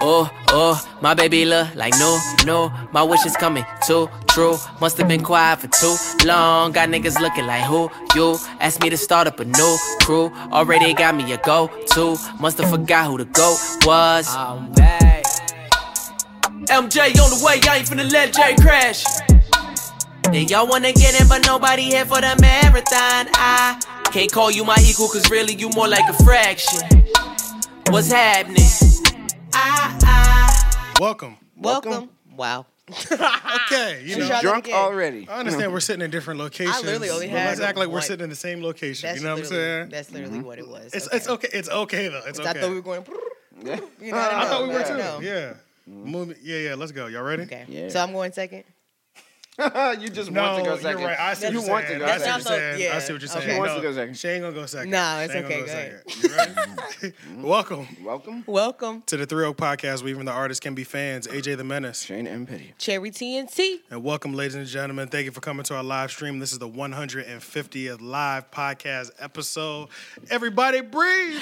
oh, oh. My baby look like no, no. My wish is coming too true. Must have been quiet for too long. Got niggas looking like who you? Asked me to start up a new crew. Already got me a go to. Must have forgot who the go was. I'm back. MJ on the way, I ain't finna let Jay crash. Then y'all wanna get in, but nobody here for the marathon. I can't call you my equal, cause really you more like a fraction. What's happening? I, I. Welcome. Welcome. Wow. Okay, you Ah. She's know. right. Drunk Again. already. I understand we're sitting in different locations. literally only but had let's act like we're one. sitting in the same location. That's you know what I'm literally- saying? That's literally what it was. It's it's okay. It's okay though. It's So I okay. thought we were going. Yeah. You know, I, don't I thought know, we were I too. don't know. Yeah. Moving. Yeah, yeah. Let's go. Y'all ready? Mm-hmm. Okay. Yeah. So I'm going second. you just No, want to go you're second. right. I see you what you're want saying. to go I see what That's you're second. not- saying. yeah, I see what you're okay. saying. She wants No, to go second. She ain't gonna go second. Nah, She it's ain't gonna okay. go second. You ready? Welcome Welcome. Welcome, to the Three Oak Podcast, where even the artists can be fans. AJ the Menace. Shane and Petty. Cherry TNT. And welcome, ladies and gentlemen. Thank you for coming to our live stream. This is the 150th live podcast episode. Everybody breathe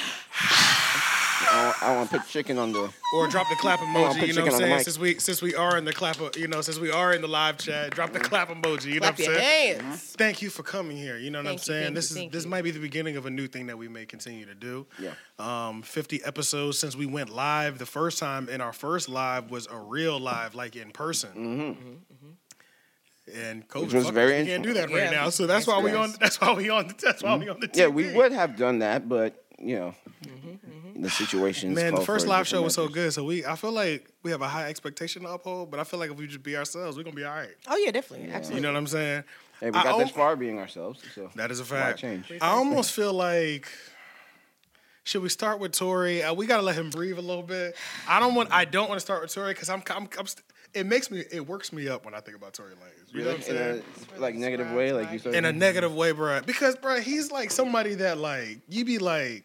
I want, I want to put chicken on the. or drop the Oh, clap I'll emoji. put You know chicken what on I'm saying? the mic. Since we since we are in the clap, you know, since we are in the live chat, drop the clap emoji. You know Mm-hmm. what Clap I'm your saying? hands. Thank you for coming here. You know what I'm Thank you, saying? thank this you, is thank this you. might be the beginning of a new thing that we may continue to do. Yeah. Um, 50 episodes since we went live the first time, and our first live was a real live, like in person. Mm-hmm. And COVID, Mm-hmm. was fucked very us. we can't do that interesting. right Yeah. now. So that's why we Yes. on. That's why we on. The, that's why we on the. TV. Mm-hmm. Yeah, we would have done that, but you know, Mm-hmm, the situation. Man, the first live show was so good. So we, I feel like we have a high expectation to uphold, but I feel like if we just be ourselves, we're gonna be all right. Oh yeah, definitely. Absolutely. You know what I'm saying? Hey, we I got this al- far being ourselves. So That is a why fact. change? I almost feel like should we start with Tori? Uh, we gotta let him breathe a little bit. I don't want. I don't want to start with Tori because I'm. I'm, I'm st- it makes me. It works me up when I think about Tory Lanez. You know what I'm in saying? a Uh, like negative way, like you said. in a negative way, bruh. Because, bruh, he's like somebody that, like, you be like,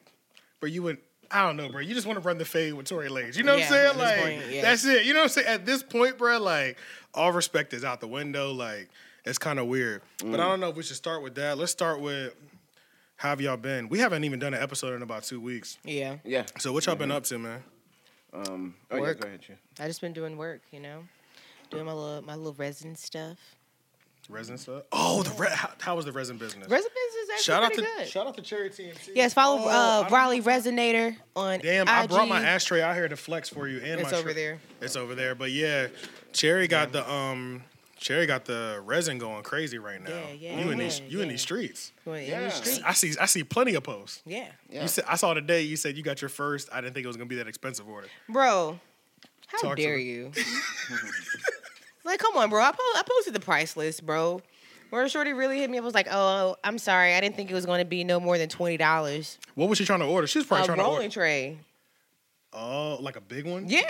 bruh, you would, I don't know, bruh. You just want to run the fade with Tory Lanez. You know Yeah, what I'm saying? at this Like, point, yeah. that's it. You know what I'm saying? At this point, bruh, like, all respect is out the window. Like, it's kind of weird. But Mm. I don't know if we should start with that. Let's start with how have y'all been? We haven't even done an episode in about two weeks. Yeah. yeah. So, what y'all been Mm-hmm. up to, man? Um, oh, yeah, Work. go ahead, you. I just been doing work. You know, doing my little my little resin stuff. Resin stuff? Oh, the re- how, how was the resin business? Resin business is actually shout out to pretty good. shout out to Cherry TNT. Yes, follow Oh, I uh, don't- Raleigh Resonator on Damn, IG. I brought my ashtray out here to flex for you and It's my over tray- there. It's over there. But yeah, Cherry got the um Cherry got the resin going crazy right now. Yeah, yeah, You in these yeah, you in yeah. these streets. Going in Yeah. the street. I see I see plenty of posts. Yeah, Yeah. You said I saw today you said you got your first. I didn't think it was gonna be that expensive order. bro. How Talk to dare me. you? like, come on, bro. I, po- I posted the price list, bro. Where Shorty really hit me up was like, "Oh, I'm sorry. I didn't think it was going to be no more than twenty dollars What was she trying to order? She was probably a trying to order. rolling tray." Oh, like a big one? Yeah,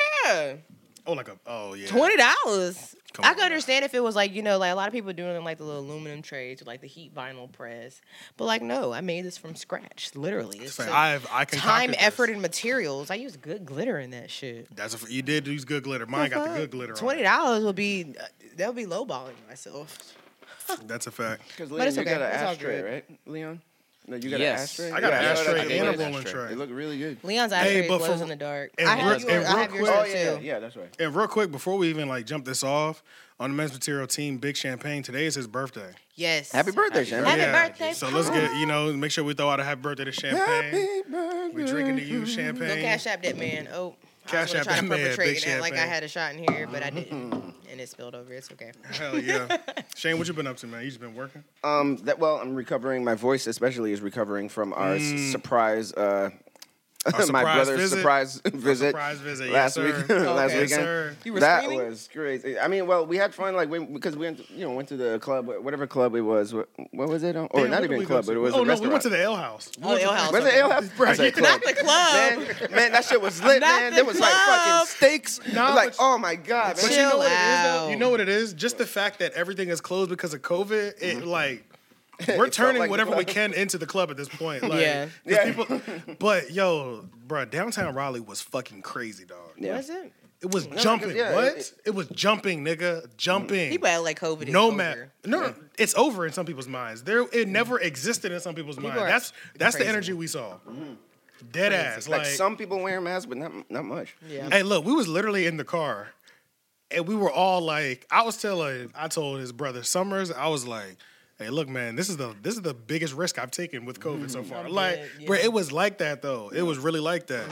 Oh, like a oh yeah. twenty dollars. Come I on, could man. understand if it was like you know, like a lot of people doing like the little aluminum trays, or like the heat vinyl press. But like, no, I made this from scratch, literally. It's So took I've I can time, effort, and materials. I use good glitter in that shit. That's a, f- you did use good glitter. Mine got the good glitter. on it. Twenty dollars would be uh, that would be lowballing myself. That's a fact. Because But Leon, it's you okay. got an It's all ashtray, good. right, Leon? No, you got Yes. an ashtray. I got Yeah, an yeah, ashtray got and a an rolling ashtray. tray. It looked really good. Leon's Hey, ashtray but glows for- in the dark. and I have, real- your, and I have real yours quick- Oh too. yeah, yeah, that's right. And real quick, before we even like jump this off, on the men's material team, Big Champagne, today is his birthday. Yes. Happy birthday, Shane. Happy birthday, So let's Paul. get, you know, make sure we throw out a happy birthday to Champagne. birthday. We drinking to you, Go Champagne. cash app that man. Oh. Cash app I was gonna try that to man, perpetrate big and act like I champagne. had a shot in here, but I didn't, Mm-hmm. and it spilled over. It's okay. Hell yeah. Shane, what you been up to, man? You just been working? Um, that well, I'm recovering. My voice, especially, is recovering from our s- surprise. Uh, my Mm. surprise brother's visit? surprise visit. surprise visit, last yes, week. sir. last Okay. weekend. Sir. You were that screaming? was crazy. I mean, well, we had fun. Like, we, because we went, to, you know, went to the club, whatever club it was. What, what was it? On? Or Damn, what not did even we club, go but to? it was. Oh, a no, we went to restaurant. the Ale House. We Oh, went the to- ale house. Was it ale house? I Right. said club. Not the club. Man, man, that shit was lit, Not man. the There was like club. fucking steaks. Nah, like, but- oh my god, man. But you know Chill what it is, though? out. You know what it is? Just the fact that everything is closed because of COVID, it like we're Mm-hmm. felt turning like the whatever we club. can into the club at this point. Like, Yeah. 'cause Yeah. People, but yo, bruh, downtown Raleigh was fucking crazy, dog. Yeah. Was it? It was jumping. yeah, what? it- It, was jumping, Mm. nigga. Jumping. People act like COVID. Is no over. Mm. matter no, no, it's over in some people's minds. There, it never existed in some people's minds. are That's that's the crazy. Mm-hmm. energy we saw. Dead ass. Like, Like, some people wear masks, but not not much. Yeah. hey, look, we was literally in the car, and we were all like, I was telling, I told his brother Summers, I was like. Hey, look, man. This is the this is the biggest risk I've taken with COVID so far. Like, Mm-hmm. yeah. Mm-hmm. bro, it was like that though. It was really like that.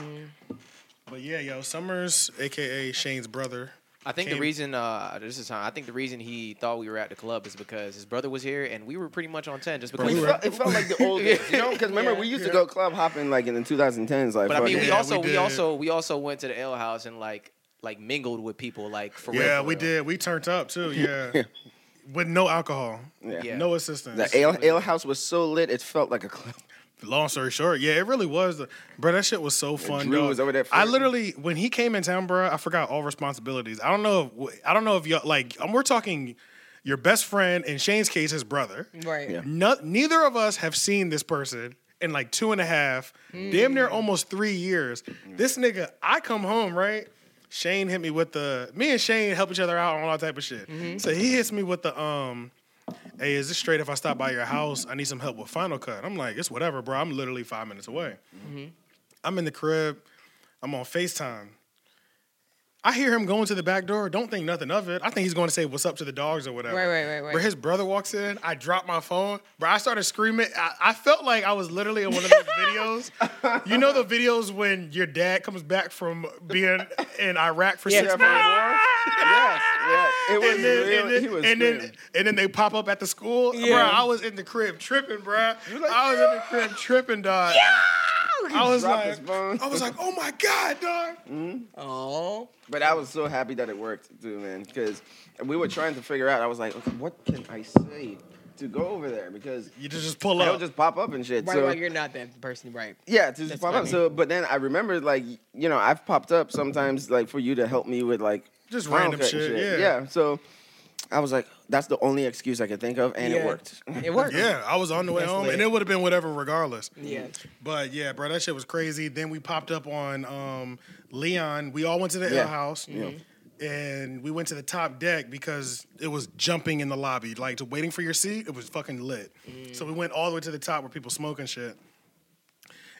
But yeah, yo, Summers, aka Shane's brother, I think the Came- reason uh, this is how I think the reason he thought we were at the club is because his brother was here and we were pretty much on ten just because. It we were- felt, it felt like the old days, you know, because remember Yeah. we used to go club hopping like in the 2010s, like but I mean, we fucking- Yeah, also we we, did. also we also went to the ale house and like like mingled with people like for real. Yeah, for we real. did. We turned up too. Yeah, with no alcohol, Yeah. no assistance. the ale, ale house was so lit, it felt like a club. Long story short, yeah, it really was. The, bro, that shit was so fun. Drew dog. was over there I flirting. literally, when he came in town, bro, I forgot all responsibilities. I don't know. If, I don't know if y'all like. um, We're talking your best friend in Shane's case, his brother. Right. Yeah. No, neither of us have seen this person in like two and a half, damn Mm. near almost three years. This nigga, I come home, right? Shane hit me with the me and Shane help each other out on all type of shit. Mm-hmm. So he hits me with the um, hey, is this straight if I stop by your house? I need some help with Final Cut. I'm like, it's whatever, bro. I'm literally five minutes away. Mm-hmm. I'm in the crib, I'm on FaceTime. I hear him going to the back door. Don't think nothing of it. I think he's going to say what's up to the dogs or whatever. Right, right, right, right. But his brother walks in. I drop my phone. Bro, I started screaming. I, I felt like I was literally in one of those videos. You know the videos when your dad comes back from being in Iraq for six Yeah, months. from the war. yes, yes. It was And then, real. and, then, he was and, then, screaming. and then they pop up at the school. Bruh, Yeah. I was in the crib tripping, bruh. I was in the crib tripping, dog. I was dropped his like, phone. I was like, oh my god, dog. Oh. But I was so happy that it worked, too, man. Because we were trying to figure out. I was like, okay, what can I say to go over there? Because You just just pull they'll up. just pop up and shit. Right, so right. You're not that person, right? yeah, to just That's pop up. funny. So, but then I remembered, like, you know, I've popped up sometimes, like, for you to help me with, like, Just file random cut and shit, yeah. yeah. So, I was like, that's the only excuse I could think of, and it Yeah. worked. It worked. yeah, I was on the way That's home, lit. and it would have been whatever regardless. Yeah. But yeah, bro, that shit was crazy. Then we popped up on um, Leon. We all went to the Yeah. L house. Mm-hmm. And we went to the top deck because it was jumping in the lobby, like to waiting for your seat. It was fucking lit. Mm. So we went all the way to the top where people smoking shit.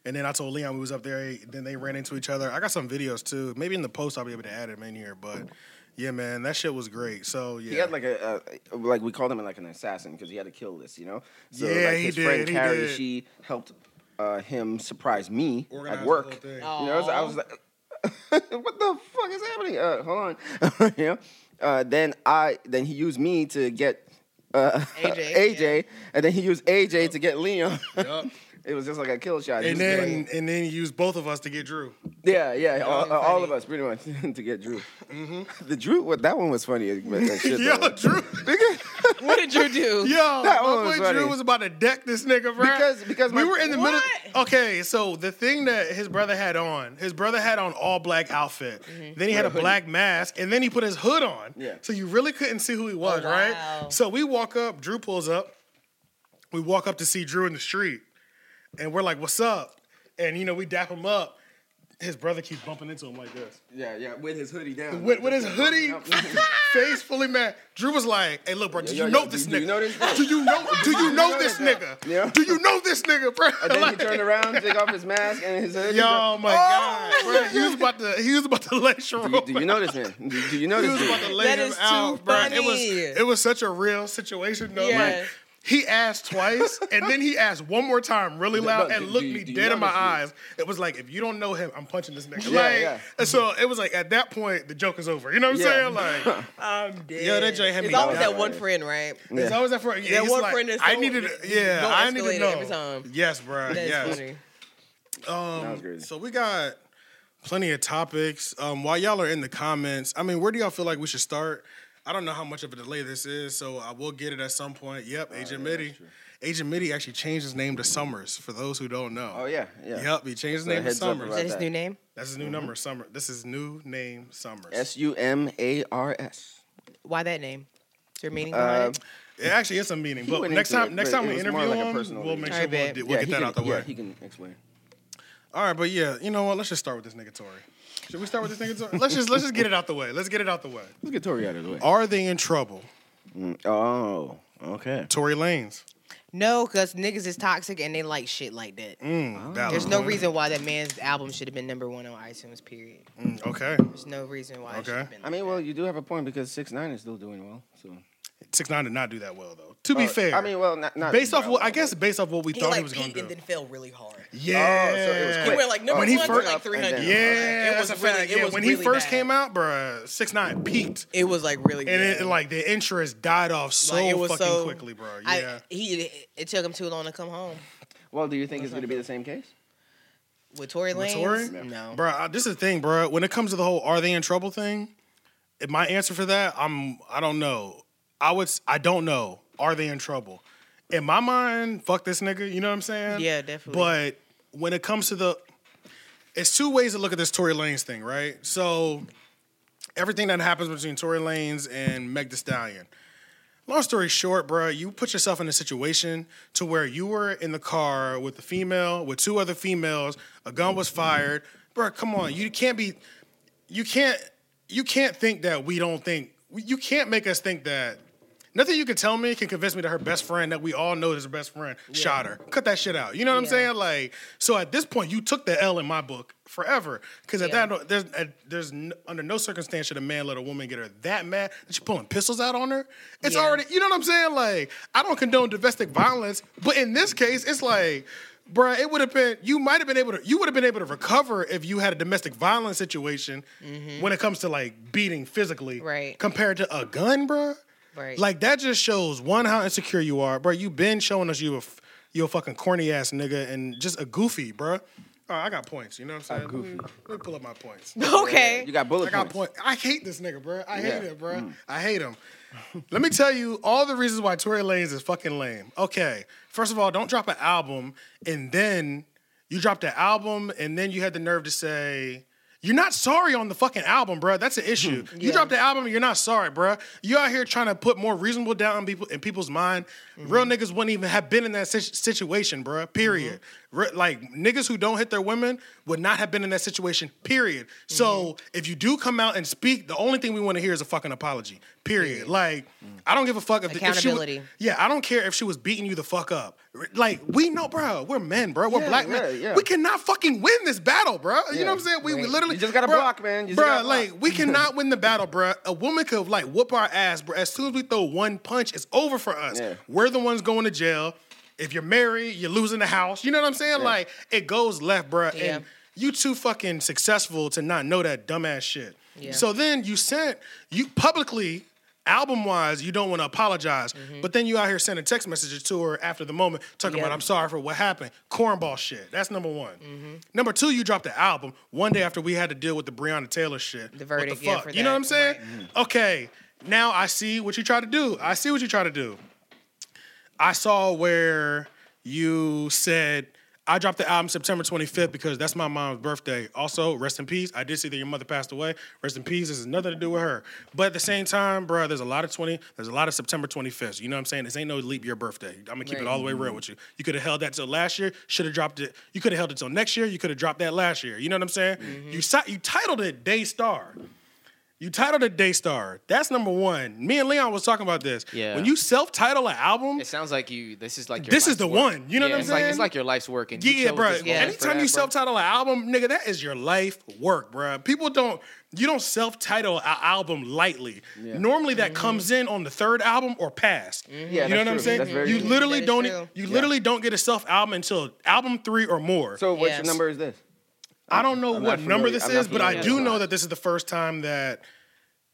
And then I told Leon we was up there. Then they ran into each other. I got some videos too. Maybe in the post I'll be able to add them in here. But yeah, man, that shit was great. So yeah, He had like a, a like we called him like an assassin because he had a kill list, you know. So Yeah, like he his did, friend he Carrie, did. she helped uh, him surprise me Organized at the work. whole thing. You know, so I was like, what the fuck is happening? Uh, hold on. you know? uh, then I then he used me to get uh, AJ, AJ, and then he used AJ to get Liam. Yup. it was just like a kill shot. He and was just then like- and then he used both of us to get Drew. yeah, yeah, all, funny. all of us pretty much to get Drew. The Drew, well, that one was funny. but that shit, Yo, though. Drew. What did you do? Yo, That my one was boy funny. Drew was about to deck this nigga, bro. Because- because we my- were in the What? middle. Okay, so the thing that his brother had on, his brother had on all black outfit. Mm-hmm. Then he had a black mask, and then he put his hood on. Yeah. So you really couldn't see who he was, Oh, wow. right? So we walk up. Drew pulls up. We walk up to see Drew in the street, and we're like, "What's up?" And you know, we dap him up. His brother keeps bumping into him like this. Yeah, yeah, with his hoodie down. With, with his hoodie, Ah. face fully mad. Drew was like, "Hey, look, bro, do you know this Do you know nigga? this nigga? Do you know? Do you know this this nigga? Yeah. Do you know this nigga, bro?" And then he Like, turned around, took off his mask and his hoodie. Yo, my Oh! god, bro, he was about to, he was about to let you Do roll. you, do you know this man? Do, do you know He this was about dude? to lay That him is too out, bro. It was, funny. it was such a real situation though. Yeah. Like, he asked twice, and then he asked one more time, really loud, no, and do- looked do- me do you dead know in my this dude? eyes. It was like, if you don't know him, I'm punching this nigga. Yeah, like, yeah. and so it was like at that point, the joke is over. You know what I'm Yeah. saying? Like. I'm dead. Yo, that joint had It's me always dying. that one friend, right? It's always that friend. Yeah, That he's one like, friend that's I so- needed. just Yeah, don't I needed to escalate know. every time. Yes, bro. That's yes. funny. That was crazy. Um, So we got plenty of topics. Um, while y'all are in the comments, I mean, where do y'all feel like we should start? I don't know how much of a delay this is, so I will get it at some point. Yep, Agent Mitty. Agent Mitty actually changed his name to Summers. For those who don't know. Oh yeah, yeah. Yep, he changed his name to heads up Is Summers. about- Mm-hmm. that his new name? That's his new number, Summer. This is new name, Summers. S U M A R S. Why that name? Is there meaning behind Um, It actually is a meaning, but went next into time, it, next but time it we was more interview like a him, personal we'll reason. make All sure right, we'll, bet. di- we'll yeah, get he that can, out the way. Yeah, he can explain. All right, but yeah, you know what? Let's just start with this nigga Tory. Should we start with this nigga Tory? let's just let's just get it out the way. Let's get it out the way. Let's get Tori out of the way. Are they in trouble? Oh, okay. Tory Lanes. it? No, because niggas is toxic and they like shit like that. Oh. Mm, valid There's no point. reason why that man's album should have been number one on iTunes, period. Mm, okay, There's no reason why it Okay. should have been. I mean, well, you do have a point because six nine is still doing well. So six nine did not do that well though. To be Uh, fair, I mean, well, not, not based off well, what I but- guess based off what we he thought like he was going peaked to and do. then fell really hard. Yeah, Oh, so it was He quick. went like number When he one first- for like up and 300. down. Yeah, It that's was a fact. really- it yeah, was when he really first bad. came out, bruh, six nine peaked, It was like really and bad. it, like the interest died off so Like, it was fucking so- quickly, bro. I- Yeah, he it took him too long to come home Well, do you think it's going to be the same case? with Tory With Lanez. Tory? No, Bruh, I- this is the thing, bruh. When it comes to the whole "Are they in trouble?" thing, if my answer for that, I'm I don't know. I would s- I don't know. Are they in trouble? In my mind, fuck this nigga. You know what I'm saying? Yeah, definitely. But when it comes to the, it's two ways to look at this Tory Lanez thing, right? So everything that happens between Tory Lanez and Meg Thee Stallion. Long story short, bruh, you put yourself in a situation to where you were in the car with a female, with two other females, a gun was fired. Bruh, come on, you can't be, you can't, you can't think that we don't think, you can't make us think that. Nothing you can tell me can convince me that her best friend that we all know is her best friend shot her. Cut that shit out. You know what I'm Yeah. saying? Like, so at this point, you took the L in my book forever. Because at Yeah. that, there's, at, there's n- under no circumstance should a man let a woman get her that mad that you're pulling pistols out on her. It's Yeah. already you know what I'm saying? Like, I don't condone domestic violence, but in this case, it's like, bruh, it would have been you might have been able to you would have been able to recover if you had a domestic violence situation when it comes to like beating physically, Mm-hmm. Right. Compared to a gun, bruh. Right. Like that just shows one how insecure you are, bruh. You've been showing us you a f- you a fucking corny ass nigga and just a goofy, bruh. Oh, I got points. You know what I'm saying? Let me- let me pull up my points. okay. You got bullet I got point. points. I hate this nigga, bro. I hate Yeah. Mm. him, bro. I hate him. Let me tell you all the reasons why Tory Lanez is fucking lame. Okay, first of all, don't drop an album and then you dropped an album and then you had the nerve to say. You're not sorry on the fucking album, bruh. That's an issue. You dropped the album, and you're not sorry, bruh. You out here trying to put more reasonable down in people in people's mind. Mm-hmm. Real niggas wouldn't even have been in that si- situation, bruh. Period. Mm-hmm. Re- like niggas who don't hit their women would not have been in that situation. Period. So Mm-hmm. if you do come out and speak, the only thing we want to hear is a fucking apology. Period. Mm-hmm. Like I don't give a fuck if the- if she was- Accountability. yeah, I don't care if she was beating you the fuck up. Like we know, bro. We're men, bro. We're Yeah, black yeah, men. yeah. We cannot fucking win this battle, bro. You Yeah, know what I'm saying? We, we right. literally You just gotta bruh, block, man. You just bruh, gotta block. like we cannot win the battle, bro. A woman could like whoop our ass, bro. As soon as we throw one punch, it's over for us. Yeah. We're the ones going to jail. If you're married, you're losing the house. You know what I'm saying? Like it goes left, bro. Yeah. And you too fucking successful to not know that dumbass shit. Yeah. So then you sent you publicly album wise you don't want to apologize, but then you out here sending text messages to her after the moment talking Mm-hmm. Yeah. Mm-hmm. about I'm sorry for what happened. Cornball shit. That's number one. Number two, you dropped the album one day after we had to deal with the Breonna Taylor shit. The What verdict, the yeah, fuck? for you know what I'm that, saying? Okay, now I see what you try to do. I see what you try to do. I saw where you said I dropped the album September 25th because that's my mom's birthday. Also, rest in peace. I did see that your mother passed away. Rest in peace. This has nothing to do with her. But at the same time, bruh, there's a lot of 20. There's a lot of September 25th. You know what I'm saying? This ain't no leap year birthday. I'm gonna keep it all the way real with you. You could have held that till last year. Should have dropped it. You could have held it till next year. You could have dropped that last year. You know what I'm saying? You si- you titled it Daystar. You titled it Daystar. That's number one. Me and Leon was talking about this. Yeah. When you self-title an album, It sounds like you. This is like your. This is life's the work. one, you know what Yeah, I'm it's like- saying? it's like your life's work, and you Yeah, chose bro. this Yeah. moment for Anytime that, you bro. self-title an album, nigga, that is your life work, bro. People don't you don't self-title an album lightly. Yeah. Mm-hmm. Normally Mm-hmm. that comes in on the third album or past. Yeah, you know what that's I'm true. saying? That's very you true. literally That is don't e, true. you literally don't get a self album until album 3 or more. So what's your Yes. number is this? I don't know I'm what not number familiar- this I'm not is, but I familiar do with know that. that this is the first time that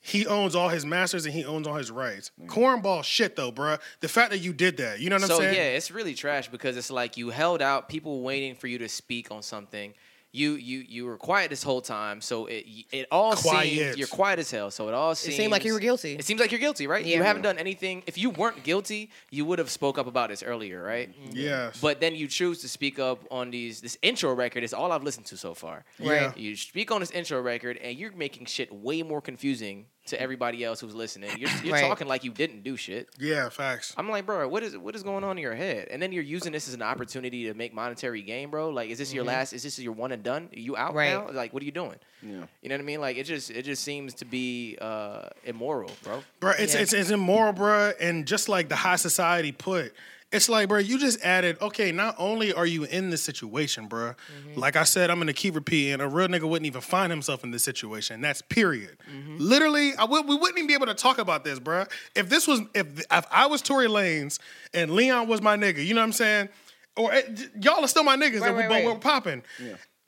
he owns all his masters and he owns all his rights. Mm. Cornball shit though, bruh. The fact that you did that, you know what I'm so saying? yeah, it's really trash because it's like you held out people waiting for you to speak on something. You you you were quiet this whole time, so it it all Quiet. seems you're quiet as hell. So it all seems like you were guilty. It seems like you're guilty, right? You Yeah. haven't done anything. If you weren't guilty, you would have spoke up about this earlier, right? Yes. But then you choose to speak up on these. This intro record is all I've listened to so far. Yeah. You speak on this intro record, and you're making shit way more confusing to everybody else who's listening. You're, you're Right. talking like you didn't do shit. yeah, facts. I'm like, bro, what is what is going on in your head? And then you're using this as an opportunity to make monetary gain, bro. Like, is this your last? Is this your one and done? Are you out Mm-hmm. Right. now? Like, what are you doing? Yeah. You know what I mean? Like, it just it just seems to be uh, immoral, bro. Bruh, It's, Yeah. it's it's immoral, bruh. And just like the high society put, It's like, bro, you just added, okay, not only are you in this situation, bro, Mm-hmm. like I said, I'm going to keep repeating, a real nigga wouldn't even find himself in this situation. That's period. Mm-hmm. Literally, I would we wouldn't even be able to talk about this, bro. If this was, if, if I was Tory Lanez and Leon was my nigga, you know what I'm saying? Or eh, j- y'all are still my niggas and we right, both right. were popping.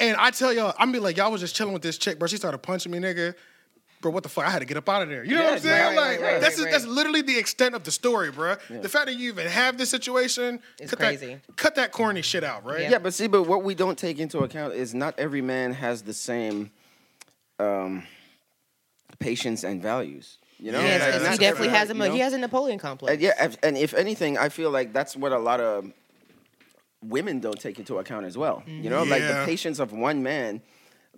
And I tell y'all, I'm be like, y'all was just chilling with this chick, bro. She started punching me, nigga. Bro, what the fuck? I had to get up out of there. You know what I'm Yeah, saying? right, right, like right, that's right, that's right. literally the extent of the story, bruh. The fact that you even have this situation, It's cut crazy. That, cut that corny shit out, right? Yeah. Yeah, but see, but what we don't take into account is not every man has the same um, patience and values. You know, Yeah, Yes, 'cause that's he Not definitely everybody, has a you mo- know? he has a Napoleon complex. And yeah, if- and if anything, I feel like that's what a lot of women don't take into account as well. You know, like the Yeah. patience of one man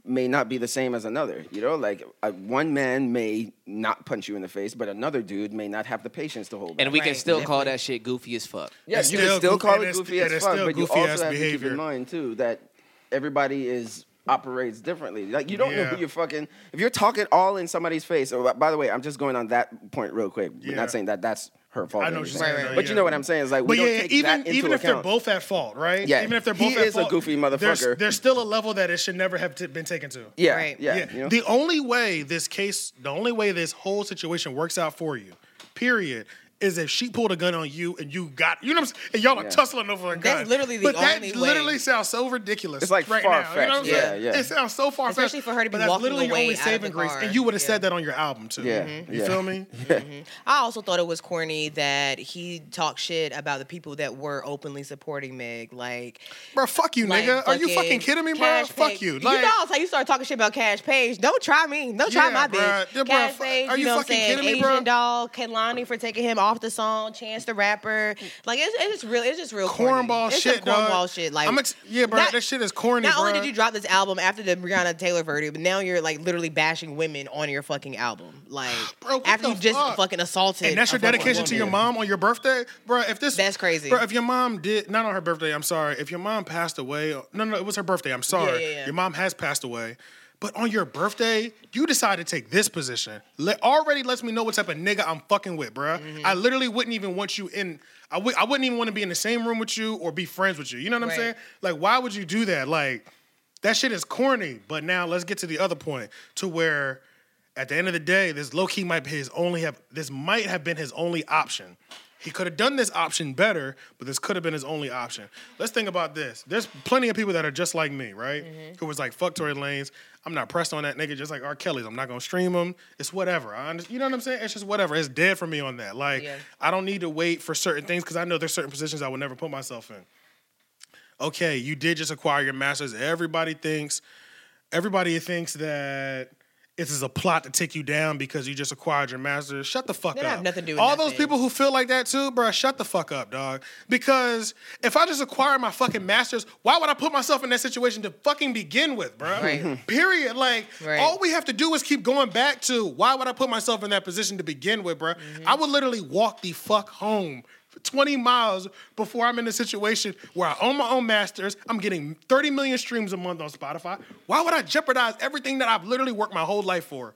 may not be the same as another. You know, like uh one man may not punch you in the face, but another dude may not have the patience to hold. And back. we can Right, still call definitely. that shit goofy as fuck. Yeah, It's you can still still goof- call and it it's- goofy and as it's fuck, still but you goofy also ass have to keep behavior. in mind too that everybody is operates differently. Like you don't know Yeah. who you're fucking. If you're talking all in somebody's face. Oh, by the way, I'm just going on that point real quick. We're Yeah. Not saying that that's her fault. I or know what you're anything. saying, Right, right. But yeah. you know what I'm saying? It's like But we yeah, don't yeah, take that even into even if they're account. both at fault, right? Yeah, even if they're he both at is a fault, goofy There's, motherfucker. there's still a level that it should never have t- been taken to. yeah, Right. yeah, you know? The only way this case, the only way this whole situation works out for you, period, is if she pulled a gun on you and you got, you know, what I'm saying? and y'all are Yeah. tussling over a gun. That's literally the but that only way. literally sounds so ridiculous. It's like right now, you know what I'm far-fetched. saying? Yeah, yeah. It sounds so far fetched, Especially for her to be but that's walking literally your away only out of the saving grace. car. And you would have Yeah. Mm-hmm. said that on your album too. Yeah, Mhm. you yeah. feel me? I also thought it was corny that he talked shit about the people that were openly supporting Meg. Like, Bro, fuck you, like nigga. Are you fucking kidding me, bro? Cash Fuck Page- you. you know it's how you start talking shit about Cash Page. Don't try me. Don't try Yeah, my bruh. bitch. Yeah, bruh, Cash fu- Page, are you know what I'm fucking saying? kidding me, Asian bruh? doll, Kehlani for taking him off the song, Chance the Rapper. Like it's, it's just real. It's just real corny. cornball It's shit, some cornball dog. shit. Like I'm ex- yeah, bro, not- that shit is corny. Not only bruh. did you drop this album after the Breonna Taylor verdict, but now you're like literally bashing women on your fucking album. Like Bro, what after the you just fuck? fucking assaulted. And that's your a fucking dedication to woman. your mom on your birthday, bro. If this, That's crazy. bro. If your mom did not on her birthday, I'm sorry. If your mom passed away, no, no, it was her birthday. I'm sorry. yeah, yeah. Your mom has passed away, but on your birthday, you decide to take this position. Let, already lets me know what type of nigga I'm fucking with, bro. Mm-hmm. I literally wouldn't even want you in. I would. I wouldn't even want to be in the same room with you or be friends with you. You know what I'm Right. saying? Like, why would you do that? Like, that shit is corny. But now let's get to the other point, to where at the end of the day, this low key might be his only have this might have been his only option. He could have done this option better, but this could have been his only option. Let's think about this. There's plenty of people that are just like me, right? Who was like, fuck Tory Lanez. I'm not pressed on that nigga, just like R. Kelly's. I'm not gonna stream him. It's whatever. I under- you know what I'm saying? It's just whatever. It's dead for me on that. Like, Yeah. I don't need to wait for certain things because I know there's certain positions I would never put myself in okay, you did just acquire your master's. Everybody thinks, everybody thinks that this is a plot to take you down because you just acquired your master's. Shut the fuck They up. don't have nothing to do with All those nothing. people who feel like that too, bruh, shut the fuck up, dog. Because if I just acquired my fucking master's, why would I put myself in that situation to fucking begin with, bruh? Right. Period. Like, Right. all we have to do is keep going back to why would I put myself in that position to begin with, bruh? I would literally walk the fuck home. for 20 miles before I'm in a situation where I own my own masters, I'm getting 30 million streams a month on Spotify. Why would I jeopardize everything that I've literally worked my whole life for?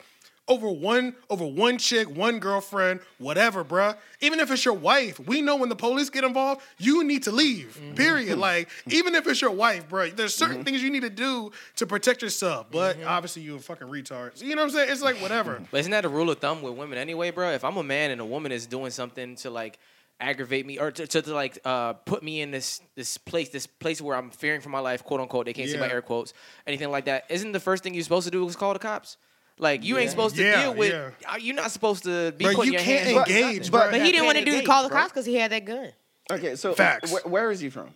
Over one, over one chick, one girlfriend, whatever, bruh. Even if it's your wife, we know when the police get involved, you need to leave. Mm-hmm. Period. Like, even if it's your wife, bruh, there's certain things you need to do to protect yourself. But Mm-hmm. obviously, you a fucking retard. So, you know what I'm saying? It's like whatever. But isn't that a rule of thumb with women anyway, bro? If I'm a man and a woman is doing something to like aggravate me or to, to, to, like uh, put me in this this place this place where I'm fearing for my life, quote unquote, they can't see my Yeah. air quotes, anything like that. Isn't the first thing you're supposed to do is call the cops? Like you ain't supposed to Yeah, deal with. yeah. uh, You're not supposed to be Bro, putting you your can't hands. on engage, nothing. bruh. But- But he didn't want to do the call the bro. cops because he had that gun. Okay, so Facts. wh- where is he from?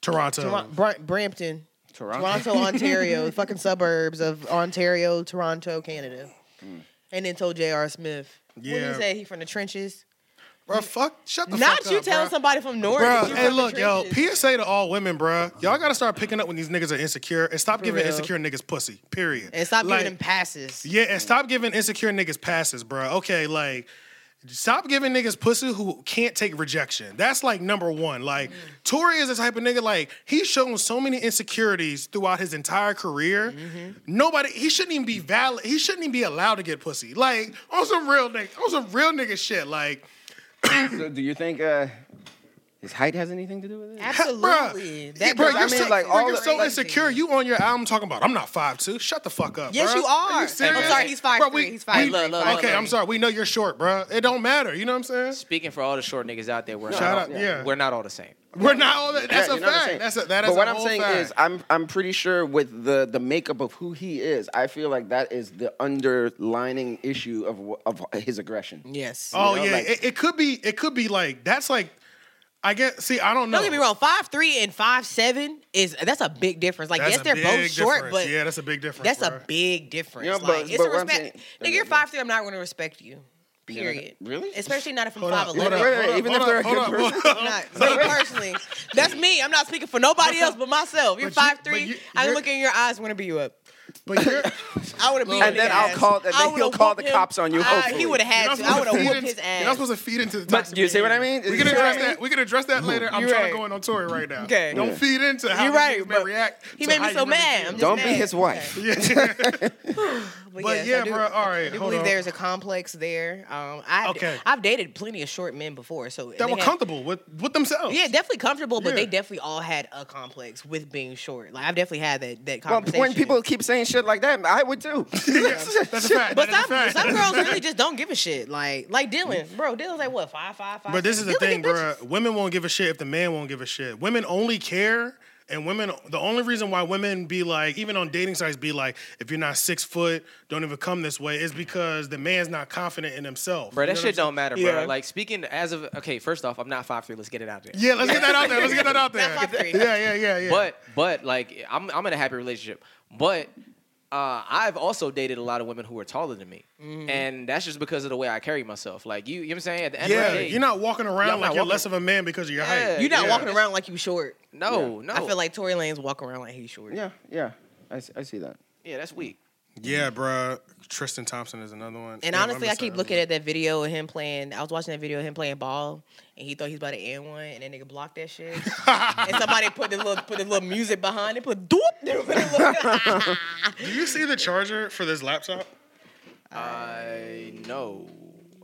Toronto. Brampton, Toronto. Toronto, Ontario, the fucking suburbs of Ontario, Toronto, Canada. Mm. And then told J.R. Smith. What did Yeah. he say? He from the trenches. Bruh, fuck, shut the fuck Not up. you telling bruh. somebody from North. that Bro, you hey, from the look, yo, trenches. PSA to all women, bro. Y'all gotta start picking up when these niggas are insecure and stop giving real. insecure niggas pussy, period. And stop Like, giving him passes. Yeah, and stop giving insecure niggas passes, bro. Okay, like, stop giving niggas pussy who can't take rejection. That's like number one. Like, Tory is the type of nigga, like, he's shown so many insecurities throughout his entire career. Nobody, he shouldn't even be valid, he shouldn't even be allowed to get pussy. Like, on some real nigga, on some real nigga shit, like, So do you think uh, His height has anything to do with it? Absolutely. That That bro, goes you're I mean, so, like, bro, all you're the- so like- insecure. You on your album talking about I'm not five two. Shut the fuck up. Yes, bruh. you are. you serious? I'm sorry, he's Bro, 5'3". we- he's we- 5'3". Look, look, look, okay, look. I'm sorry. We know you're short, bro. It don't matter. You know what I'm saying? Speaking for all the short niggas out there, we're Shout not out, all, yeah. we're not all the same. We're not all that. That's Yeah, a you know what I'm saying? fact. That's a that is But what a I'm whole saying fact. is, I'm I'm pretty sure with the the makeup of who he is, I feel like that is the underlining issue of wh- of his aggression. Yes. oh know, yeah, like- it, it could be. It could be like that's like. I guess. See, I don't know. Don't get me wrong. Five three and five seven is that's a big difference. Like That's yes, a they're both big short, difference. but yeah, that's a big difference. that's a bruh. big difference. Yeah, but- like it's but a what I'm respect. saying- Nigga, you're five three. I'm not going to respect you. Period. Really? Especially not if I'm Hold five up, hold up, Wait, eleven. wait, hold up, even hold if they're a up, good hold up, person? hold I'm up. not me personally. That's me. I'm not speaking for nobody else but myself. You're But you- five but three. you- I can you're- look in your eyes. Want to beat you up? But you're, I would have beat his And then I'll ass. call- and then I would've he'll call whooped the him. cops on you, I- hopefully. he would have you're had not to. I supposed would to have feed whooped in- his You're not ass. supposed to feed into the. But do you see what I toxicity. mean? We You can see what I address mean? that. We can address that later. I'm You're trying right. to go in on Tory right now. Okay. Don't Yeah. feed into how You're you right, may but react. He to made how me you so really mad. I'm feel. just Don't be mad. his wife. But yes, yeah, I do, bruh, all right, I do hold believe on. there's a complex there. Um, I Okay. I've dated plenty of short men before, so That they were had- comfortable with with themselves. Yeah, definitely comfortable, but Yeah. they definitely all had a complex with being short. Like I've definitely had that that Well, conversation. when people keep saying shit like that, I would too. that's a fact. But that is a some, fact. some girls really just don't give a shit. Like like Dylan, bro. Dylan's like what five five five. But this is six? the Dylan thing, get bro. bitches. Women won't give a shit if the man won't give a shit. Women only care, and women the only reason why women be like, even on dating sites, be like, if you're not six foot, don't even come this way, is because the man's not confident in himself. Bro, You that know shit what don't matter, Yeah. bro. Like speaking as of okay, first off, I'm not five three. Let's get it out there. I'm saying? Yeah, let's get that out there. Let's get that out there. Not five three. yeah, yeah, yeah, yeah. But but like I'm I'm in a happy relationship. But uh, I've also dated a lot of women who are taller than me, Mm-hmm. and that's just because of the way I carry myself. Like you, you know what I'm saying? At the end of yeah, the day, you're not walking around Yeah, I'm like not you're walking- less of a man because of your Yeah. height. You're not yeah. walking around like you short. No, no. I feel like Tory Lane's walking around like he's short. yeah, yeah. I see, I see that. yeah, that's weak. Yeah, bro. Tristan Thompson is another one. And Damn, honestly, I missed keep that. looking at that video of him playing. I was watching that video of him playing ball, and he thought he's about to end one, and that nigga blocked that shit. and somebody put the little put the little music behind it, put doop. doop, and it looked- Do you see the charger for this laptop? I know.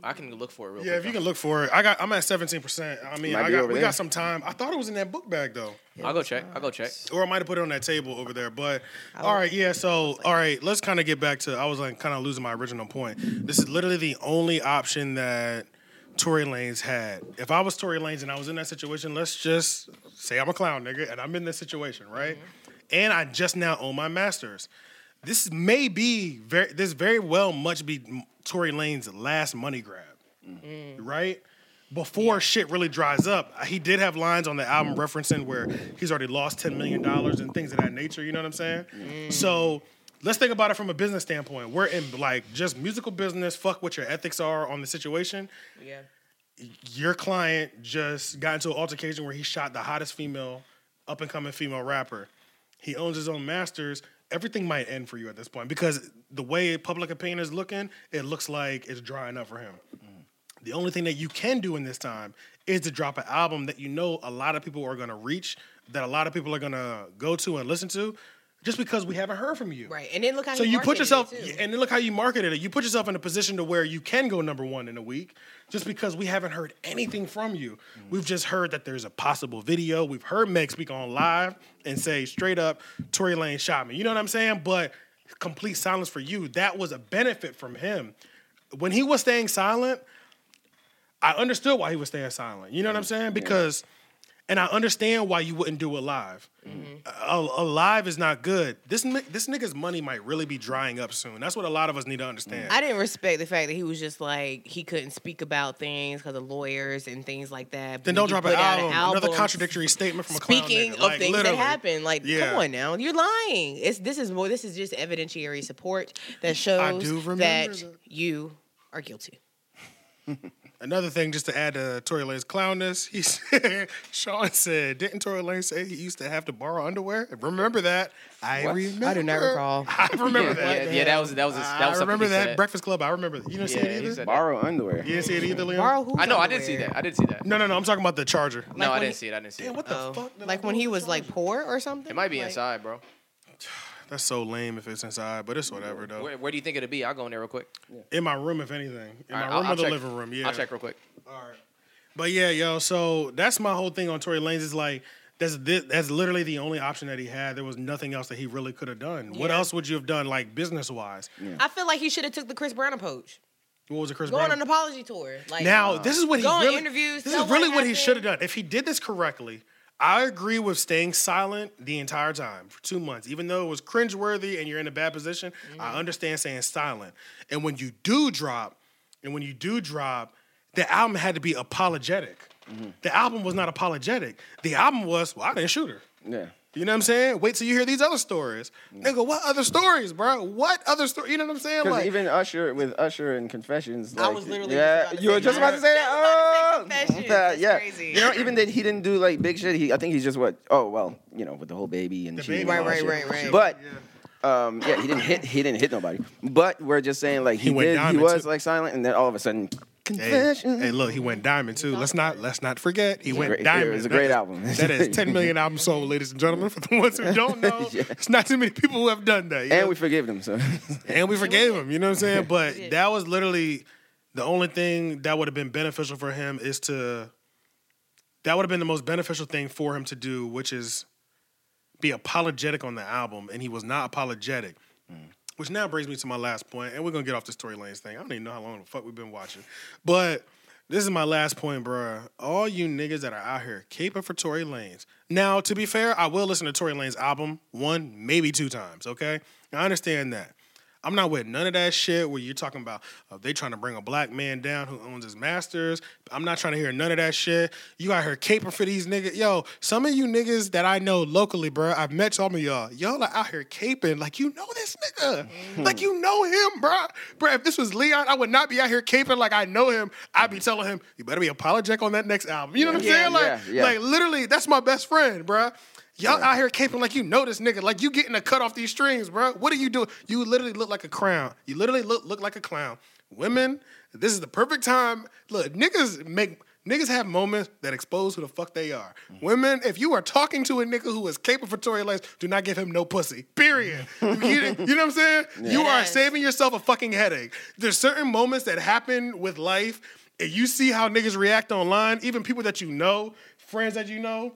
I can look for it real Yeah, quick. if you can look for it. I got I'm at 17%. I mean, Might I be got, over we there. got some time. I thought it was in that book bag though. I'll go check. I'll go check. Or I might have put it on that table over there. But all right, yeah. So all right, let's kind of get back to. I was like kind of losing my original point. This is literally the only option that Tory Lanez had. If I was Tory Lanez and I was in that situation, let's just say I'm a clown, nigga, and I'm in this situation, right? And I just now own my masters. This may be very. This very well much be Tory Lanez's last money grab, right? before shit really dries up, he did have lines on the album referencing where he's already lost $10 million and things of that nature, you know what I'm saying? So let's think about it from a business standpoint. We're in like just musical business, fuck what your ethics are on the situation. yeah. Your client just got into an altercation where he shot the hottest female, up and coming female rapper. He owns his own masters. Everything might end for you at this point because the way public opinion is looking, it looks like it's drying up for him. The only thing that you can do in this time is to drop an album that you know a lot of people are going to reach, that a lot of people are going to go to and listen to, just because we haven't heard from you. Right. And then look how So he you put marketed it, yourself, too. and then look how you marketed it. You put yourself in a position to where you can go number one in a week, just because we haven't heard anything from you. We've just heard that there's a possible video. We've heard Meg speak on live and say straight up, Tory Lane shot me. You know what I'm saying? But complete silence for you. That was a benefit from him when he was staying silent. I understood why he was staying silent. You know what I'm saying? Because, and I understand why you wouldn't do it live. A, a live is not good. This ni- this nigga's money might really be drying up soon. That's what a lot of us need to understand. I didn't respect the fact that he was just like he couldn't speak about things because of lawyers and things like that. then But don't he drop an put out album, Another contradictory statement from a clown Speaking nigga. of Like, things literally. that happen, like Yeah. come on now, you're lying. It's this is more. This is just evidentiary support that shows do remember that, that. you are guilty. Another thing, just to add to Tory Lane's clownness, he said, Sean said, didn't Tory Lane say he used to have to borrow underwear? Remember that? I remember. I do not recall. I remember Yeah, that. yeah, that was that was that was I something remember he that. said. Breakfast Club. I remember. that. You didn't see Yeah, it he either. said that. Borrow underwear. You didn't see it either, Liam. Borrow who? I know. I didn't see that. I didn't see that. No, no, no. I'm talking about the charger. no, I when didn't he- see it. I didn't see Man, it. what the fuck? Oh. Like when he was like poor or something. It might be Like, inside, bro. That's so lame if it's inside, but it's whatever though. Where, where do you think it'll be? I'll go in there real quick. In my room, if anything. In my All right, room I'll or the check. living room. Yeah. I'll check real quick. All right. But yeah, yo, so that's my whole thing on Tory Lanez is like that's thi- that's literally the only option that he had. There was nothing else that he really could have done. What Yeah. else would you have done, like business wise? I feel like he should have took the Chris Brown approach. What was it, Chris Go on Brown? an apology tour. Like now this is what he go on really, interviews, This tell is really what what he happened. should have done. If he did this correctly, I agree with staying silent the entire time for two months, even though it was cringeworthy and you're in a bad position. I understand staying silent, and when you do drop, and when you do drop, the album had to be apologetic. The album was not apologetic. The album was, well, I didn't shoot her. Yeah. You know what I'm saying? Wait till you hear these other stories. Nigga, what other stories, bro? What other story? You know what I'm saying? Because Like, even Usher with Usher and Confessions, I like, was literally yeah, just about to you say were just that. about to say that. I Oh, was about to say Confessions. yeah, That's yeah. crazy. You know, even that he didn't do like big shit. He, I think he's just what? Oh well, you know, with the whole baby and The cheating baby. and all Right, that right, shit. right, right. But um, yeah, he didn't hit. He didn't hit nobody. But we're just saying like he, He went did. He diamond, was too. like silent, and then all of a sudden, Hey, Confessions. hey, look, he went diamond too. Let's not let's not forget he went great- it diamond. was a That great is- album. that is ten million album sold, ladies and gentlemen. For the ones who don't know, Yeah. it's not too many people who have done that. you know? and we forgave him. So and we forgave him. You know what I'm saying? But that was literally the only thing that would have been beneficial for him is to. That would have been the most beneficial thing for him to do, which is be apologetic on the album, and he was not apologetic. Which now brings me to my last point, and we're gonna get off this Tory Lanez thing. I don't even know how long the fuck we've been watching, but this is my last point, bruh. All you niggas that are out here caping for Tory Lanez. Now, to be fair, I will listen to Tory Lanez album one, maybe two times. Okay, I understand that. I'm not with none of that shit where you're talking about uh, they trying to bring a black man down who owns his masters. I'm not trying to hear none of that shit. You out here caping for these niggas. Yo, some of you niggas that I know locally, bro, I've met some of y'all. Y'all are out here caping like you know this nigga. Like you know him, bro. Bro, if this was Leon, I would not be out here caping like I know him. I'd be telling him, you better be apologetic on that next album. You know what I'm Yeah. saying? Like, Yeah, yeah. like literally, that's my best friend, bruh. Y'all out here caping like you know this nigga. Like you getting a cut off these strings, bruh. What are you doing? You literally look like a clown. You literally look look like a clown. Women, this is the perfect time. Look, niggas make niggas have moments that expose who the fuck they are. Women, if you are talking to a nigga who is capable for Tory Lanez, do not give him no pussy. Period. you, get it? You know what I'm saying? You are Yes. saving yourself a fucking headache. There's certain moments that happen with life, and you see how niggas react online, even people that you know, friends that you know.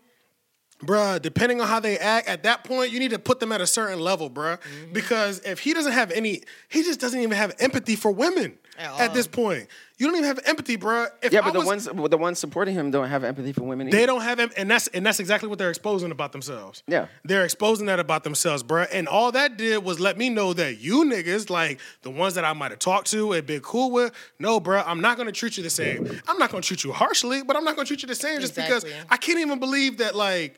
Bruh, depending on how they act, at that point, you need to put them at a certain level, bruh. Because if he doesn't have any, he just doesn't even have empathy for women At at, all. this point. You don't even have empathy, bruh. If yeah, I but was- the ones the ones supporting him don't have empathy for women. they either. don't have, em- and that's and that's exactly what they're exposing about themselves. Yeah. they're exposing that about themselves, bruh. And all that did was let me know that you niggas, like the ones that I might have talked to and been cool with, no, bruh, I'm not gonna treat you the same. I'm not gonna treat you harshly, but I'm not gonna treat you the same just because Exactly. I can't even believe that, like.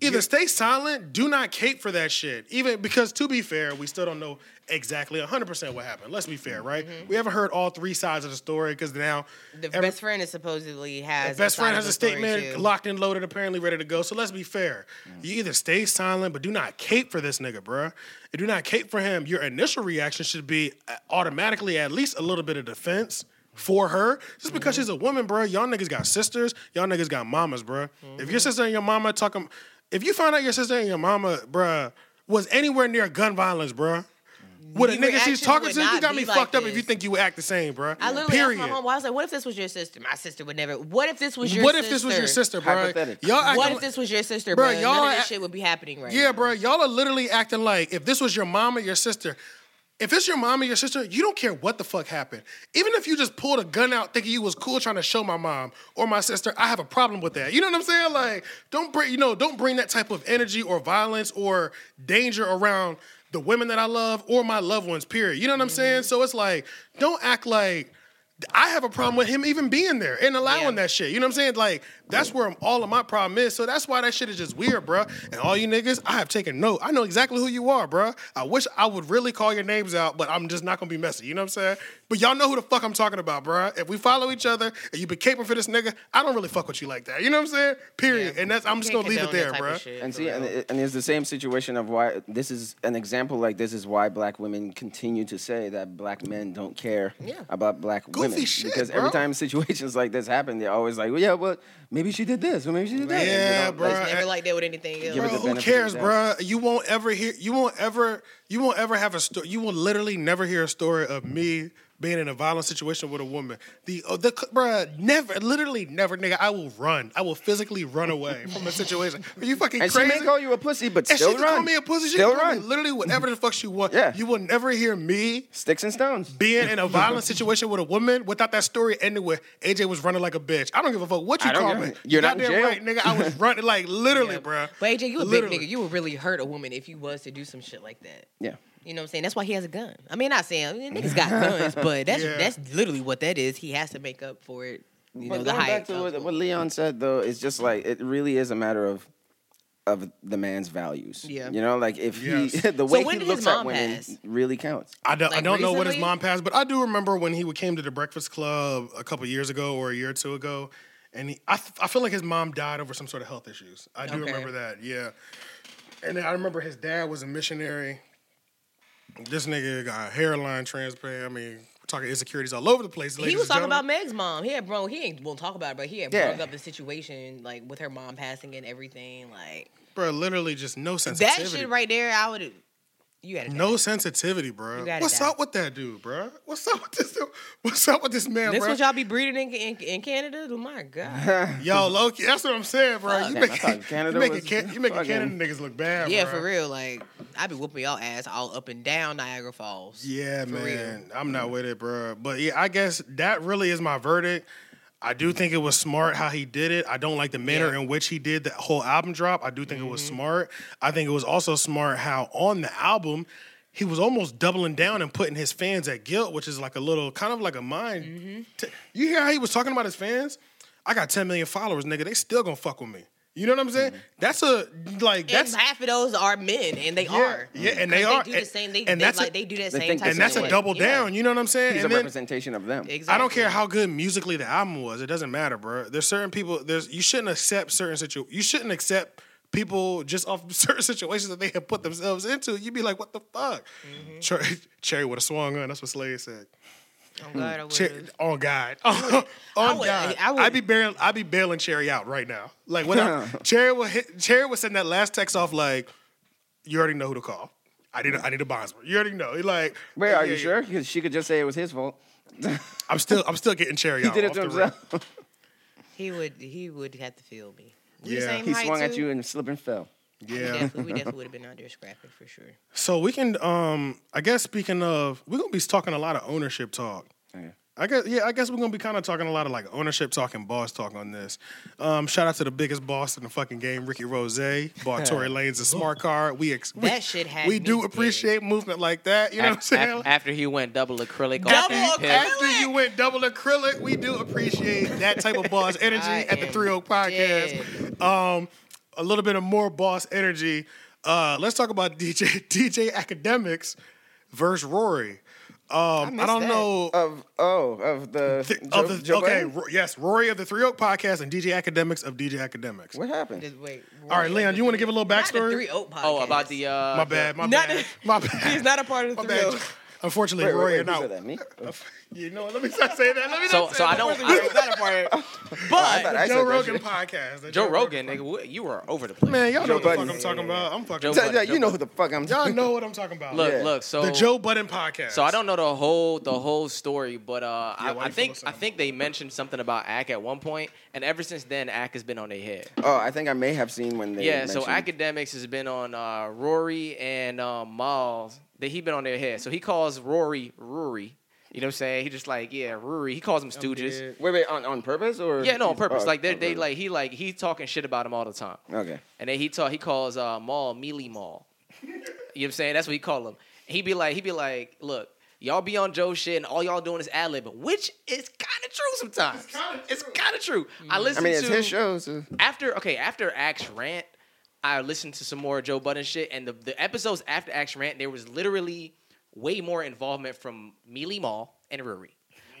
Either stay silent, do not cape for that shit. Even because, to be fair, we still don't know exactly 100% what happened. Let's be fair, right? We haven't heard all three sides of the story because now The every- best friend is supposedly has best side friend of has the a story, statement too. locked and loaded, apparently ready to go. So let's be fair. You either stay silent, but do not cape for this nigga, bruh. And do not cape for him. Your initial reaction should be uh, automatically at least a little bit of defense for her. Just because Mm-hmm. she's a woman, bruh. Y'all niggas got sisters. Y'all niggas got mamas, bruh. If Mm-hmm. your sister and your mama talking, if you find out your sister and your mama, bruh, was anywhere near gun violence, bruh. With a Your nigga she's reaction talking would to, you not got be me like fucked up if this. you think you would act the same, bruh. I literally Period. asked my mom, I was like, what if this was your sister? My sister would never. What if this was your what sister? if this was your sister, bro? Hypothetical. Y'all What acting if this was your sister, Bro, bro? y'all None of this a- shit would be happening right Yeah, now. bro, y'all are literally acting like if this was your mom or your sister. If it's your mom or your sister, you don't care what the fuck happened. Even if you just pulled a gun out thinking you was cool trying to show my mom or my sister, I have a problem with that. You know what I'm saying? Like, don't bring you know, don't bring that type of energy or violence or danger around the women that I love or my loved ones. Period. You know what I'm Mm-hmm. saying? So it's like, don't act like I have a problem with him even being there and allowing Yeah. that shit. You know what I'm saying? Like that's where I'm, all of my problem is. So that's why that shit is just weird, bruh. And all you niggas, I have taken note. I know exactly who you are, bruh. I wish I would really call your names out, but I'm just not gonna be messy. You know what I'm saying? But y'all know who the fuck I'm talking about, bruh. If we follow each other and you been caping for this nigga, I don't really fuck with you like that. You know what I'm saying? Period. And that's I'm just Can't gonna leave it condone there, that type of bruh. shit, And for see, and, real. it- and it's the same situation of why this is an example like this is why black women continue to say that black men don't care Yeah. about black women. shit, because bro. every time situations like this happen, they're always like, well, yeah, well, maybe she did this, or maybe she did that. Yeah, And they don't, like, bruh. It's never like that with anything else. Give Bro, it the who benefit cares, of the doubt. bruh? You won't ever hear. You won't ever. You won't ever have a story. You will literally never hear a story of me being in a violent situation with a woman. The oh, the bruh, never, literally never, nigga. I will run. I will physically run away from a situation. Are you fucking And crazy? she may call you a pussy, but and still she can run. call me a pussy. She still can call run. me literally whatever the fuck she wants. Yeah. You will never hear me Sticks and stones. being in a violent situation with a woman without that story ending with AJ was running like a bitch. I don't give a fuck what you I don't call care. me. You're not in Goddamn jail. right, nigga. I was running like literally, bruh. But AJ, you a Literally. big nigga. You would really hurt a woman if you was to do some shit like that. Yeah. You know what I'm saying? That's why he has a gun. I mean, not saying I mean, niggas got guns, but that's Yeah. that's literally what that is. He has to make up for it. You know, but the going high. back to what, what Leon said, though, it's just like it really is a matter of of the man's values. Yeah. You know, like if Yes. he the way when did he his looks at mom women pass? really counts. I don't, I Like, don't know what his recently? mom passed, but I do remember when he came to the Breakfast Club a couple years ago or a year or two ago, and he, I, f- I feel like his mom died over some sort of health issues. I do Okay. remember that, yeah. And then I remember his dad was a missionary. This nigga got a hairline transplant. I mean, we're talking insecurities all over the place. he ladies was and talking about gentlemen. Meg's mom. He had brought he ain't won't talk about it, but he had Yeah. brought up the situation like with her mom passing and everything. Like bro, literally just no that sensitivity. shit right there, I would you had No sensitivity, bro. You got it What's down. up with that dude, bro? What's up with this? dude? What's up with this man, This bro? what y'all be breeding in, in, in Canada? Oh my god. Yo, Loki, that's what I'm saying, bro. Fuck. you Damn, I making thought Canada you making, was Can- you making fucking- Canada niggas look bad, Yeah, bro. for real. Like I be whooping y'all ass all up and down Niagara Falls. Yeah, For Mm. man, I'm not with it, bro. But yeah, I guess that really is my verdict. I do think it was smart how he did it. I don't like the manner Yeah. Mm-hmm. in which he did that whole album drop. I do think it was smart. I think it was also smart how on the album he was almost doubling down and putting his fans at guilt, which is like a little kind of like a mind. Mm-hmm. t- you hear how he was talking about his fans? I got 10 million followers, nigga. They still gonna fuck with me. You know what I'm Mm-hmm. saying? That's a like And that's half of those are men, and they Yeah, are. yeah, and 'Cause they are. do the And- same. They, and they, that's a- like, they do that they same think type. that's and that's the a way. double Yeah. down. You know what I'm saying? He's And a then- representation of them. Exactly. I don't care how good musically the album was. It doesn't matter, bro. There's certain people. There's you shouldn't accept certain situ. You shouldn't accept people just off of certain situations that they have put themselves into. You'd be like, what the fuck? Mm-hmm. Cher- Cherry would have swung on. That's what Slade said. Oh, God, I would've. Cher- on God, on would- God, I I would- would, be bailing. I'd be bailing Cherry out right now. Like when I, Cherry would hit, Cherry would send that last text off like, you already know who to call. I need a, I need a bondsman. You already know. He Like, Wait, are yeah, you yeah. sure? Because she could just say it was his fault. I'm still I'm still getting Cherry He out. did it off to the rip. himself. He would. He would have to feel me. We the Yeah. same he height, swung at too. you and slipped and fell. We Yeah. definitely, we definitely would have been out there scrapping for sure. So we can, um, I guess. Speaking of, we're gonna be talking a lot of ownership talk. Yeah. I guess, yeah, I guess we're gonna be kind of talking a lot of like ownership talk and boss talk on this. Um, shout out to the biggest boss in the fucking game, Ricky Rose. Bought Tory Lanez a smart card. We ex- we, That shit had we me do dead. appreciate movement like that. You know what I'm Af- af- saying? after he went double acrylic Double on acrylic? that pic. After you went double acrylic, we do appreciate that type of boss energy I at the am 3 Oak Podcast. Um, a little bit of more boss energy. Uh, let's talk about DJ DJ Academics versus Rory. Um, I, missed don't that. know. Uh, Of oh, of the, th- Joe, of the, Joe okay, Biden? Ro- yes, Rory of the Three Oak Podcast and DJ Academics of DJ Academics. What happened? Just wait. All right, Leon, you want to give a little Not the backstory? three oak podcast. Oh, about the uh, My bad, my Not bad, the- my bad. He's not a part of the my three bad. oak. Unfortunately, Wait, wait, Rory, wait, you're who not. said that? Me? You know, what? let me stop saying that. Let me So, not say so I that. don't. He's not a part of I thought but I said Joe that Rogan shit. podcast. The Joe Rogan, nigga, wh- you were over the place. Man, y'all know what the Budden. fuck I'm talking about. I'm fucking. Joe Yeah, Budden. yeah, You know who the fuck I'm Y'all talking know what I'm talking about. Look, Yeah. look. So the Joe Budden podcast. So I don't know the whole the whole story, but uh, Yeah, why I, I you think focusing I on think they mentioned something about Ack at one point, and ever since then, Ack has been on their head. Oh, I think I may have seen when they yeah, so mentioned- academics has been on uh, Rory and um, Miles. They he been on their head, so he calls Rory Rory. You know what I'm saying? He just like yeah, Rory. He calls him Stooges. Wait, wait, on, on purpose or? Yeah, no, on purpose. Oh, like they on they purpose. like he like he talking shit about him all the time. Okay. And then he talk, he calls uh, Maul Mealy Maul. You know what I'm saying? That's what he call him. He be like, he be like, look, y'all be on Joe shit and all y'all doing is ad lib, which is kind of true sometimes. It's kind of true. I I listen mean, it's to his show, so. after okay after Axe rant, I listened to some more Joe Budden shit, and the, the episodes after Axe rant, there was literally way more involvement from Mealy Mall and Ruri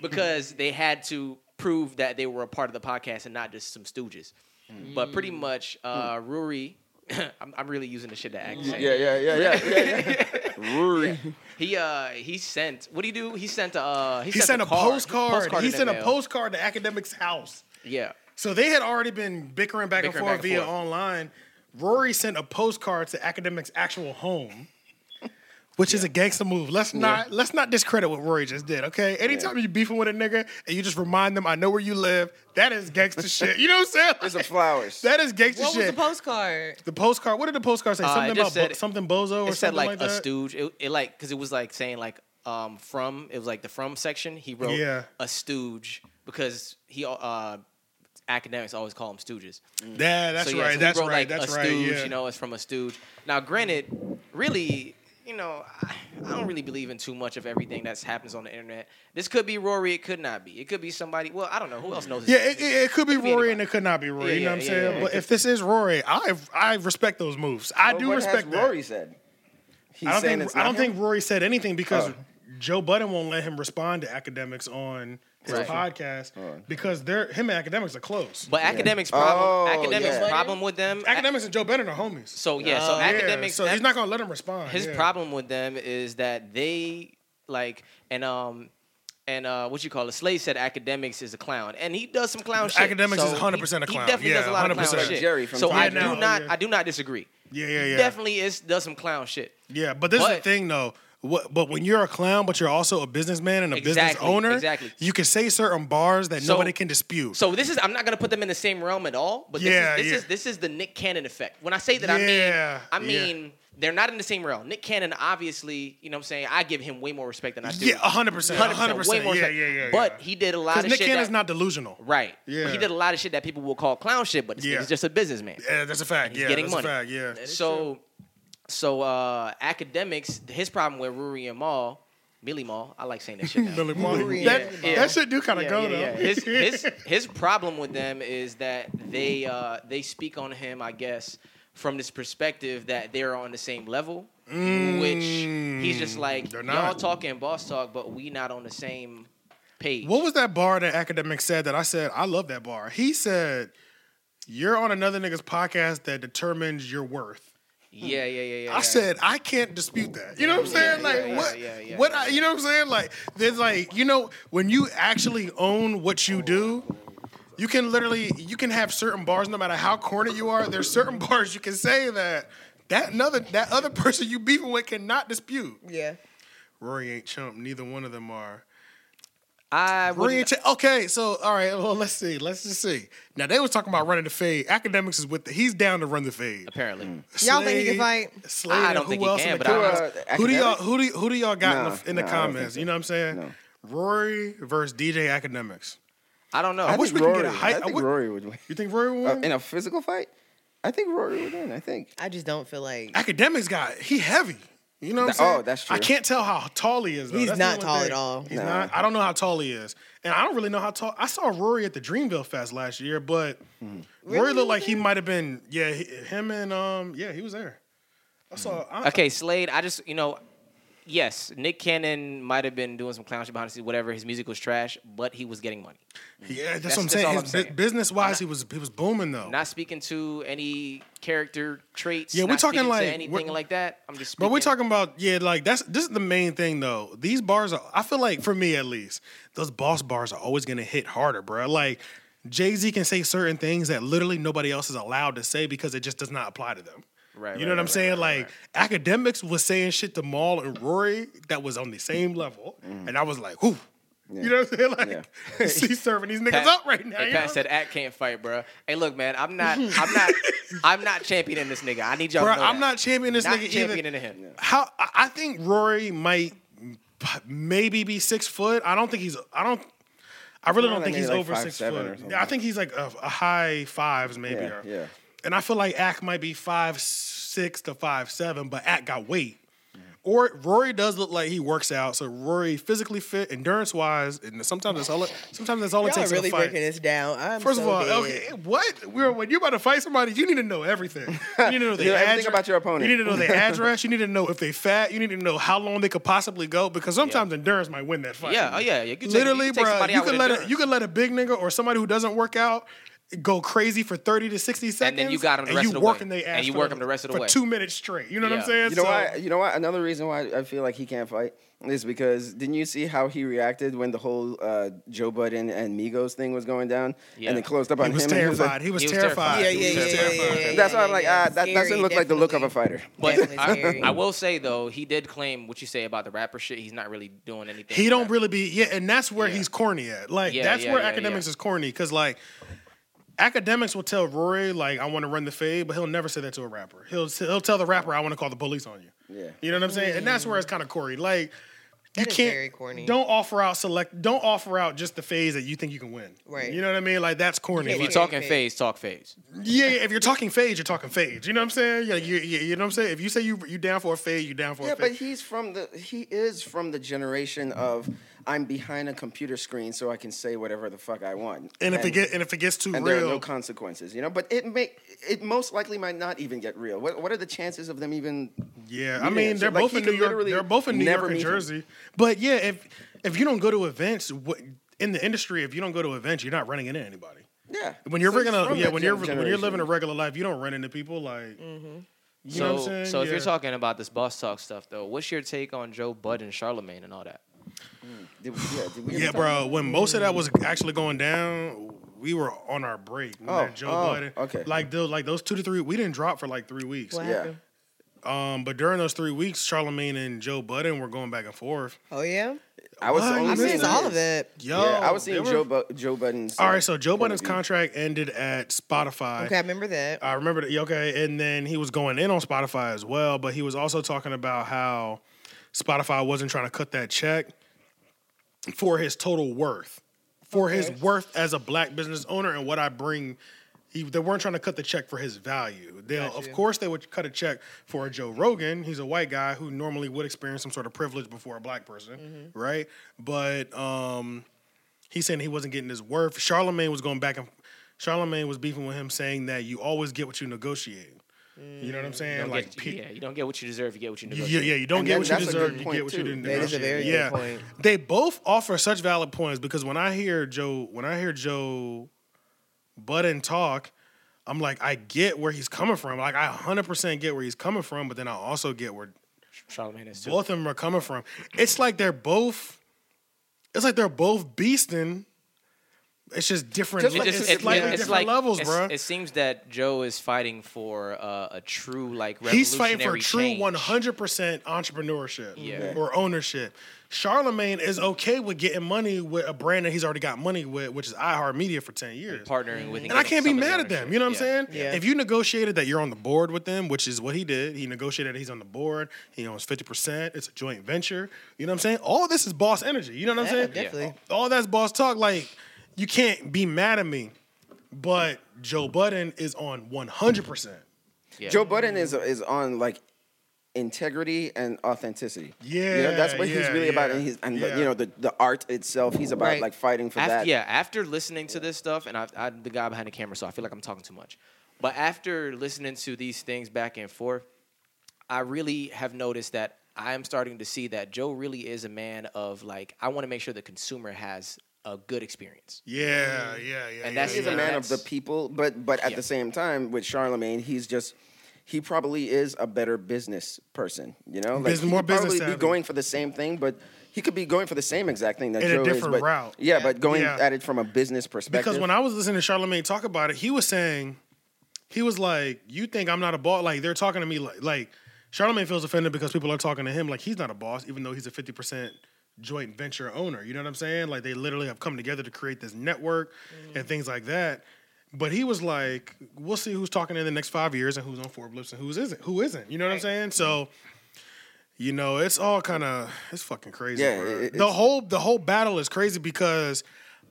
because they had to prove that they were a part of the podcast and not just some stooges. Hmm. But pretty much, uh, Ruri, I'm, I'm really using the shit that Axe. said. Yeah, yeah, yeah, yeah, yeah. yeah. Rory. He uh he sent what do you do? He sent a uh, he, He sent a card- postcard. He in the sent a mail. postcard to Academics House. Yeah. So they had already been bickering back Bickering and forth back and via forth. online. Rory sent a postcard to Academics' actual home. which is a gangster move. Let's not let's not discredit what Rory just did. Okay, anytime you beefing with a nigga and you just remind them, I know where you live. That is gangster shit. You know what I'm saying? There's some Like, flowers. That is gangster What was the shit. postcard? the postcard. What did the postcard say? Uh, it Something just about bo- said- something bozo or it said something like like, that. a stooge. It, it like because it was like saying like um from it was like the from section. He wrote Yeah. a stooge because he uh academics always call them stooges. Mm. Yeah, that's so, yeah, right. so he that's wrote, right. Like, that's a right. stooge, yeah. You know, it's from a stooge. Now, granted, really, you know, I, I don't really believe in too much of everything that happens on the internet. This could be Rory. It could not be. It could be somebody. Well, I don't know who else knows. his Yeah, name? it, it, it could be Could be Rory anybody. and it could not be Rory. Yeah, you know what I'm yeah, saying? yeah, but if this is Rory, I I respect those moves. I But do what respect has that. Rory said? He's I don't saying think it's I not don't him? think Rory said anything because Oh. Joe Budden won't let him respond to academics on his Right. podcast Oh. because they're him and academics are close. But academics problem. Oh, academics yeah. problem with them. academics and Joe Budden are homies. So yeah. So Oh. Yeah, academics. so that- he's not gonna let him respond. his yeah. problem with them is that they like and um and uh what you call it slade said academics is a clown and he does some clown shit Academics is So 100% a he- clown. he definitely Yeah, does a lot of clown 100%. shit Jerry from so i Tom and do Jerry. not Yeah. i do not disagree Yeah, yeah, He yeah. definitely is does some clown shit Yeah, but this is the But- thing though. What, but when you're a clown, but you're also a businessman and a business Exactly, owner, exactly. you can say certain bars that So- nobody can dispute. so this is I'm not gonna put them in the same realm at all, but Yeah, this, is, this yeah. is this is the Nick Cannon effect. When I say that, Yeah, I yeah. mean I mean they're not in the same realm. Nick Cannon, obviously, you know what I'm saying. I give him way more respect than I do. yeah, 100 percent, 100 way percent. more Yeah, respect. yeah, yeah. But yeah. he did a lot because of Nick shit. Cannon's that- not delusional, Right. But Yeah. he did a lot of shit that people will call clown shit, but this Yeah. nigga's just a businessman. Yeah, that's a fact. He's yeah, getting that's money. a fact. Yeah, so so uh academics, his problem with Ruri and Maul, Millie Maul, I like saying that shit now. Billy Maher. Yeah, That, yeah. that shit do kind of go though. His, his, his problem with them is that they uh, they speak on him, I guess, from this perspective that they're on the same level, which he's just like Mm. they're y'all not." talking boss talk, but we not on the same page. What was that bar that academic said that I said I love that bar? He said, "You're on another nigga's podcast that determines your worth." yeah, yeah, yeah, yeah. I yeah. said I can't dispute that. You know what I'm saying? yeah, like yeah, what? yeah, yeah, what? I, you know what I'm saying? Like there's like you know when you actually own what you do. You can literally you can have certain bars no matter how corny you are. There's certain bars you can say that that another that other person you beefing with cannot dispute. Yeah. Rory ain't chump. Neither one of them are. I Rory would ain't chump. Okay, so all right. Well, let's see. Let's just see. Now they was talking about running the fade. Academics is with. The, he's down to run the fade. apparently. Y'all think he can Slade- fight? Slade I and don't who think he else can, in the but I don't comments? know. who do y'all Academics? who do who do y'all got in Nah, the, in the nah, I don't think comments? so. You know what I'm saying? No. Rory versus DJ Academics. I don't know. I I wish think we could Rory, get a height- I I think would- Rory would win. You think Rory will Uh, win? in a physical fight, I think Rory would win. I think. I just don't feel like Academics got he heavy. You know what I'm Th- oh, saying? that's I true. can't tell how tall he is. Though. He's That's the not only tall thing. at all. He's Nah. not. I don't know how tall he is, and I don't really know how tall. I saw Rory at the Dreamville Fest last year, but Hmm. Rory looked like he might have been. Yeah, he, him and um, yeah, he was there. I saw. I, Hmm. Okay, Slade, I just, you know, yes, Nick Cannon might have been doing some clown shit behind the scenes, whatever. His music was trash, but he was getting money. yeah, that's, That's- what I'm that's saying. all His I'm bu- saying. business wise, he was he was booming though. Not speaking to any character traits. Yeah, we're not talking speaking to like- anything we're- like that. I'm just But speaking. we're talking about yeah, like that's this is the main thing though. These bars are I feel like for me at least, those boss bars are always gonna hit harder, bro. Like Jay Z can say certain things that literally nobody else is allowed to say because it just does not apply to them. Right, You right, know what right, I'm right, saying? right, like academics was saying shit to Maul and Rory that was on the same level, Mm-hmm. and I was like, whoo. You know what I'm saying? Like he's serving these niggas Pat- up right now. Hey, you know? Pat said, "Act can't fight, bro." Hey, look, man, I'm not, I'm not, I'm not championing this nigga. I need y'all. Bro, to know I'm that. not championing this Not nigga championing either. him. How I I think Rory might p- maybe be six foot. I don't think he's. I don't. I really don't Yeah, like think maybe he's like over five, six seven or foot. something. I think he's like a, a high fives maybe. Yeah, or- yeah. And I feel like Ack might be five six to five seven, but Ack got weight. Or Rory does look like he works out, so Rory physically fit, endurance wise, and sometimes that's all. It, sometimes that's all it y'all takes are really in a fight. breaking this down. I'm First of so all, dead. okay, what? We're, when you're about to fight somebody, you need to know everything. You need to know their You know everything address. about your opponent. You need to know their address. You need to know if they fat. You need to know how long they could possibly go because sometimes endurance might win that fight. Yeah, oh yeah, yeah. You can take- Literally, you can take bro, somebody you out can with let a, endurance. you can let a big nigga or somebody who doesn't work out go crazy for 30 to 60 seconds. then you got 'em the and rest you of the work way. in they And ass you for work 'em the rest of the for way. two minutes straight. You know what Yeah. I'm saying? You know So- why? You know what? Another reason why I feel like he can't fight is because didn't you see how he reacted when the whole uh, Joe Budden and Migos thing was going down, Yeah. and it closed up on He was him? and terrified. He was He was terrified. terrified. Yeah, He yeah, was yeah, yeah, terrified. yeah, yeah, That's why yeah, I'm like, yeah. ah, that doesn't Scary, look like the look of a definitely. fighter. But Definitely I, scary. I will say though, he did claim what you say about the rapper shit. He's not really doing anything. He with don't that. really be yeah, and that's where he's corny at. Like Yeah, that's yeah, where yeah, academics yeah. is corny because like academics will tell Rory like I want to run the fade, but he'll never say that to a rapper. He'll he'll tell the rapper I want to call the police on you. Yeah. you know what I'm saying. And that's where it's kind of corny. Like you That is can't very corny. don't offer out select don't offer out just the phase that you think you can win. Right. You know what I mean? Like that's corny. can't If you're Like, talk- talking phase, talk phase. yeah, yeah, if you're talking fade, you're talking fade. You know what I'm saying? Yeah, you, you, you know what I'm saying. If you say you you down for a fade, you down for Yeah, a but fade. he's from the he is from the generation of I'm behind a computer screen so I can say whatever the fuck I want. and if it get and if it gets too and there are real, no consequences, you know. But it may it most likely might not even get real. What what are the chances of them even? Yeah, I meeting mean him? So, they're like, both he in New could York. literally They're both in New never York and meet him. Jersey. But yeah, if if you don't go to events what, in the industry, if you don't go to events, you're not running into anybody. Yeah, When you're So he's regular, from yeah, that when you're gen- when you're living a generation. regular life, you don't run into people like. You Mm-hmm. so, know what I'm saying? so if you're Yeah. talking about this boss talk stuff though, what's your take on Joe Budden, Charlemagne, and all that? Did we- yeah, did we ever yeah, talk bro, when most of that was actually going down, we were on our break. When Oh, that Joe oh, Budden, okay. like those, like those two to three, we didn't drop for like three weeks. What Yeah. happened? Um, but during those three weeks, Charlemagne and Joe Budden were going back and forth. Oh yeah, I was the What? only I I mean, missed seeing all his. of that. Yo, yeah, I was they seeing were- Joe Bu- Joe Budden's. All right, so Joe point Budden's of view. contract ended at Spotify. Okay, I remember that. I remember that. yeah, Okay, and then he was going in on Spotify as well, but he was also talking about how Spotify wasn't trying to cut that check for his total worth, for his worth as a black business owner and what I bring. He, they weren't trying to cut the check for his value. They, will of course, they would cut a check for a Joe Rogan. He's a white guy who normally would experience some sort of privilege before a black person, Mm-hmm. right? But um, he's saying he wasn't getting his worth. Charlemagne was going back and Charlemagne was beefing with him, saying that you always get what you negotiate. You know what I'm saying? Mm, Don't like, get- pe- yeah, you don't get what you deserve. You get what you yeah, negotiate. yeah, you don't And get that- what you that's a deserve. good You point, get what you too. didn't That is a negotiate. very good yeah. point. They both offer such valid points because when I hear Joe, when I hear Joe Budden talk, I'm like, I get where he's coming from. Like, I 100% get where he's coming from, but then I also get where Charlemagne is too. both of them are coming from. It's like they're both. It's like they're both beasting. It's just different. Just It like- it's just- it's it- slightly it- like- different it's like- levels, it's- bro. It seems that Joe is fighting for uh, a true like revolutionary He's fighting for true change. one hundred percent entrepreneurship Yeah. or ownership. Charlemagne is okay with getting money with a brand that he's already got money with, which is iHeartMedia for ten years. partnering with. and I can't be some of the mad at them. ownership. You know what Yeah. I'm saying? Yeah. If you negotiated that you're on the board with them, which is what he did, he negotiated that he's on the board. He owns fifty percent. It's a joint venture. You know what I'm saying? All this is boss energy. You know what I'm Yeah, saying? definitely. All that's boss talk. Like you can't be mad at me, but Joe Budden is on one hundred percent. Yeah. Joe Budden is is on like integrity and authenticity. you know, that's Yeah, what he's yeah, really about, yeah, and he's and the, yeah. you know the, the art itself. He's about Right. like fighting for Af- that. Yeah, after listening to this stuff, and I, I, the guy behind the camera, so I feel like I'm talking too much. But after listening to these things back and forth, I really have noticed that I am starting to see that Joe really is a man of like I want to make sure the consumer has a good experience. Yeah, yeah, yeah. And yeah, that's yeah. he's a man of the that's- people, but but at Yeah. the same time with Charlemagne, he's just he probably is a better business person. You know, like Bus- he more could probably business savvy. be going for the same thing, but. He could be going for the same exact thing that In a Joe different is, but route. yeah, but going Yeah. at it from a business perspective. Because when I was listening to Charlemagne talk about it, he was saying, he was like, "You think I'm not a boss? Like they're talking to me like like." Charlemagne feels offended because people are talking to him like he's not a boss, even though he's a fifty percent joint venture owner. You know what I'm saying? Like they literally have come together to create this network Mm-hmm. and things like that. But he was like, "We'll see who's talking in the next five years and who's on Forbes lips and who's isn't. Who isn't? You know what I'm saying?" So. You know, it's all kind of it's fucking crazy. Yeah, bro. it- it's- the whole the whole battle is crazy because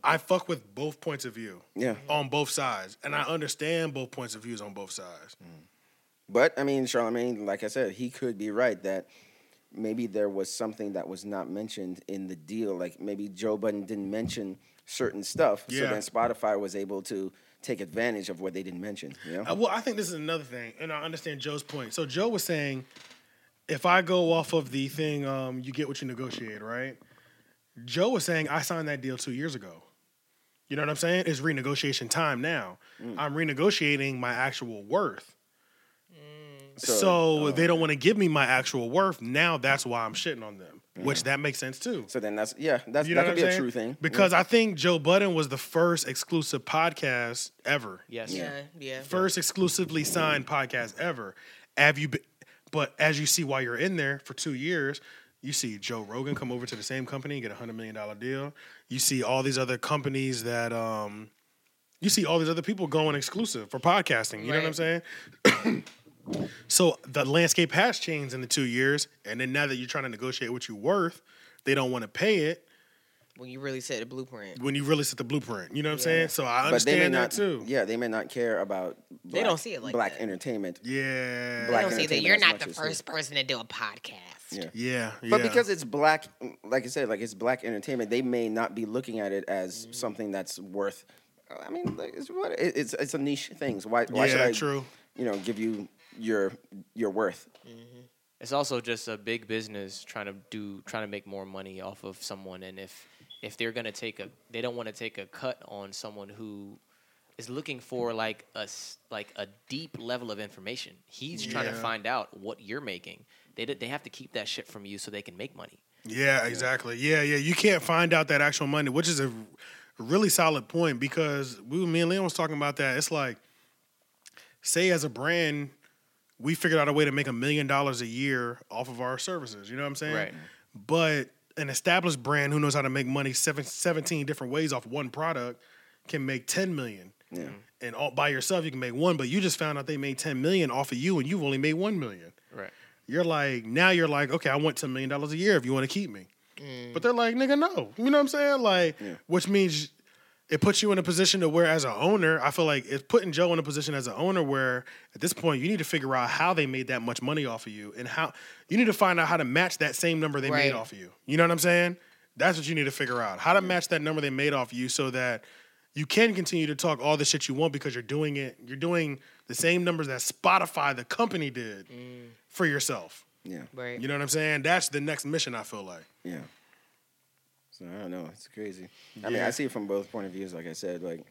I fuck with both points of view. Yeah. On both sides. And I understand both points of views on both sides. But I mean, Charlemagne, like I said, he could be right that maybe there was something that was not mentioned in the deal. Like maybe Joe Budden didn't mention certain stuff, so Yeah. then Spotify was able to take advantage of what they didn't mention. You know, Uh, well, I think this is another thing, and I understand Joe's point. So Joe was saying, if I go off of the thing, um, you get what you negotiate, right? Joe was saying I signed that deal two years ago. You know what I'm saying? It's renegotiation time now. Mm. I'm renegotiating my actual worth. So, So, oh, they don't want to give me my actual worth. Now that's why I'm shitting on them, which that makes sense too. Mm. So then that's yeah, that's You know that what could I'm be saying? a true thing. Because I think Joe Budden was the first exclusive podcast ever. Yes. Yeah, yeah. First exclusively signed podcast ever. Have you been, but as you see while you're in there for two years, you see Joe Rogan come over to the same company and get a hundred million dollar deal. You see all these other companies that um you see all these other people going exclusive for podcasting. You know what I'm Right. saying? so the landscape has changed in the two years, and then now that you're trying to negotiate what you're worth, they don't want to pay it When you really set the blueprint, when you really set the blueprint. You know what I'm saying? So I But they may understand that not too. Yeah, they may not care about black, don't see it like black that. entertainment. Yeah. Black I don't see that entertainment you're as not much the as- first person to do a podcast. Yeah. Yeah. But yeah. because it's black, like I said, like it's black entertainment, they may not be looking at it as Mm. something that's worth. I mean, like, it's what it- it's it's a niche thing. So why why should Yeah, I true. you know give you your your worth? It's also just a big business trying to do trying to make more money off of someone, and if if they're gonna take a they don't want to take a cut on someone who is looking for like a s- like a deep level of information. He's trying to Yeah. find out what you're making. They d- they have to keep that shit from you so they can make money. yeah, exactly. Yeah, yeah. You can't find out that actual money, which is a really solid point because we, me and Leon was talking about that. It's like, say as a brand, we figured out a way to make a million dollars a year off of our services. You know what I'm saying? Right. But an established brand who knows how to make money seven, 17 different ways off one product can make 10 million. Yeah. And all by yourself you can make one, but you just found out they made 10 million off of you and you've only made 1 million. Right. you're like now you're like okay i want $10 million a year if you want to keep me but they're like nigga no you know what i'm saying like which means it puts you in a position to where as an owner i feel like it's putting joe in a position as an owner where at this point you need to figure out how they made that much money off of you and how you need to find out how to match that same number they made Right. off of you you know what i'm saying that's what you need to figure out how to match that number they made off you so that you can continue to talk all the shit you want because you're doing it you're doing the same numbers that spotify the company did for yourself Yeah, right? you know what I'm saying? That's the next mission. I feel like. yeah. So I don't know. It's crazy. I mean, Yeah. I see it from both point of views. Like I said, like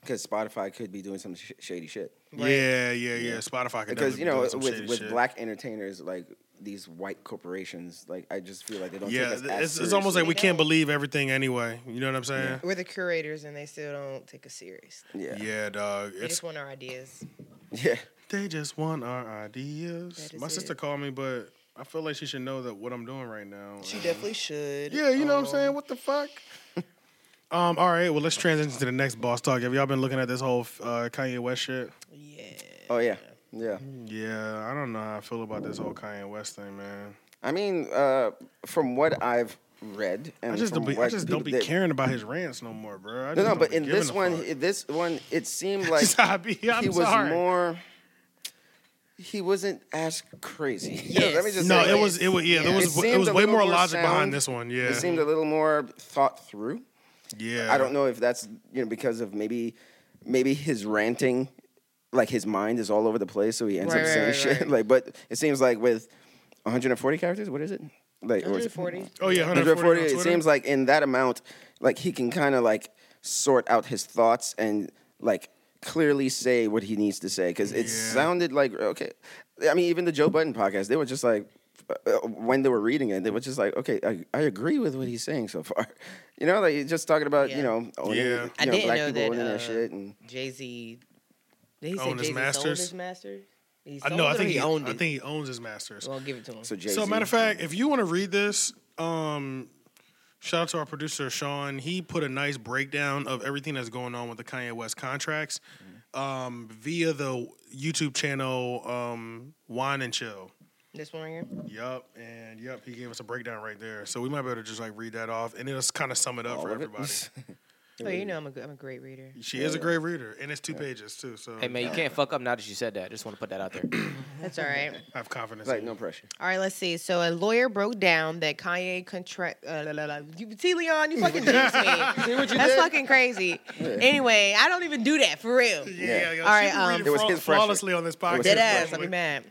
because Spotify could be doing some sh- shady shit. Yeah, yeah, yeah. Spotify could Because you know, definitely be doing some with shady with shit. black entertainers, like these white corporations, like I just feel like they don't. yeah, take us as it's, it's almost seriously. like we They can't don't. believe everything anyway. You know what I'm saying? We're the curators, and they still don't take us serious. yeah, Yeah, dog. They It's just want our ideas. yeah. they just want our ideas. That is My sister it. called me, but I feel like she should know that what I'm doing right now. She and- definitely should. Yeah, you know what I'm Um, saying? What the fuck? um. All right. Well, let's transition to the next boss talk. Have y'all been looking at this whole uh, Kanye West shit? Yeah. Oh yeah, yeah. Yeah, I don't know how I feel about this whole Kanye West thing, man. I mean, uh, from what I've read, and I just from don't be, I what just don't be people- they- caring about his rants no more, bro. I No, just no, don't but be in giving this a one, fuck. in this one, it seemed like Sabi, I'm he was sorry. more. He wasn't as crazy. Yes. Let me just no, say it that. was it was yeah, there was it, seemed was a way little more logic sound. behind this one. Yeah, It seemed a little more thought through. yeah. I don't know if that's you know because of maybe maybe his ranting, like his mind is all over the place, so he ends Right, up right, saying right, shit. right. Like, but it seems like with 140 characters, what is it? Like or was it- 140. Oh yeah, 140. on 140. It Twitter? seems like in that amount, like he can kind of like sort out his thoughts and like clearly say what he needs to say because it Yeah. sounded like okay. I mean, even the Joe Budden podcast, they were just like uh, uh, when they were reading it, they were just like, okay, I, I agree with what he's saying so far. You know, like he's just talking about you Yeah. know owning, Yeah. you I know, didn't black know people that, owning uh, their shit and Jay Z. Did he say Owned his Jay Z sold masters? his masters? He I sold know. it I or think he, he owned I it. think he owns his Oh, masters. Well, give it to him. so Jay. So, matter of fact, if you want to read this, um, shout out to our producer Sean. He put a nice breakdown of everything that's going on with the Kanye West contracts, Mm-hmm. um, via the YouTube channel um, Wine and Chill. This one right here. Yup, and yup, he gave us a breakdown right there. So we might be able to just like read that off, and it'll kind of sum it up All for of it? everybody. Oh, you know I'm a, g- I'm a great reader. She is a great reader, and it's two pages too. So Hey man, you can't fuck up now that you said that. Just want to put that out there. That's all right. I have confidence. like in no you. pressure. All right, let's see. So a lawyer broke down that Kanye contract. Uh, la, la, la. You see, Leon, you fucking jinxed me. That's fucking crazy. Anyway, I don't even do that for real. Yeah, yo, All right, she been um, reading It was flaw- his pressure. flawlessly on this podcast. was Dead his ass. I'll last be week. mad.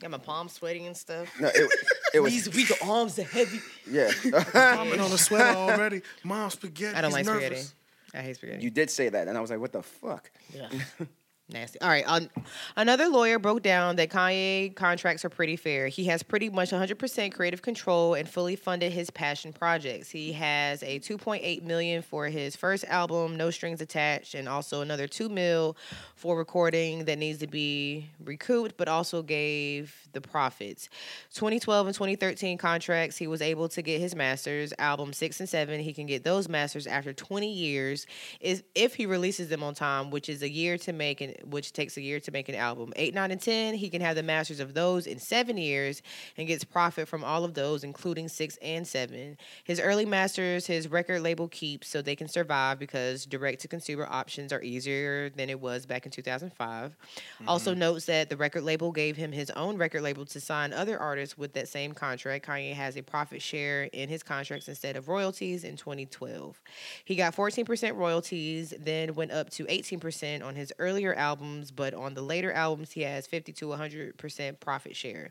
Got my palms sweaty and stuff. No, it, it was These weak arms are heavy. yeah. Vomit on the sweater already. Mom, spaghetti. I don't He's like nervous. I hate spaghetti. You did say that, and I was like, "What the fuck?" Ugh. Nasty. All right. an- another lawyer broke down that Kanye contracts are pretty fair. He has pretty much 100% creative control and fully funded his passion projects. He has a 2.8 million for his first album, No Strings Attached, and also another 2 mil for recording that needs to be recouped, but also gave the profits. 2012 and 2013 contracts, he was able to get his masters album 6 and 7. He can get those masters after 20 years is if he releases them on time, which is a year to make an which takes a year to make an album. 8, 9 and 10, he can have the masters of those in 7 years and gets profit from all of those including 6 and 7. His early masters his record label keeps so they can survive because direct to consumer options are easier than it was back in 2005. Also notes that the record label gave him his own record label to sign other artists with that same contract. Kanye has a profit share in his contracts instead of royalties in 2012. He got 14% royalties, then went up to 18% on his earlier albums, but on the later albums he has 50 to 100% profit share.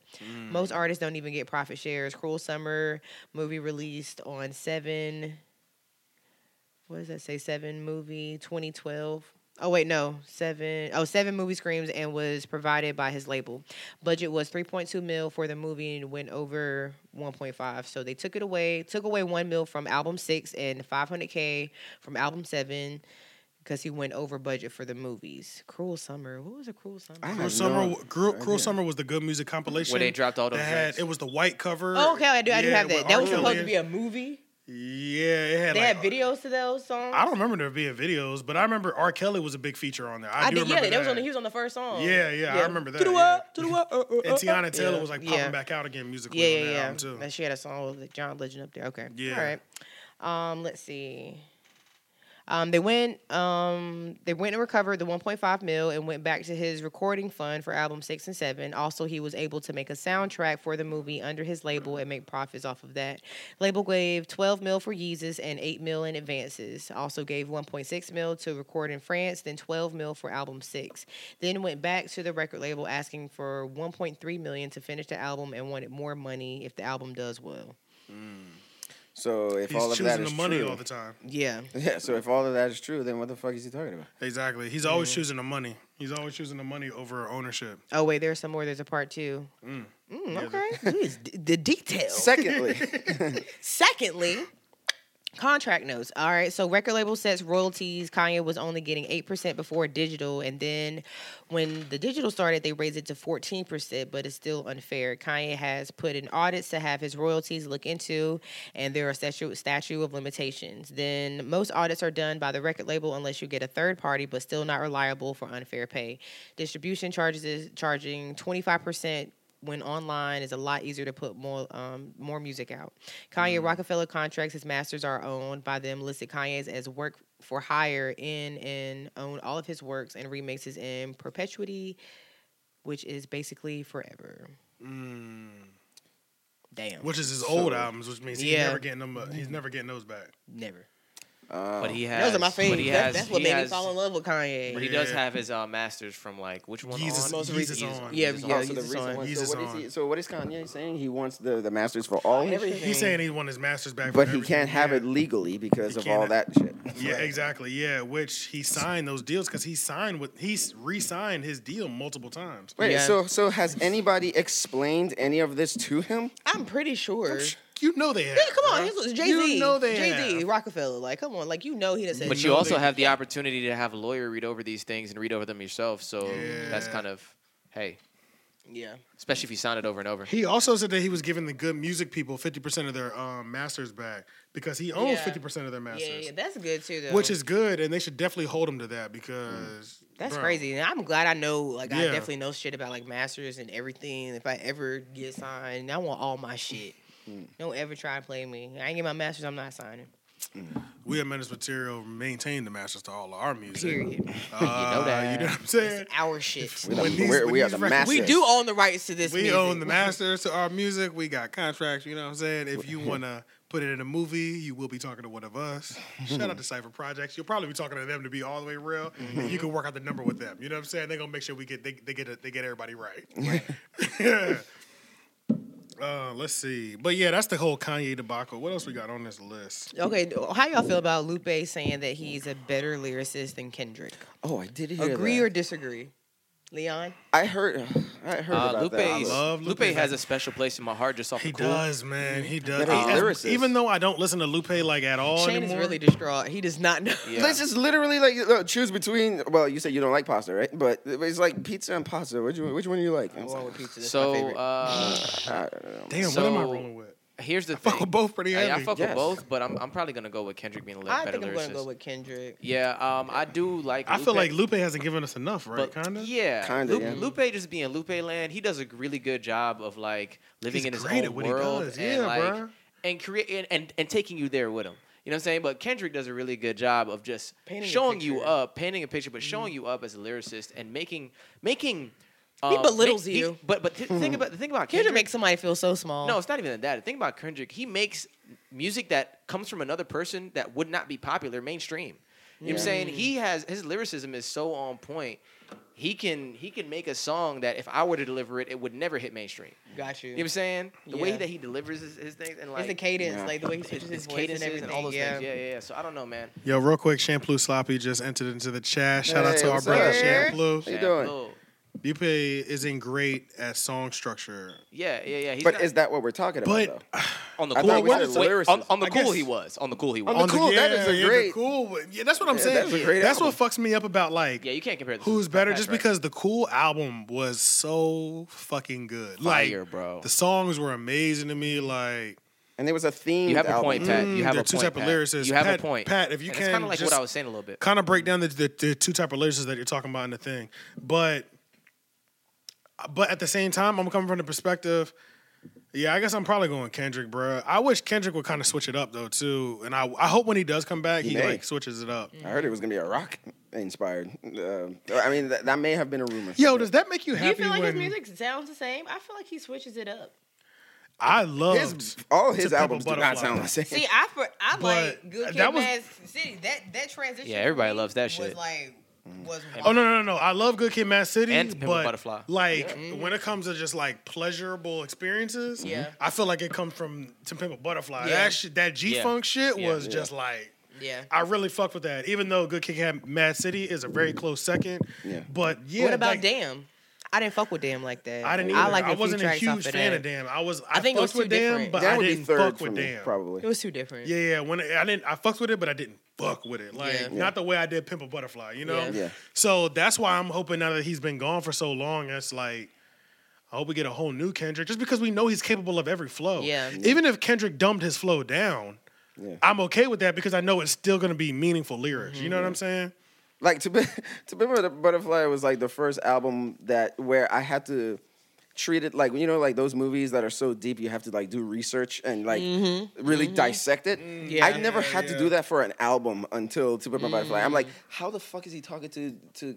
Most artists don't even get profit shares. Cruel Summer movie released on 7 what does that say? Seven movie 2012. Oh wait, no, seven. Oh, seven movie screams and was provided by his label. Budget was 3.2 mil for the movie and went over 1.5. So they took it away, took away one mil from album six and 500k from album seven because he went over budget for the movies. Cruel Summer. What was a Cruel Summer? I Cruel have Summer, no Cruel, Cruel idea. Summer was the good music compilation Where they dropped all those that had- joints. It was the white cover. Oh, okay, I do. I do Yeah, have with that. That was R. supposed Kelly. to be a movie. Yeah, it had They like, had videos to those songs. I don't remember there being videos, but I remember R. Kelly was a big feature on there. I, do did. Yeah, remember that was on. that. The, he was on the first song. Yeah, yeah, I remember that, To the yeah. world, to the world. uh, uh, and uh, uh. Tiana Taylor Yeah, was like popping yeah. back out again musically Yeah, on that yeah, yeah. album too. And she had a song with John Legend up there. Okay. Yeah. All right. Um, let's see. Um, they went. Um, they went and recovered the 1.5 mil and went back to his recording fund for album six and seven. Also, he was able to make a soundtrack for the movie under his label and make profits off of that. Label gave 12 mil for Yeezus and 8 mil in advances. Also gave 1.6 mil to record in France, then 12 mil for album six. Then went back to the record label asking for 1.3 million to finish the album and wanted more money if the album does well. So if all He's of that choosing is the money true, all the time. Yeah. yeah. So if all of that is true, then what the fuck is he talking about? Exactly. He's always choosing the money. He's always choosing the money over ownership. Oh wait, there's some more. There's a part two. Mm, okay. Jeez, d- the details. Secondly, Secondly, contract notes. All right, so record label sets royalties. Kanye was only getting 8% before digital, and then when the digital started, they raised it to 14%, but it's still unfair. Kanye has put in audits to have his royalties look into, and there are statute, statute of limitations. Then most audits are done by the record label unless you get a third party, but still not reliable for unfair pay. Distribution charges is charging 25% when online is a lot easier to put more um, more music out. Kanye Rockefeller contracts his masters are owned by them. Listed Kanye's as work for hire in and own all of his works and remixes in perpetuity, which is basically forever. Mm. Damn, Which is his old albums, which means he's Yeah. never getting them. uh, He's never getting those back. never. But he has. Those are my but he favorite. has- That's, that's what he made me has- fall in love with But Kanye. he does Yeah. have his uh, masters from like which one? Yeezus- on? Most recent Yeezus on. Yeah, Yeezus yeah, um, on. oh, so Yeezus the recent on. one. So Yeezus what is on. he? So what is Kanye saying? He wants the the masters for all his shit? He's saying he won his masters back. but from he everything. can't have Yeah. it legally because He of all can't- that shit. Yeah, exactly. Yeah, which he signed those deals because he signed with he re-signed his deal multiple times. Wait, Yeah. so so has anybody explained any of this to him? I'm pretty sure. You know they had. Yeah, come on, bruh. his was Jay You Z. know they Jay Z, have. Rockefeller. Like, come on, like you know he doesn't. But know you also they- have the opportunity to have a lawyer read over these things and read over them yourself. So that's kind of hey, yeah. especially if you sign it over and over. He also said that he was giving the good music people fifty percent of their um, masters back because he owned Yeah. fifty percent of their masters, Yeah, yeah, that's good too, though. which is good, and they should definitely hold him to that because that's bruh, crazy. And I'm glad I know, like, I Yeah. definitely know shit about like masters and everything. If I ever get signed, I want all my shit. Mm. Don't ever try to play me. I ain't get my masters. I'm not signing. We at Menace Material maintain the masters to all of our music. Period. Uh, You know that. You know what I'm saying? It's our shit. We, the, When these- we're, when we are these the records- masters. we We do own the rights to this. We music. own the masters to our music. We got contracts. You know what I'm saying? If you want to put it in a movie, you will be talking to one of us. Shout out to Cypher Projects. You'll probably be talking to them to be all the way real. Mm-hmm. and You can work out the number with them. You know what I'm saying? They're gonna make sure we get they, they get a, they get everybody right. Yeah. Uh, let's see. But yeah, that's the whole Kanye debacle. What else we got on this list? Okay, how y'all feel about Lupe saying that he's a better lyricist than Kendrick? Oh, I did hear Agree that. or disagree? Leon? I heard. I heard Uh, about that. I Lupe's- love- love Lupe Lupe's has a special place in my heart just off He the cool. does, man. He does. But He- he's a Mm-hmm. lyricist. even though I don't listen to Lupe like at all Shane is anymore. really distraught. He does not know. Yeah. Let's just literally like look, choose between. Well, you said you don't like pasta, right? But it's like pizza and pasta. Which one, which one do you like? I was Wrong like, with pizza. That's my So favorite. uh, I don't know. Damn, So- what am I wrong with? here's the thing. Fuck with both pretty Hey, heavy. I fuck Yes. with both, but I'm, I'm probably gonna go with Kendrick being a little I better think I'm going to lyricist. go with Kendrick. yeah, um, I do like. I Lupe, feel like Lupe hasn't given us enough, right? but Kind of. yeah, Kinda, Lu- yeah. Lupe just being Lupe land. He does a really good job of like living He's in his great own at what he world does, and yeah, like bruh. and create and, and and taking you there with him. You know what I'm saying? But Kendrick does a really good job of just Painting a showing you picture. up, painting a picture, but showing Mm-hmm. you up as a lyricist and making making. He um, belittles make- he- you. but but th- think about the thing about Kendrick makes somebody feel so small. No, it's not even that. The thing about Kendrick, he makes music that comes from another person that would not be popular mainstream. You know what I'm saying? He has his lyricism is so on point. He can he can make a song that if I were to deliver it, it would never hit mainstream. got you. You know what I'm saying? The way Yeah. that he delivers his, his things and like it's the cadence, Yeah. like the way he his, switches his, his voice and cadences everything. and all those yeah. things. Yeah, yeah, yeah. So I don't know, man. Yo, real quick, Shampoo Sloppy just entered into the chat. Shout out Hey, to our what's brother up? How Shampoo. you doing? Shampoo. Lupe isn't great at song structure. Yeah, yeah, yeah. He's But not- is that what we're talking about? But though? on the I cool? thought we Wait, said on, lyricist. on the I cool, guess- he was on the cool. He was. the cool, that is a yeah, the great- cool. Yeah, that's what I'm Yeah, saying. that's a great That's what album. fucks me up about like. yeah, you can't compare. This Who's to better? Fast Just Rap. because the cool album was so fucking good, Fire, like bro. the songs were amazing to me. Like and there was a theme. You have a album. point, Pat. Mm, You have there a are two point. type of Pat. lyricists. You have Pat- a point, Pat, if you And can it's kind of like just- what I was saying a little bit. kind of break down the, the, the two type of lyrics that you're talking about in the thing. But but at the same time, I'm coming from the perspective. Yeah, I guess I'm probably going Kendrick, bro. I wish Kendrick would kind of switch it up though too, and I I hope when he does come back, he, He may. like switches it up. Mm. I heard it was gonna be a rock inspired. Um I mean, that, that may have been a rumor. Yo, does that make you Do you happy? feel like when his music sounds the same? I feel like he switches it up. I loved his all To his Pimp a albums do not Butterfly. sound the same? See, I for, I like Good that Kid, was- Mad City. That that transition. Yeah, everybody for me loves that was shit. Mm. Like, was Oh no no no! no. I love Good Kid, Mad City, And To Pimp a but Butterfly. Like when it comes to just like pleasurable experiences, Mm-hmm. Yeah. I feel like it comes from To Pimp a Butterfly. Yeah. That shit, that G Funk shit Yeah. was just like yeah. I really fuck with that. Even though Good Kid, Mad- Mad City is a very close second, Yeah. but yeah, what about like, Damn? I didn't fuck with Damn like that. I didn't. Either. I like I wasn't a tracks huge off fan of that. of Damn. I was. I, I think fucked it was too with Damn, different. but that I would didn't be third fuck for with me, Damn. probably. It was too different. Yeah, yeah. When it, I didn't, I fucked with it, but I didn't fuck with it. Like Yeah. not the way I did Pimple Butterfly, you know. Yeah. Yeah. So that's why I'm hoping now that he's been gone for so long, that's like. I hope we get a whole new Kendrick, just because we know he's capable of every flow. Yeah. Yeah. Even if Kendrick dumbed his flow down, Yeah. I'm okay with that because I know it's still gonna be meaningful lyrics. You know what I'm Mm-hmm. saying? like to be to be with a butterfly was like the first album that where I had to treat it like you know like those movies that are so deep you have to like do research and like really dissect it. Yeah. I never had yeah. to do that for an album until To Pimp a Butterfly. I'm like, how the fuck is he talking to to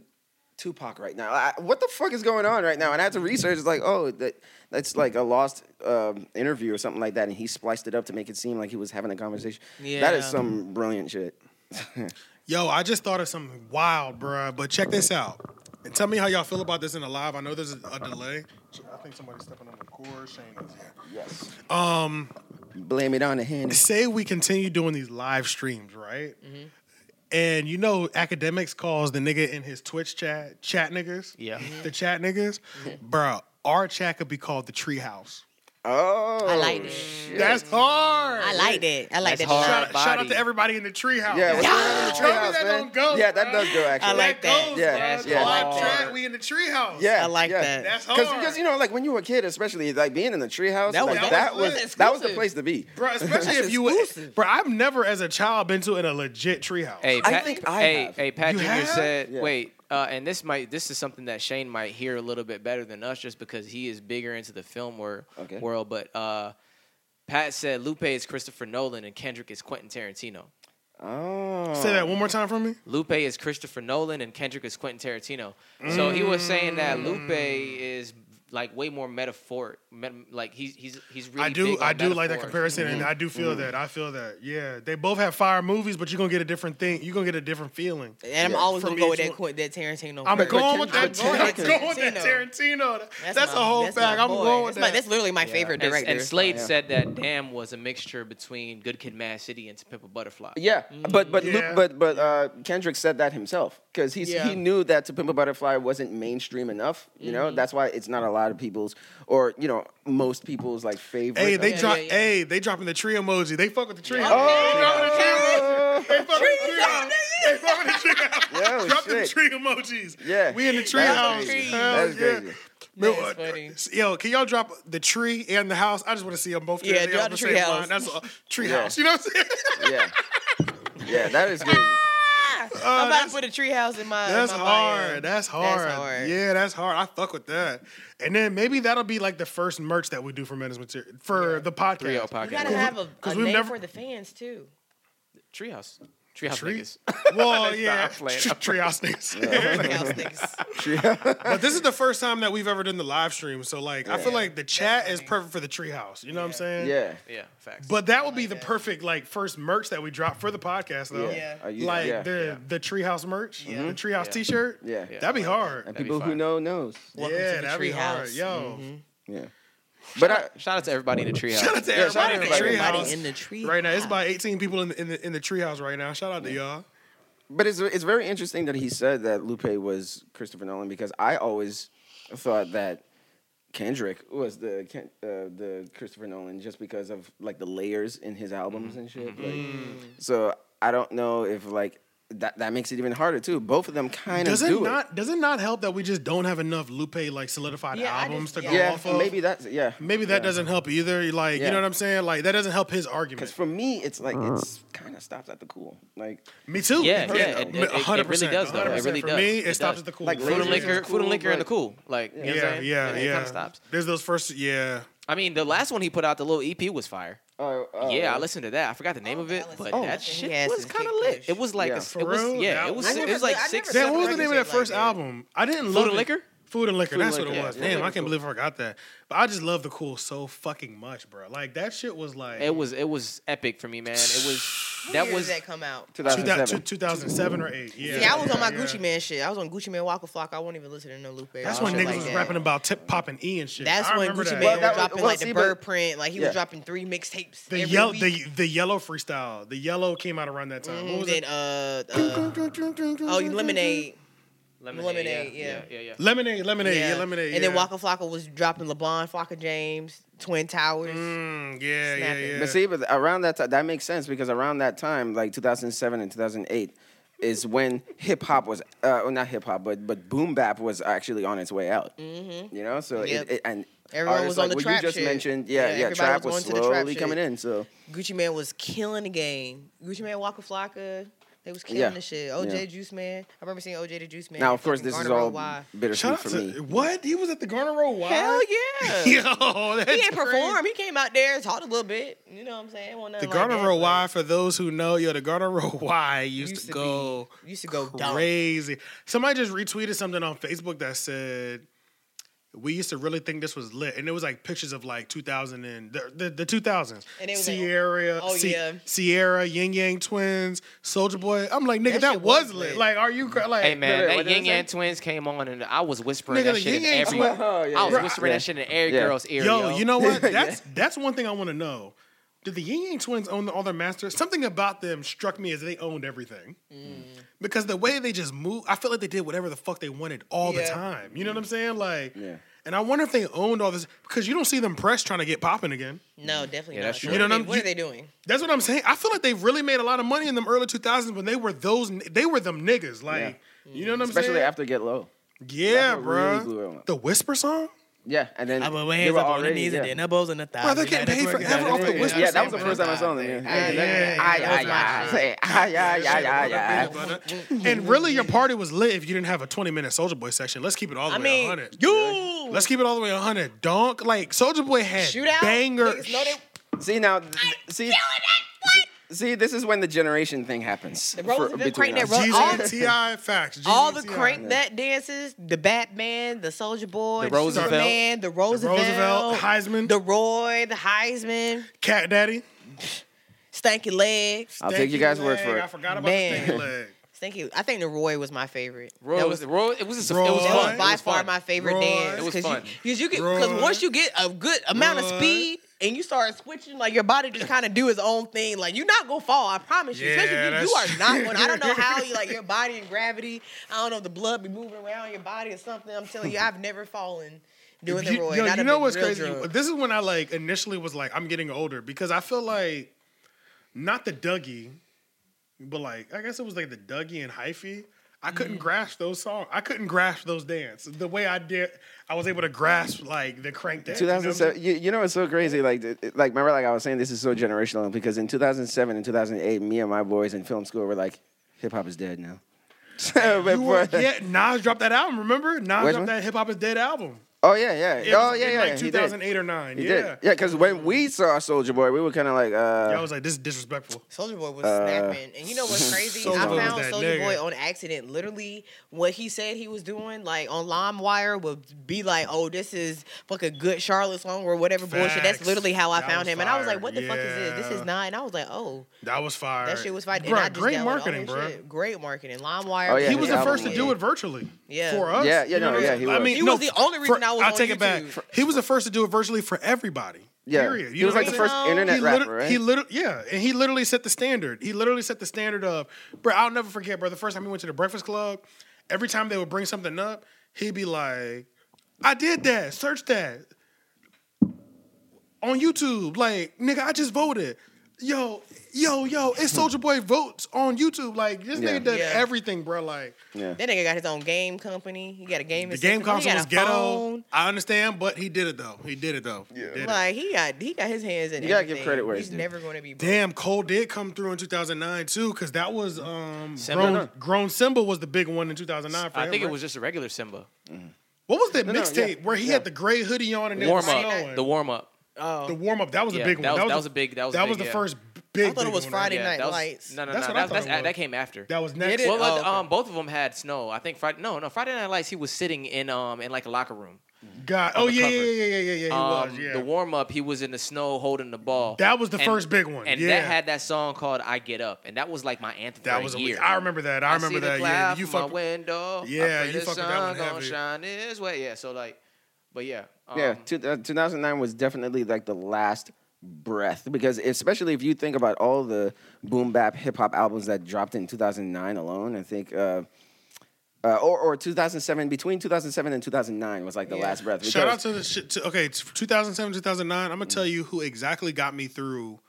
Tupac right now? I, what the fuck is going on right now? And I had to research. It's like, oh, that that's like a lost um, interview or something like that, and he spliced it up to make it seem like he was having a conversation. That is Yeah. some brilliant shit. Yo, I just thought of something wild, bruh. But check this out. And tell me how y'all feel about this in the live. I know there's a, a delay. I think somebody's stepping on the cord. Shane is here. Yes. Um. Blame it on the hand. Say we continue doing these live streams, right? Mm-hmm. And you know, academics calls the nigga in his Twitch chat chat niggas. Mm-hmm. Yeah. The chat niggas, Mm-hmm. bruh. Our chat could be called the Treehouse. Oh, I like it. shit. That's hard. I like that. I like that. That's hard. a lot. Shout, shout out Body. to everybody in the Treehouse. yeah. What's Tell going me on in the treehouse, that man? don't go, yeah, that bruh. does go actually. I like that. goes, Yeah, bruh. yeah. Live That's chat, hard. we in the Treehouse. Yeah, I like yeah. that. That's hard. Because because you know like when you were a kid, especially like being in the treehouse, That like, was- that that was was lit. that was the Exclusive. place to be. Bro, especially if you would. Bro, I've never as a child been to in a legit treehouse. Hey, I Pat, think I hey, have. hey, Pat You Jr. have? said, Yeah. wait, uh, and this might this is something that Shane might hear a little bit better than us, just because he is bigger into the film wor- Okay. world. But uh, Pat said Lupe is Christopher Nolan and Kendrick is Quentin Tarantino. Oh, Say that one more time for me. Lupe is Mm. Christopher Nolan and Kendrick is Quentin Tarantino. So he was saying that Lupe is like way more metaphoric. Met, like he's he's he's really. I do, big on I do like that metaphors. Mm-hmm. comparison, and I do feel that. I feel that. Yeah, they both have fire movies, but you're gonna get a different thing. You're gonna get a different feeling. And I'm Yeah. always From gonna go with each that Quentin, that Tarantino. I'm first. going with I'm that. going I'm with going with that Tarantino. Tarantino. That's, a my- whole that's fact. my I'm boy. going with that's my- that. that's literally my favorite And, director. and Slade Yeah. said that Damn was a mixture between Good Kid, Mad City, and To Pimp a Butterfly. Yeah, but but Luke, Yeah. but but uh, Kendrick said that himself because he Yeah. he knew that To Pimp a Butterfly wasn't mainstream enough. You know that's why it's not a lot of people's or you know most people's like favorite. Hey, they Uh, drop. yeah, yeah. Hey, they dropping the tree emoji. They fuck with the tree. Oh, they dropping the tree emoji. They fuck with the tree. They fuck out, with the tree. Yo, Drop the oh, shit. tree emojis. Yeah. We in the That's tree house. crazy. Hell That's yeah. crazy. Bro, That's uh, funny. Yo, can y'all drop the tree and the house? I just want to see them both. Yeah, together. drop They the all tree same house. line. That's a tree Yeah. house. You know what I'm saying? yeah, yeah, that is crazy. I'm about to Uh, that's- put a treehouse in my. in That's my hard. bio. That's hard. hard. Yeah, that's hard. I fuck with that. And then maybe that'll be like the first merch that we do for Menace Material for the podcast. Three O You Pocket. gotta Niggas. have a, a 'cause name we've never- for the fans too. Treehouse. Treehouse Tree- niggas. Well, yeah, I'm playing. tree house things. Treehouse niggas. But this is the first time that we've ever done the live stream. So like, I feel like the chat is perfect for the tree house. You know what I'm saying? Yeah, Yeah, facts. But that would be the perfect like first merch that we drop for the podcast though. Yeah. Are you- Like yeah. the the treehouse merch, the treehouse Yeah. T-shirt. Yeah. Yeah. that'd be hard. and That'd be people who fire. know knows. Welcome yeah, to the that'd be hard. treehouse. Yo, Yeah, but I shout out to everybody in the treehouse. Shout out to Yeah, shout everybody in the out Everybody to treehouse. in the tree. Right now, it's about 18 people in the, in the in the treehouse right now. Shout out to y'all. But it's it's very interesting that he said that Lupe was Christopher Nolan because I always thought that Kendrick was the Ken, uh, the Christopher Nolan just because of like the layers in his albums and shit. Like, Mm-hmm. So I don't know if like that that makes it even harder too. Both of them kind of Does it do not does it not help that we just don't have enough Lupe like solidified Yeah, I albums just- to go it. Yeah, off of? maybe that's yeah. Maybe that doesn't help either. Like, you Yeah. know what I'm saying? Like, that doesn't help his Because argument. for me, it's like Uh-huh. it's kind of stops at the cool. Like Me too. Yeah, yeah, it- it- it- it really 100%, does, though. It 100%. really for does. me, it, It stops does. at the cool. Like, For Food me, and Lasers liquor, is food and cool, liquor, and the but- cool. Like, you know what I'm Yeah, saying? yeah, And it yeah. kinda stops. There's those first, yeah. I mean, the last one he put out, the little EP, was fire. oh, oh, yeah, I listened to that. I forgot the name of it, Alice but in that Wonderland. shit Yes, was and kind of Kick lit. Bush. It was like, Yeah. a s- For it was, real? yeah, That it was, was- it was like six. Damn, what was the name of that like first that. album? I didn't Food love and it. Liquor? Food and liquor. Food that's and what it Liquor, was. yeah. Damn, Food I and can't believe I forgot that. But I just love the cool so fucking much, bro. Like that shit was like It was, it was epic for me, man. It was, When that year was, did that come out. two thou- 2007. two- 2007 or eight. Yeah, See, I was on my yeah. Gucci Man shit. I was on Gucci Man Waka Flock. I won't even listen to no Lupe. That's or when shit niggas like was that. rapping about tip popping E and shit. That's I when remember Gucci that. Man was that was- dropping well, like see, the but- bird print. Like he yeah. was dropping three mixtapes. The every yellow, week. the the yellow freestyle. The yellow came out around that time. What Mm, was it? then uh, uh oh you lemonade. Lemonade, yeah. yeah, yeah. Lemonade, lemonade, yeah, lemonade. And yeah. then Waka Flocka was dropping LeBron, Flocka James, Twin Towers. Mm, yeah, yeah, Snap it. yeah. But see, but around that time, that makes sense because around that time, like 2007 and 2008, is when hip hop was, uh, well, not hip hop, but but boom bap was actually on its way out. Mm-hmm. You know, so Yep. it, it, and Everyone artists was on like the what trap you just shit. mentioned, Yeah, yeah, yeah, everybody trap was was going to the trap slowly shit. coming in. So Gucci Man was killing the game. Gucci Man, Waka Flocka, uh, they was killing Yeah. the shit. OJ Yeah. Juice Man. I remember seeing OJ the Juice Man. now, of course, Fucking this is Garner Row all Y. bittersweet Shout for out to me. what he was at the Garner Row. Why? Hell yeah. Yo, He didn't perform. He came out there, talked a little bit. You know what I'm saying? Well, The Garner Row Y, for those who know, yo, the Garner Row Y used, used to, to go be- used to go dumb. crazy. Somebody just retweeted something on Facebook that said, "We used to really think this was lit," and it was like pictures of like 2000 and the the, the 2000s. And it was like, Sierra, oh, Si- yeah. Sierra, Yin Yang Twins, Soldier Boy. I'm like, nigga, that, That shit was, was lit. lit. Like, are you cra- like? Hey man, wait, what that did I Ying Yang say? twins came on, and I was whispering Nigga, that the shit in Yin Yang every. Twins- Oh, yeah, I was yeah, whispering yeah. that shit in every Yeah. girl's ear. Yo, you know what? Yeah. That's that's one thing I want to know. Did the Yin Yang twins own all their masters? Something about them struck me as they owned everything. Mm. Because the way they just moved, I felt like they did whatever the fuck they wanted all the Yeah. time. You know what I'm saying? Like, Yeah. and I wonder if they owned all this because you don't see them press trying to get popping again. No, definitely Yeah, not. that's true. What, You know are what they, I'm- what you- are they doing? That's what I'm saying. I feel like they really made a lot of money in them early 2000s when they were those, n- they were them niggas. Like, you know what I'm Especially saying? after Get Low. yeah, that's what really bruh. blew it up. the whisper song. Yeah, and then they hands were up on the already- knees yeah. and then elbows and the thighs. Bro, they're getting paid forever off the whisper Yeah, song. that was the first time I saw them. Yeah, yeah, Ay, yeah, ay, that was ay, my say, ay, ay, ay, ay, ay. And really, your party was lit if you didn't have a 20 minute Soldier Boy section. Let's keep it all the I way mean, 100. you Let's keep it all the way 100. Donk. Like, Soldier Boy had shootout banger. Niggas know they- See now, th- see, See, this is when the generation thing happens. The Roosevelt between crank that us. Ro- Jeezy all- and Ti facts. Jeezy All and the T.I.. crank that dances, the Batman, the Soldier Boy, The the, Roosevelt. Superman, the Roosevelt, Roosevelt, Heisman. the Roy, the Heisman, Cat Daddy. Stanky Legs. I'll Thank take you guys' word leg. for I it. forgot about Man. the stinky leg. Stinky. I think the Roy was my favorite. That Roy was- was, Roy, it was just, it was Roy. That fun. was It by was far fun. my favorite Roy. dance It was because fun. you, 'cause you get because Roy. once you get a good amount of Roy. speed and you start switching, like your body just kind of do its own thing. Like you're not gonna fall, I promise you. Especially Yeah, you, you that's- are not going. I don't know how you like your body and gravity. I don't know if the blood be moving around your body or something. I'm telling you, I've never fallen doing the You- Roy. yo, and I'd you have know been what's real crazy? drunk. This is when I like initially was like, I'm getting older because I feel like not the Dougie, but like I guess it was like the Dougie and hyphy. I Mm. couldn't grasp those songs. I couldn't grasp those dance the way I did. I was able to grasp like the crank dance. you know what I'm 2007. You, you know what's so crazy? Like, it- it- like remember, like I was saying, this is so generational because in 2007 and 2008, me and my boys in film school were like, hip hop is dead now. saying? You were- Before- yeah, Nas dropped that album. Remember, Nas dropped Which one? that Hip Hop Is Dead album. Oh yeah, yeah. It oh was yeah, in, yeah. Like he did. 2008 or nine. yeah. He did. Yeah, because when we saw Soldier Boy, we were kind of like, Yeah, I uh, was like, this is disrespectful. Soldier Boy was snapping, and you know what's crazy? Soulja I Boy was found that Soldier nigga. Boy on accident. Literally, what he said he was doing, like on LimeWire, would be like, "Oh, this is fucking good Charlotte song or whatever bullshit." That's Facts. literally how I That found was him, and I was fire. like, "What the fuck is this? This Yeah. is not." And I was like, "Oh, That was fire. that shit was fire." and Bruh, I just great downloaded, marketing, "Oh, bro. shit, Great marketing. LimeWire. Oh, yeah, he was Yeah, the first to album do was- it virtually. Yeah. For us. Yeah, yeah, You know no, what I'm yeah, saying? he I was. mean, He no, was the only for- reason I was I'll on take it back. YouTube. He was the first to do it virtually for everybody. yeah. Period. You he was know like what the I'm first saying? internet he rapper, liter- right? He literally, yeah, and he literally set the standard. He literally set the standard of, bro. I'll never forget, bro. The first time we went to the Breakfast Club, every time they would bring something up, he'd be like, "I did that. Search that on YouTube. Like, nigga, I just voted. Yo, yo, yo, it's Soldier Boy votes on YouTube. Like, this Yeah. nigga did Yeah. everything, bro. Like, yeah. That nigga got his own game company. He got a game. the system. game console he got was a ghetto. phone. I understand, but he did it though. He did it though. Yeah. Like he got he got his hands in. You gotta give everything. credit where it's he's due. never going to be. broke. Damn, Cole did come through in 2009 too, because that was um, Simba? grown, grown Simba was the big one in 2009. For I him, think it right? was just a regular Simba. what was that no, mixtape yeah, where he yeah. had the gray hoodie on and it Warm was up. snowing? The warm up. Oh, The warm up that was Yeah, a big one. that was- that was the- a big- that was a that big, was the yeah. first big. I thought it big was one, Friday right? Yeah, Night that was, Lights. No, no, That's no. what I That, that's, thought it that was. came after. That was next. did- Well, Oh, uh, okay. um, both of them had snow. I think Friday. No, no. Friday Night Lights. He was sitting in um in like a locker room. God. Oh the yeah, cover. yeah, yeah, yeah, yeah, yeah. He was. Um, Yeah. The warm up. He was in the snow holding the ball. That was the And- first big one. And yeah. that had that song called "I Get Up," and that was like my anthem. That for was a a year. week. I remember that. I remember see the that. Yeah. cloud You from my fucked. window. Yeah, I pray you the fuck with that sun one gonna heavy. Shine this way. Yeah. So like, but yeah. Um, Yeah, two, uh, 2009 was definitely like the last breath because especially if you think about all the boom bap hip hop albums that dropped in 2009 alone, I think uh, uh, or or 2007 between 2007 and 2009 was like the last breath. Shout out because- to the shit. To, okay, t- 2007, 2009. I'm Mm. gonna tell you who exactly got me through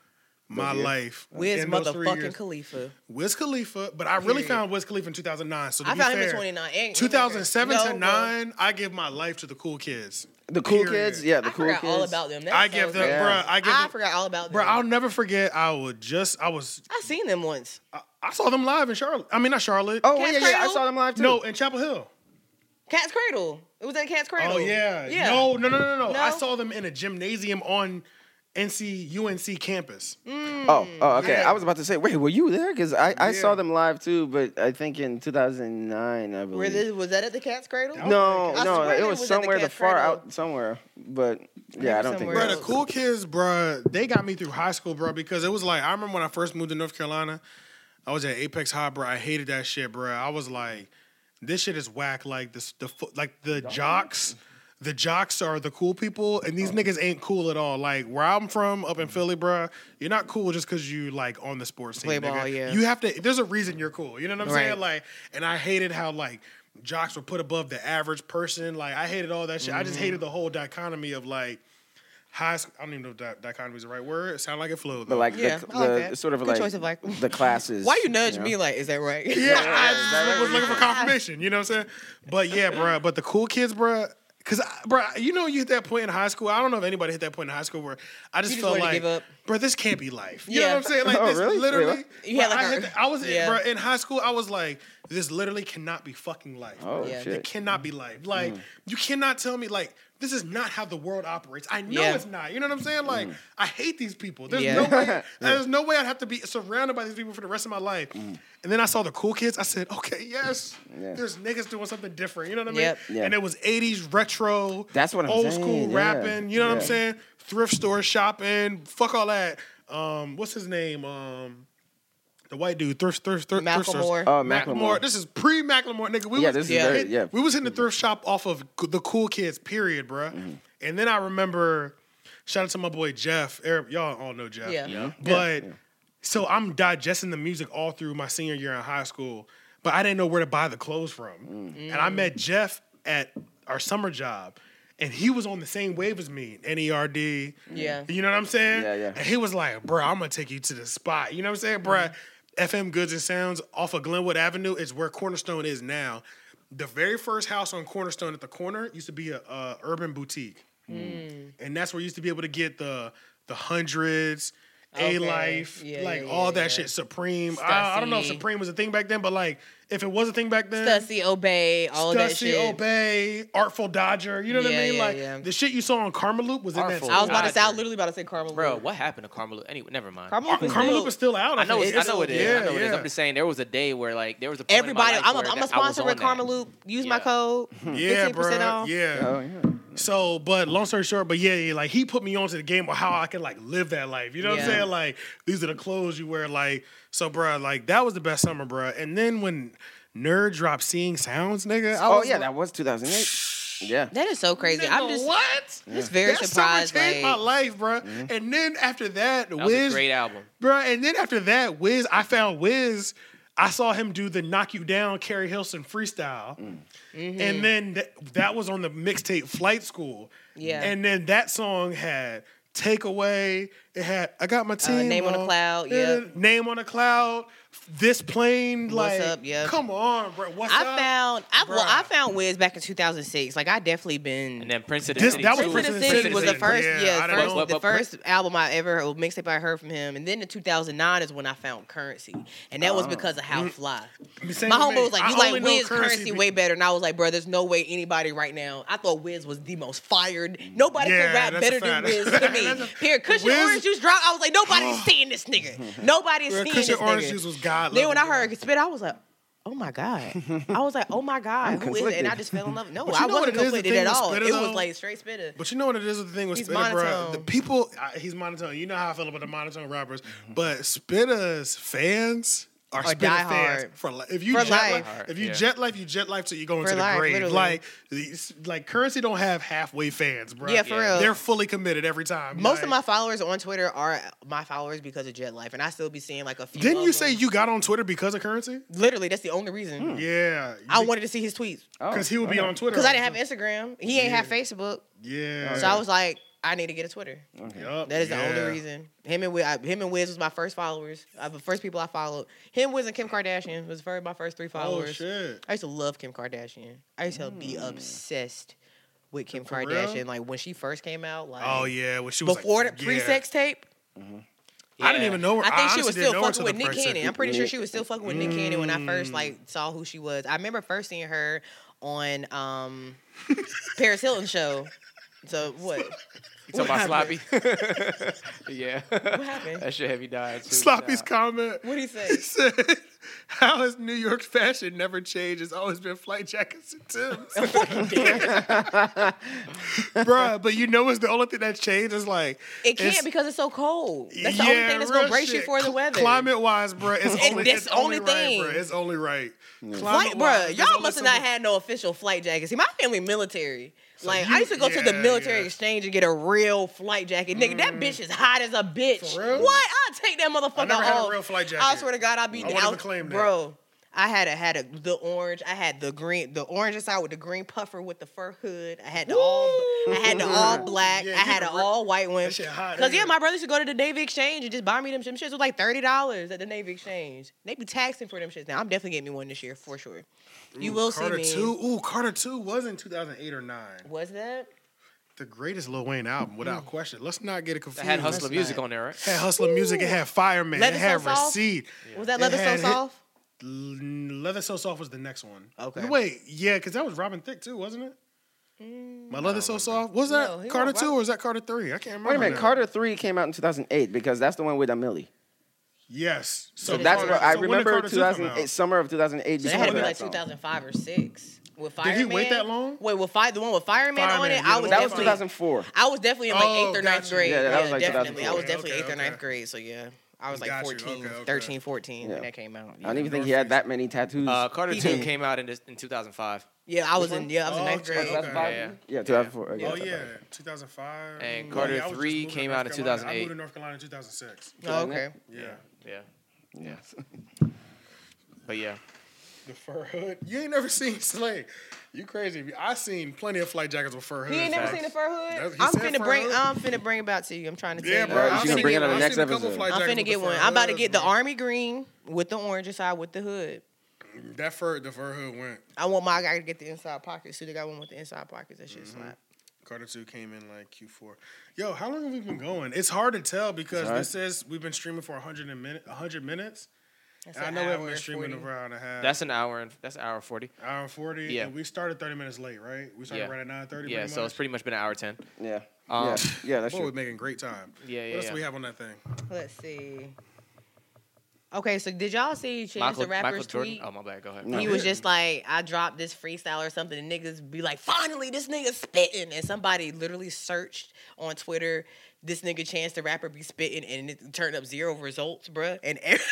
my years? life. Where's in those three motherfucking years. Khalifa? Wiz Khalifa, but I really Period. found Wiz Khalifa in 2009. So to I be found fair, him in 29. And- 2007 No, to bro. 9, I give my life to the cool kids. the cool Period. kids. Yeah, the I cool forgot kids. all about them. That's I so give them, crazy. Yeah. bruh. I give I them, forgot all about them. bruh. I'll never forget. I would just, I was, I seen them once. I, I saw them live in Charlotte. I mean, not Charlotte. Oh Cats yeah, yeah, I Cradle? saw them live too. no, in Chapel Hill. Cat's Cradle. It was at Cat's Cradle. Oh yeah. Yeah. No, no, no, no, no, No? I saw them in a gymnasium on NC UNC campus. Oh, oh, Mm-hmm. okay. Yeah. I was about to say, wait, were you there? Because I, I Yeah. saw them live too, but I think in 2009, I believe. Where this, was that at the Cat's Cradle? No, Oh I no, swear it they was was at the somewhere the Cat far Cradle. out somewhere. But yeah, I don't think. somewhere Bro, it the else. was. cool kids, bro, they got me through high school, bro, because it was like I remember when I first moved to North Carolina, I was at Apex High, bro. I hated that shit, bro. I was like, this shit is whack. Like this, the fo- like the jocks, the jocks are the cool people, and Oh. these niggas ain't cool at all. Like where I'm from, up in Mm-hmm. Philly, bro, you're not cool just because you like on the sports team. Play ball, nigga. yeah. You have to. There's a reason you're cool. You know what I'm Right. saying? Like, and I hated how like. Jocks were put above the average person. Like I hated all that shit. I just Mm-hmm. hated the whole dichotomy of like high school. I don't even know if di- dichotomy is the right word. It sounded like it flowed. But though. like Yeah, the, I like the that. sort of Good like, choice of, like- the classes. Why you nudge know? me like, is that right? yeah, I just was looking for confirmation. You know what I'm saying? But yeah, bruh, But the cool kids, bruh, Cause, I, bruh, you know, you hit that point in high school. I don't know if anybody hit that point in high school where I just, You just felt wanted to like, give up. bruh, this can't be life. You know Yeah. what I'm saying? Like Oh, this, really? Wait, literally. what? You bruh, had like I, a- hit that- I was, yeah. bruh, in high school. I was like, this literally cannot be fucking life. Oh Yeah. It shit! Mm. cannot be life. Like you cannot tell me like this is not how the world operates. I know Yeah. it's not. You know what I'm saying? Like, Mm. I hate these people. There's Yeah. no way. There's no way I'd have to be surrounded by these people for the rest of my life. And then I saw the cool kids. I said, okay, yes, Mm. Yeah. there's niggas doing something different. You know what I mean? Yep. Yeah. And it was 80s retro. That's what I'm old saying, school yeah. rapping. You know what I'm Yeah. saying? Thrift store shopping. Fuck all that. Um, what's his name? Um, the white dude. Thrift, thrift, thrift, thrift stores. Macklemore. Uh, Oh, Macklemore. Macklemore. This is pre Macklemore, nigga. We Yeah, was, this is Yeah. very- yeah. We was in the thrift shop off of g- the Cool Kids period, bruh. Mm-hmm. And then I remember, shout out to my boy Jeff. Eric, y'all all know Jeff. Yeah. Yeah. But so I'm digesting the music all through my senior year in high school, but I didn't know where to buy the clothes from. Mm. And I met Jeff at our summer job. And he was on the same wave as me, E NERD. Yeah. You know what I'm saying? Yeah, yeah. And he was like, bro, I'm gonna take you to the spot. You know what I'm saying, bro? Mm-hmm. FM Goods and Sounds off of Glenwood Avenue is where Cornerstone is now. The very first house on Cornerstone at the corner used to be a, a urban boutique, Mm. Mm. and that's where you used to be able to get the the hundreds, Okay. a life, Yeah, like yeah, all yeah, that yeah. shit. Supreme. I, I don't know if Stussy. Supreme was a thing back then, but like if it was a thing back then, Stussy Obey, all of that Stussy, shit. Obey, Artful Dodger. You know what Yeah, I mean? yeah, like yeah. the shit you saw on Karma Loop was in Artful that. I was about to say, I was Dodger. literally about to say Carmel. Bro, what happened to Carmelo? Anyway, never mind. Carmel Car- was Karma dope. Loop is still out. I know, it's, think. I know it is. Yeah, I know it is. yeah. I'm just saying there was a day where like there was a point in my Everybody, life I'm a, where I'm a that- I was sponsor on with that. Karma Loop. Use my Yeah. code. Yeah, 15% bro. off. Yeah. Oh yeah. So, but long story short, but yeah, yeah, like he put me onto the game of how I could like live that life. You know what I'm Yeah. saying? Like these are the clothes you wear. Like so, bruh, Like that was the best summer, bruh. And then when Nerd dropped "Seeing Sounds," nigga. I Oh was yeah, like, that was 2008. Yeah. That is so crazy. nigga, I'm just, what? just very that surprised. summer Like, changed my life, bruh. And then after that, Mm-hmm. That was a Wiz, great album. bruh. And then after that, Wiz, I found Wiz. I saw him do the "Knock You Down" Carrie Hilson freestyle, Mm-hmm. and then th- that was on the mixtape "Flight School." Yeah. and then that song had "Takeaway." It had "I Got My Team." Uh, Name on a Cloud, yeah, yep. "Name on a Cloud." This plane, What's like, up, yep. come on, bro. What's I up? found, I, Bruh. well, I found Wiz back in 2006. Like, I definitely been. And then Prince of the This- City. that was too. Prince of the Prince City was the first, Yeah, yeah, I first- didn't know. the But- but- first album I ever or mixtape I heard from him, and then in 2009 is when I found Currency, and that Oh. was because of how fly. Mm-hmm. Same My with me. homeboy was like, I "You only like know Wiz currency be- way better," and I was like, "Bro, there's no way anybody right now. I thought Wiz was the most fired. Nobody Yeah, can rap that's a better than fact. Wiz to That's a- me. Here, Cushion Wiz- Orange Juice drop. I was like, nobody's seeing this nigga. Nobody's Bro, seeing Cushion this Orange nigga. Juice was God Then when I level, heard it spit, I was like. Oh my God. I was like, oh my God, who is it? And I conflicted. just fell in love. No, But you I know what it is, wasn't the conflicted thing at with all. It Spitter, was though? like straight spitter. But you know what it is with the thing with He's Spitta, bro? monotone. The people, I, he's monotone. You know how I feel about the monotone rappers, but Spitta's fans are Are Spitta diehard. fans for life. If you For jet life. life, if you jet life, you jet life till you go into the life, grave. literally. Like, these- like currency don't have halfway fans, bro. Yeah, for Yeah. real. They're fully committed every time. Most Like, of my followers on Twitter are my followers because of Jet Life, and I still be seeing like a few. Didn't of you say them. you Hmm. got on Twitter because of currency? Literally, that's the only reason Yeah, I wanted to see his tweets Oh. because he would be on Twitter because I didn't have Instagram. He ain't have Facebook, Yeah, so I was like, I need to get a Twitter. Yup, That is the yeah. only reason. Him and Wiz, I, him and Wiz was my first followers. Uh, the first people I followed. Him, Wiz, and Kim Kardashian was very my first three Oh followers. shit! I used to love Kim Kardashian. I used to be obsessed with Kim Mm. For real? Kardashian. Like when she first came out, like Oh yeah, when she was before like, the pre-sex tape. Yeah. I didn't Yeah. even know. Her. I think she honestly was didn't still know her fucking till with the Nick pre-sex. Mm. Cannon. I'm pretty sure she was still fucking with Nick Cannon when I first like saw who she was. I remember first seeing her on um Paris Hilton show. So what? You talking about sloppy? yeah. What happened? That shit heavy died. too. Sloppy's Nah. comment. What do you say? He said, "How has New York fashion never changed? It's always been flight jackets and Tims, bruh." But you know, it's the only thing that changed is like It can't it's- because it's so cold. That's the only yeah, thing that's gonna real brace you shit. for the Cl- weather. Climate-wise, bruh, it's It- only that's it's the only only thing. Right, bruh. It's only right. Flight, Climate-wise, bruh, it's y'all only must have not something- had no official flight jackets. See, my family military. like you- I used to go to the yeah, military yeah. Mm. exchange and get a real flight jacket. Nigga, that bitch is hot as a bitch. For real? What? I'll take that motherfucker never off. had a real flight jacket. I swear to God, I'll be I won't I'll- even claim that. Bro, I had a had a the orange. I had the green, the orange inside with the green puffer with the fur hood. I had the all I had the all black. Yeah, I you had the an real- all white one. That shit hot, Cause yeah, nigga. my brother used to go to the Navy Exchange and just buy me them shit. Them shits was like thirty dollars at the Navy Exchange. They be taxing for them shits now. I'm definitely getting me one this year for sure. You will Carter see me. Two. Ooh, Carter Two was in 2008 or nine. Was that? The greatest Lil Wayne album, Mm. without question. Let's not get it That confused. had hustler Let's music not. on there, right? Had hustler music. It had fireman. Leather it had So Soft? receipt. Was that It leather so had hit- soft? L- Leather So Soft was the next one. Okay. Wait, yeah, because that was Robin Thicke too, wasn't it? My leather so soft. Was that No, he Carter won't- two or was that Carter three? I can't remember. Mm. Wait a minute, now. Carter three came out in 2008 because that's the one with Amelie. Yes. So, That's Carter- what I so when did remember. Carter 2 come out? 2008, summer of 2008. That just had to remember be like song. 2005 or six. With Did Fireman. he wait that long? Wait, with fire, the one with Fireman, on Fireman, it. yeah, I the was one That was definitely. 2004. I was definitely in like Oh, eighth or ninth gotcha. grade. Yeah, that was like definitely. I was 2004. definitely Okay, eighth or ninth okay. grade. So yeah, I was like Gotcha, 14, okay, okay. 13, 14 Yeah. when that came out. I don't Yeah, even think he had that many tattoos. Uh, Carter He Two did. came out in this, in 2005, Yeah, I was in. Yeah, I was in Oh, ninth grade. okay. yeah. yeah, 2004. okay, Oh 2004. yeah, 2005. And Mm, Carter I was just 3 moving to came North out in Carolina. I 2008. moved to North Carolina in 2006. Oh, okay. Yeah. yeah, Yeah. but yeah, The fur hood. You ain't never seen Slay. You crazy. I seen plenty of flight jackets with fur hood. He ain't never facts. seen the fur hood. That's- he I'm said finna fur bring. hood. I'm finna bring it out to you. I'm trying to tell Yeah, you. bro. Alright, I've you gonna seen bring it one- on the I've next seen a couple episode. flight I'm jackets finna with get the one. fur I'm about to hoods, get the man. army green with the orange inside with the hood. That fur, the fur hood went. I want my guy to get the inside pockets. So they got one with the inside pockets. That Mm-hmm. shit slap. Carter two came in like Q four. Yo, how long have we been going? It's hard to tell because It's hard. this says we've been streaming for hundred and minute, hundred minutes. That's And I an know we haven't hour been and streaming 40. for an hour and a half. that's an hour and that's an hour forty. hour and forty. Yeah. Yeah, and we started thirty minutes late, right? We started Yeah. right at nine thirty. Yeah, so it's pretty much been an hour ten. Yeah. Um, yeah. Yeah, that's Boy, we're true. making great time. Yeah, yeah, What else yeah. do we have on that thing? Let's see. Okay, so did y'all see Chance Michael, the Rapper's Michael Jordan. tweet? Oh my bad. Go ahead. No. he I was didn't. just like, I dropped this freestyle or something, and niggas be like, finally, this nigga spitting. And somebody literally searched on Twitter, this nigga Chance the Rapper be spitting, and it turned up zero results, bruh. And every-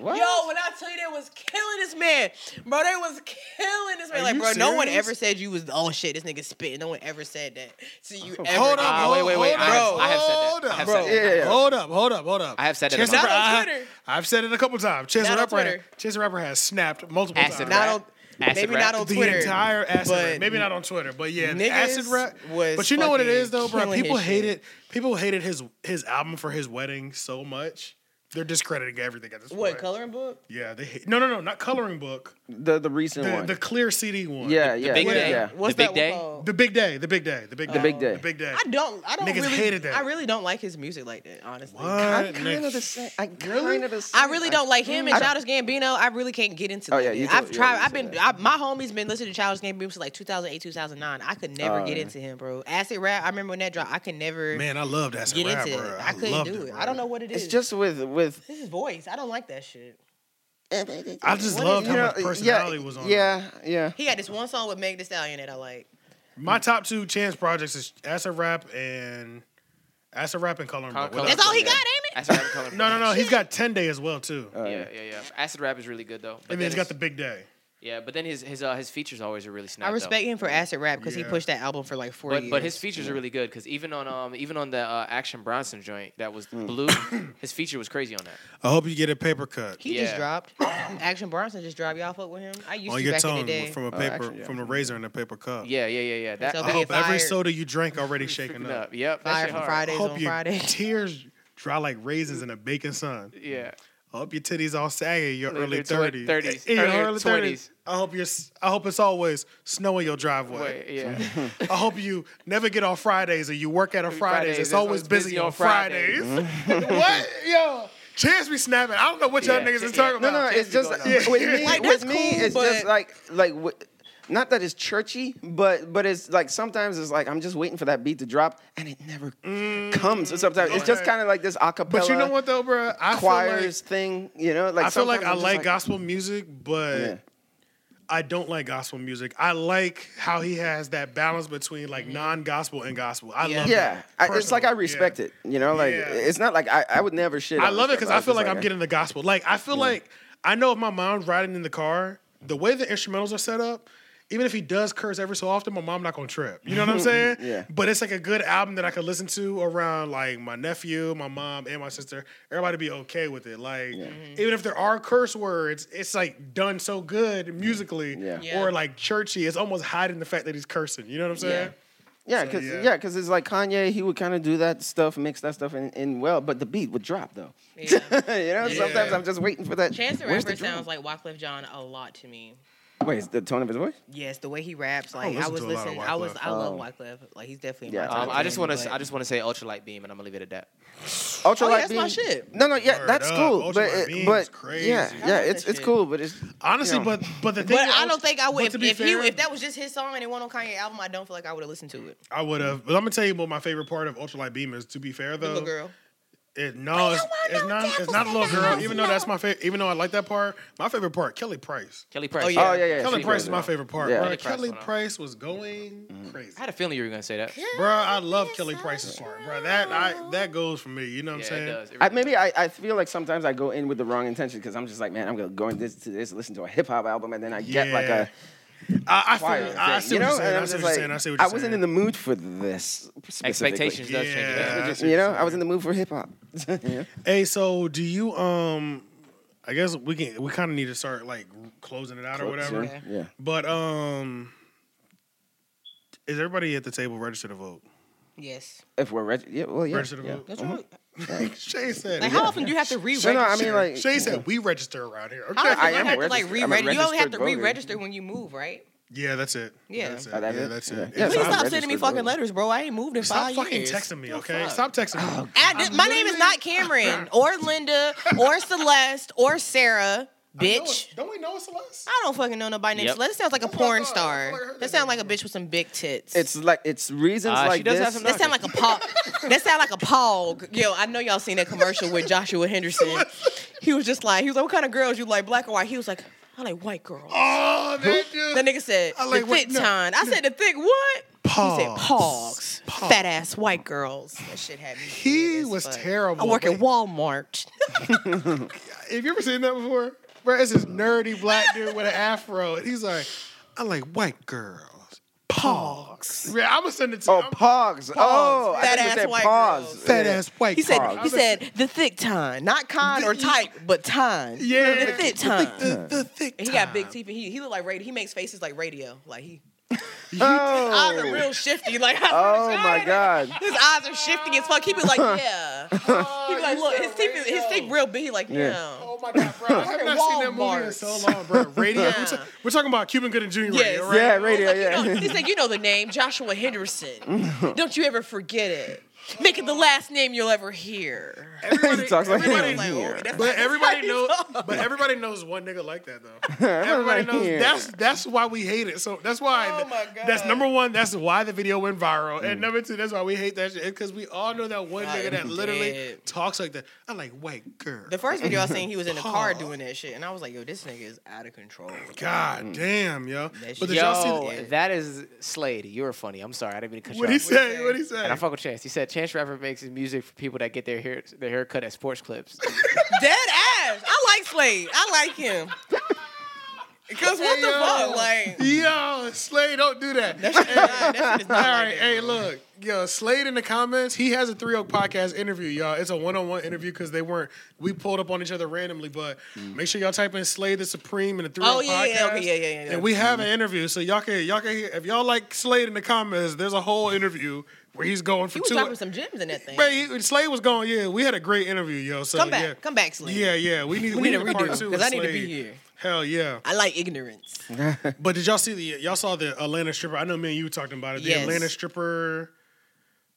What? Yo, when I tell you they was killing this man, bro, they was killing this man. Are like, you bro, no one serious? ever said you was. Oh shit, this nigga spitting. No one ever said that to you. Ever. Hold up, again. Ah, hold, wait, wait, wait. hold I have- up, hold I have said that. I up, have bro. said that. Yeah, yeah. Hold up, hold up, hold up. I have said it Chance on the my- Not on Rapper- I- Twitter. I've said it a couple times. Chance the Not on Rapper, Twitter. Chance the Rapper has snapped multiple Acid times. rap. Not on, Acid maybe rap. not on the Twitter. entire acid but rap. Maybe not on Twitter, but yeah, the niggas acid rap was But you know what it fucking is though, bro. killing People his hated shit. people hated his his album for his wedding so much. They're discrediting everything at this What point. coloring book? Yeah, they hate, no no no not coloring book. The the recent The, one. the clear CD one. yeah, yeah. Big yeah. Day. yeah. What's The Big that Day? One called? The big day. The big day. The big day. The Big Day. The big day. I don't. I don't Niggas really. hated that. I really don't like his music like that. Honestly, I'm What? kind of the Nick? same. I Really? kind of the same. I really don't like him and I don't- Childish Gambino. I really can't get into. Oh, like yeah, that. you I've told- yeah, tried. you I've said been. I, that. my homie's been listening to Childish Gambino since like 2008, 2009. I could never Oh, get yeah. into him, bro. Acid rap. I remember when that dropped. I could never Man, I loved acid get rap, into bro. it. I couldn't loved do it. bro. I don't know what it is. It's just with with this is voice. I don't like that shit. I just What loved how is- you know, much personality was on. it. Yeah, yeah. He had this one song with Meg Thee Stallion that I like. My top two chance projects is acid rap and acid rap and coloring Col- book. What Coloring That's else? all he Yeah. got, ain't it? Acid rap color. No, no, no. He's got ten day as well too, Oh, Yeah, yeah, yeah. Acid rap is really good though. But and then he's got his- the big day. yeah, but then his his uh, his features always are really snap. I though. respect him for acid rap because he Yeah. pushed that album for like four But years. but his features are really good because even on um even on the uh, Action Bronson joint that was blue, his feature was crazy on that. I hope you get a paper cut he yeah. just dropped. Action Bronson just dropped. Y'all fuck with him. I used on to your back in tongue the day. from a Oh, paper actually, yeah. from the razor and a paper cup. Yeah, yeah, yeah, yeah. That So I hope Get every fired. soda you drank already shaken Freaking up. up. Yep. that Fire shit from hard. I Fridays hope on your Friday. tears dry like raisins in a baking sun. Yeah. I hope your titties all saggy in your Like early your tw- thirties. 30s, In your early early 20s. thirties. I hope you're. s- I hope it's always snow in your driveway. Wait, yeah. Um, I hope you never get off Fridays or you work out on Fridays. Fridays, It's always busy on Fridays. Fridays. what yo? Chance be snapping. I don't know what y'all Yeah. niggas is talking No, about. no, it's just Chance is with going me. up. Like, with that's me, cool, it's just but- like like wi- not that it's churchy, but but it's like sometimes it's like I'm just waiting for that beat to drop, and it never comes. So sometimes it's just okay. kind of like this acapella Mm-hmm. But you know what though, bro? I feel like choirs thing. You know, like I feel like I sometimes I'm like, just gospel music, but Yeah. I don't like gospel music. I like how he has that balance between like non-gospel and gospel. I love Yeah, that. I, it's like I personally. respect Yeah. it. You know, like Yeah. it's not like I, I would never shit. I on love it this because stuff. I feel was like just I'm getting the gospel. Like I feel like I know if my mom's riding in the car, the way the instrumentals are set up, even if he does curse every so often, my mom not gonna trip. You know what I'm saying? Yeah. But it's like a good album that I could listen to around like my nephew, my mom, and my sister. Everybody be okay with it. Like Mm-hmm. even if there are curse words, it's like done so good musically Yeah. Yeah. or like churchy. It's almost hiding the fact that he's cursing. You know what I'm saying? Yeah, So, because yeah. yeah, because it's like Kanye, he would kind of do that stuff, mix that stuff in, in well, but the beat would drop though. Yeah. you know, sometimes I'm just waiting for that. Chance the where's Rapper drum? sounds like Wyclef John a lot to me. Wait, is the tone of his voice? Yes, the way he raps, like I listen was to a lot of listening, I Wyclef. was, I love Oh. Wyclef. Like he's definitely. Yeah, Yeah, Um, I just want to. I just want to say ultralight beam, and I'm gonna leave it at that. Ultralight Oh, yeah, that's beam. my shit. No, no, yeah, Word that's up. cool. But, Ultralight it- beam's but crazy. yeah, I yeah, love it's that it's shit. cool. But it's Honestly, you know. but but the thing But that I Ultra- don't think I but would. to If, be if, he, fair- if that was just his song and it wasn't on Kanye album, I don't feel like I would have listened to it. I would have. But I'm gonna tell you what my favorite part of Ultralight Beam is. To be fair though, Little girl. It, no, it's, it's not. It's not a little girl. Even though that's my favorite. Even though I like that part, my favorite part, Kelly Price. Kelly Price. Oh, yeah. oh yeah, yeah, Kelly she Price goes is my out. favorite part. Yeah. Bruh, Kelly Price Kelly went off. Price was going Mm-hmm. crazy. I had a feeling you were gonna say that. Yeah, Bruh, I love Kelly Price's part. Bruh, that I, that goes for me. You know what I'm it saying? does. It I, really maybe does. I, I feel like sometimes I go in with the wrong intention because I'm just like, man, I'm gonna go in this to this, listen to a hip hop album, and then I get like Yeah. a I, I, feel, choir. I, I thing, see you what you're know? saying. And I I'm see just what you're like, saying. I see what you're saying. wasn't in the mood for this. specifically. expectations does change. Yeah. Yeah. I see what You know, you're I was saying. in the mood for hip hop. Yeah. Hey, so do you um I guess we can we kind of need to start like closing it out or whatever. Sure. Yeah. But um is everybody at the table registered to vote? Yes. If we're reg- yeah, well, yeah. Registered to yeah. vote? That's Uh-huh. right. Shay said Like, it. how often do you have to So, re-register? no, I mean like Shay said we register around here. How Okay. often I do you am a have to like registered- I'm a re-register? You only have to registered voter. re-register when you move, right? Yeah, that's it. Yeah. That's it. Oh, that's yeah, it? that's Yeah. it. Yeah, It's Please I'm not- stop sending me registered fucking voter. letters, bro. I ain't moved in Stop five fucking years. texting me, okay? Stop texting me. I did- my name is not Cameron or Linda or Celeste or Sarah, bitch. Don't we know it's Celeste? I don't fucking know nobody named Yep. Celeste. That sounds like a That's what I porn thought. I feel like I star. heard That that sounds like a bitch with some big tits. it's like it's reasons Uh, she like does have this. some that sound like a pog. that sound like a pog. Yo, I know y'all seen that commercial with Joshua Henderson. He was just like, he was like, "What kind of girls you like, black or white?" He was like, "I like white girls." Oh, that dude. That nigga said I like the what- thick no, ton. I said the thick what? He said Pogs. pogs. Fat ass white girls. That shit had me. He dead as was fuck. I terrible. work at Wait. Walmart. Have you ever seen that before? Bro, it's this nerdy black dude with an afro, and he's like, I like white girls. Pogs. Yeah, I'm gonna send it to oh you. pogs. Oh, Fat I think ass it said white pause. girls. Fat ass white He said girls. he said the thick ton, not con or type, but ton. e Yeah. the thick ton. the, the thick. he got big time. teeth and he he look like radio. He makes faces like radio. Like he eyes are Oh, real shifty. Like I oh swear to my god. His eyes are shifty as fuck. He be like, yeah. he be like, look, his teeth, is- his teeth real big. He like, Yeah. yeah. Oh my god, bro! I have Working not seen that movie in Walmarts. so long, bro. Radio. We're, ta- we're talking about Cuban Gooding Jr. Yes. Radio, right? Yeah, He's radio. like, Yeah. you know, he said, you know the name, Joshua Henderson. Don't you ever forget it. Make it the last name you'll ever hear. he talks like everybody him like, here. that's But everybody knows. But everybody knows one nigga like that though. Everybody Everybody knows. here. That's that's why we hate it. So that's why. Oh my God. That's number one. That's why the video went viral. And number two, that's why we hate that shit because we all know that one nigga that literally dead. talks like that. I like white girl. The first video I seen, he was in a car Paul. doing that shit, and I was like, yo, this nigga is out of control. God damn, yo. That But shit- did y'all see Yo, the- that is Slade. You're funny. I'm sorry. I didn't mean to cut what he you off. say? What he say? And I fuck with Chance. He said Chance Rapper makes his music for people that get their hair their hair cut at sports clips. Dead ass. I like Slade. I like him. Because what the Yo. fuck? Like, Yo, Slay, don't do that. nah, that shit is All not right, like that. hey, look, yo, Slade in the comments, he has a Three Oak podcast interview, y'all. It's a one-on-one interview because they weren't. We pulled up on each other randomly, but make sure y'all type in Slade the Supreme in the Three Mm. Oh, Oak yeah, podcast. yeah, okay, yeah, yeah, Mm-hmm. yeah. And we have an interview, so y'all can y'all can hear if y'all like Slade in the comments. There's a whole interview where he's going for He was two. dropping some gems in that thing. Man, he- Slade was going. Yeah, we had a great interview, yo. So Come back. yeah. Come back, Slade. Yeah, yeah, we need we, need need a a part redo, two 'cause with I need to be Slade. here. Hell yeah! I like ignorance. But did y'all see the y'all saw the Atlanta stripper? I know me and you were talking about it. The Yes. Atlanta stripper,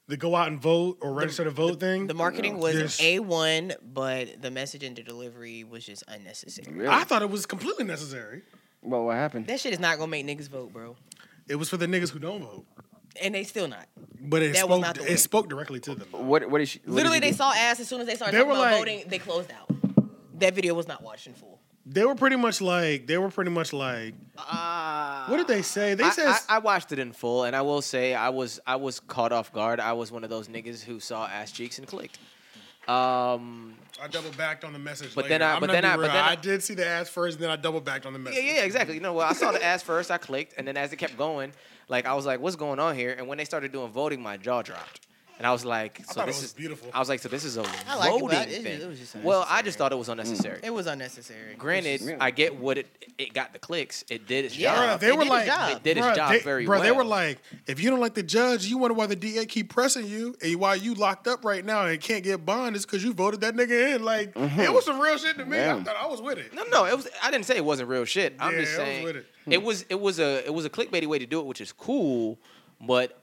the go out and vote or register to vote thing. The marketing was Mm-hmm. Yes. A one, but the message and the delivery was just unnecessary. Really? I thought it was completely necessary. Well, what happened? That shit is not gonna make niggas vote, bro. It was for the niggas who don't vote, And they still not. but it That was spoke not the way. it spoke directly to them. What? What is she? what did Literally, she they do? saw ass as soon as they started They talking were about like- voting. They closed out. That video was not watched in full. They were pretty much like they were pretty much like Ah. what did they say? They I, said I- I watched it in full, and I will say I was I was caught off guard. I was one of those niggas who saw ass cheeks and clicked. Um, I double backed on the message. But later. then I- I'm but not then being I- but real. then I- I did see the ass first, then I double backed on the message. yeah, yeah, exactly. You know, well, I saw the ass first, I clicked, and then as it kept going, like I was like, "What's going on here?" And when they started doing voting, my jaw dropped. And I was like, so thought it this was is beautiful. I was like, so this is a I like it, but loading it- thing. Mm. it was just well, I unnecessary. just thought it was unnecessary. It was unnecessary. Granted, Yeah. I get what it it got the clicks. It did its Yeah. job. Bruh, they it were did its like, job. It did its bruh, job they, very bruh, They well. were like, if you don't like the judge, you wonder why the DA keep pressing you, and why you locked up right now and can't get bond is because you voted that nigga in. Like, it was some real shit to me. I Yeah. thought I was with it. No, no, it was. I didn't say it wasn't real shit. I'm Yeah, just I was saying with it. it was. It was a. It was a clickbaity way to do it, which is cool, but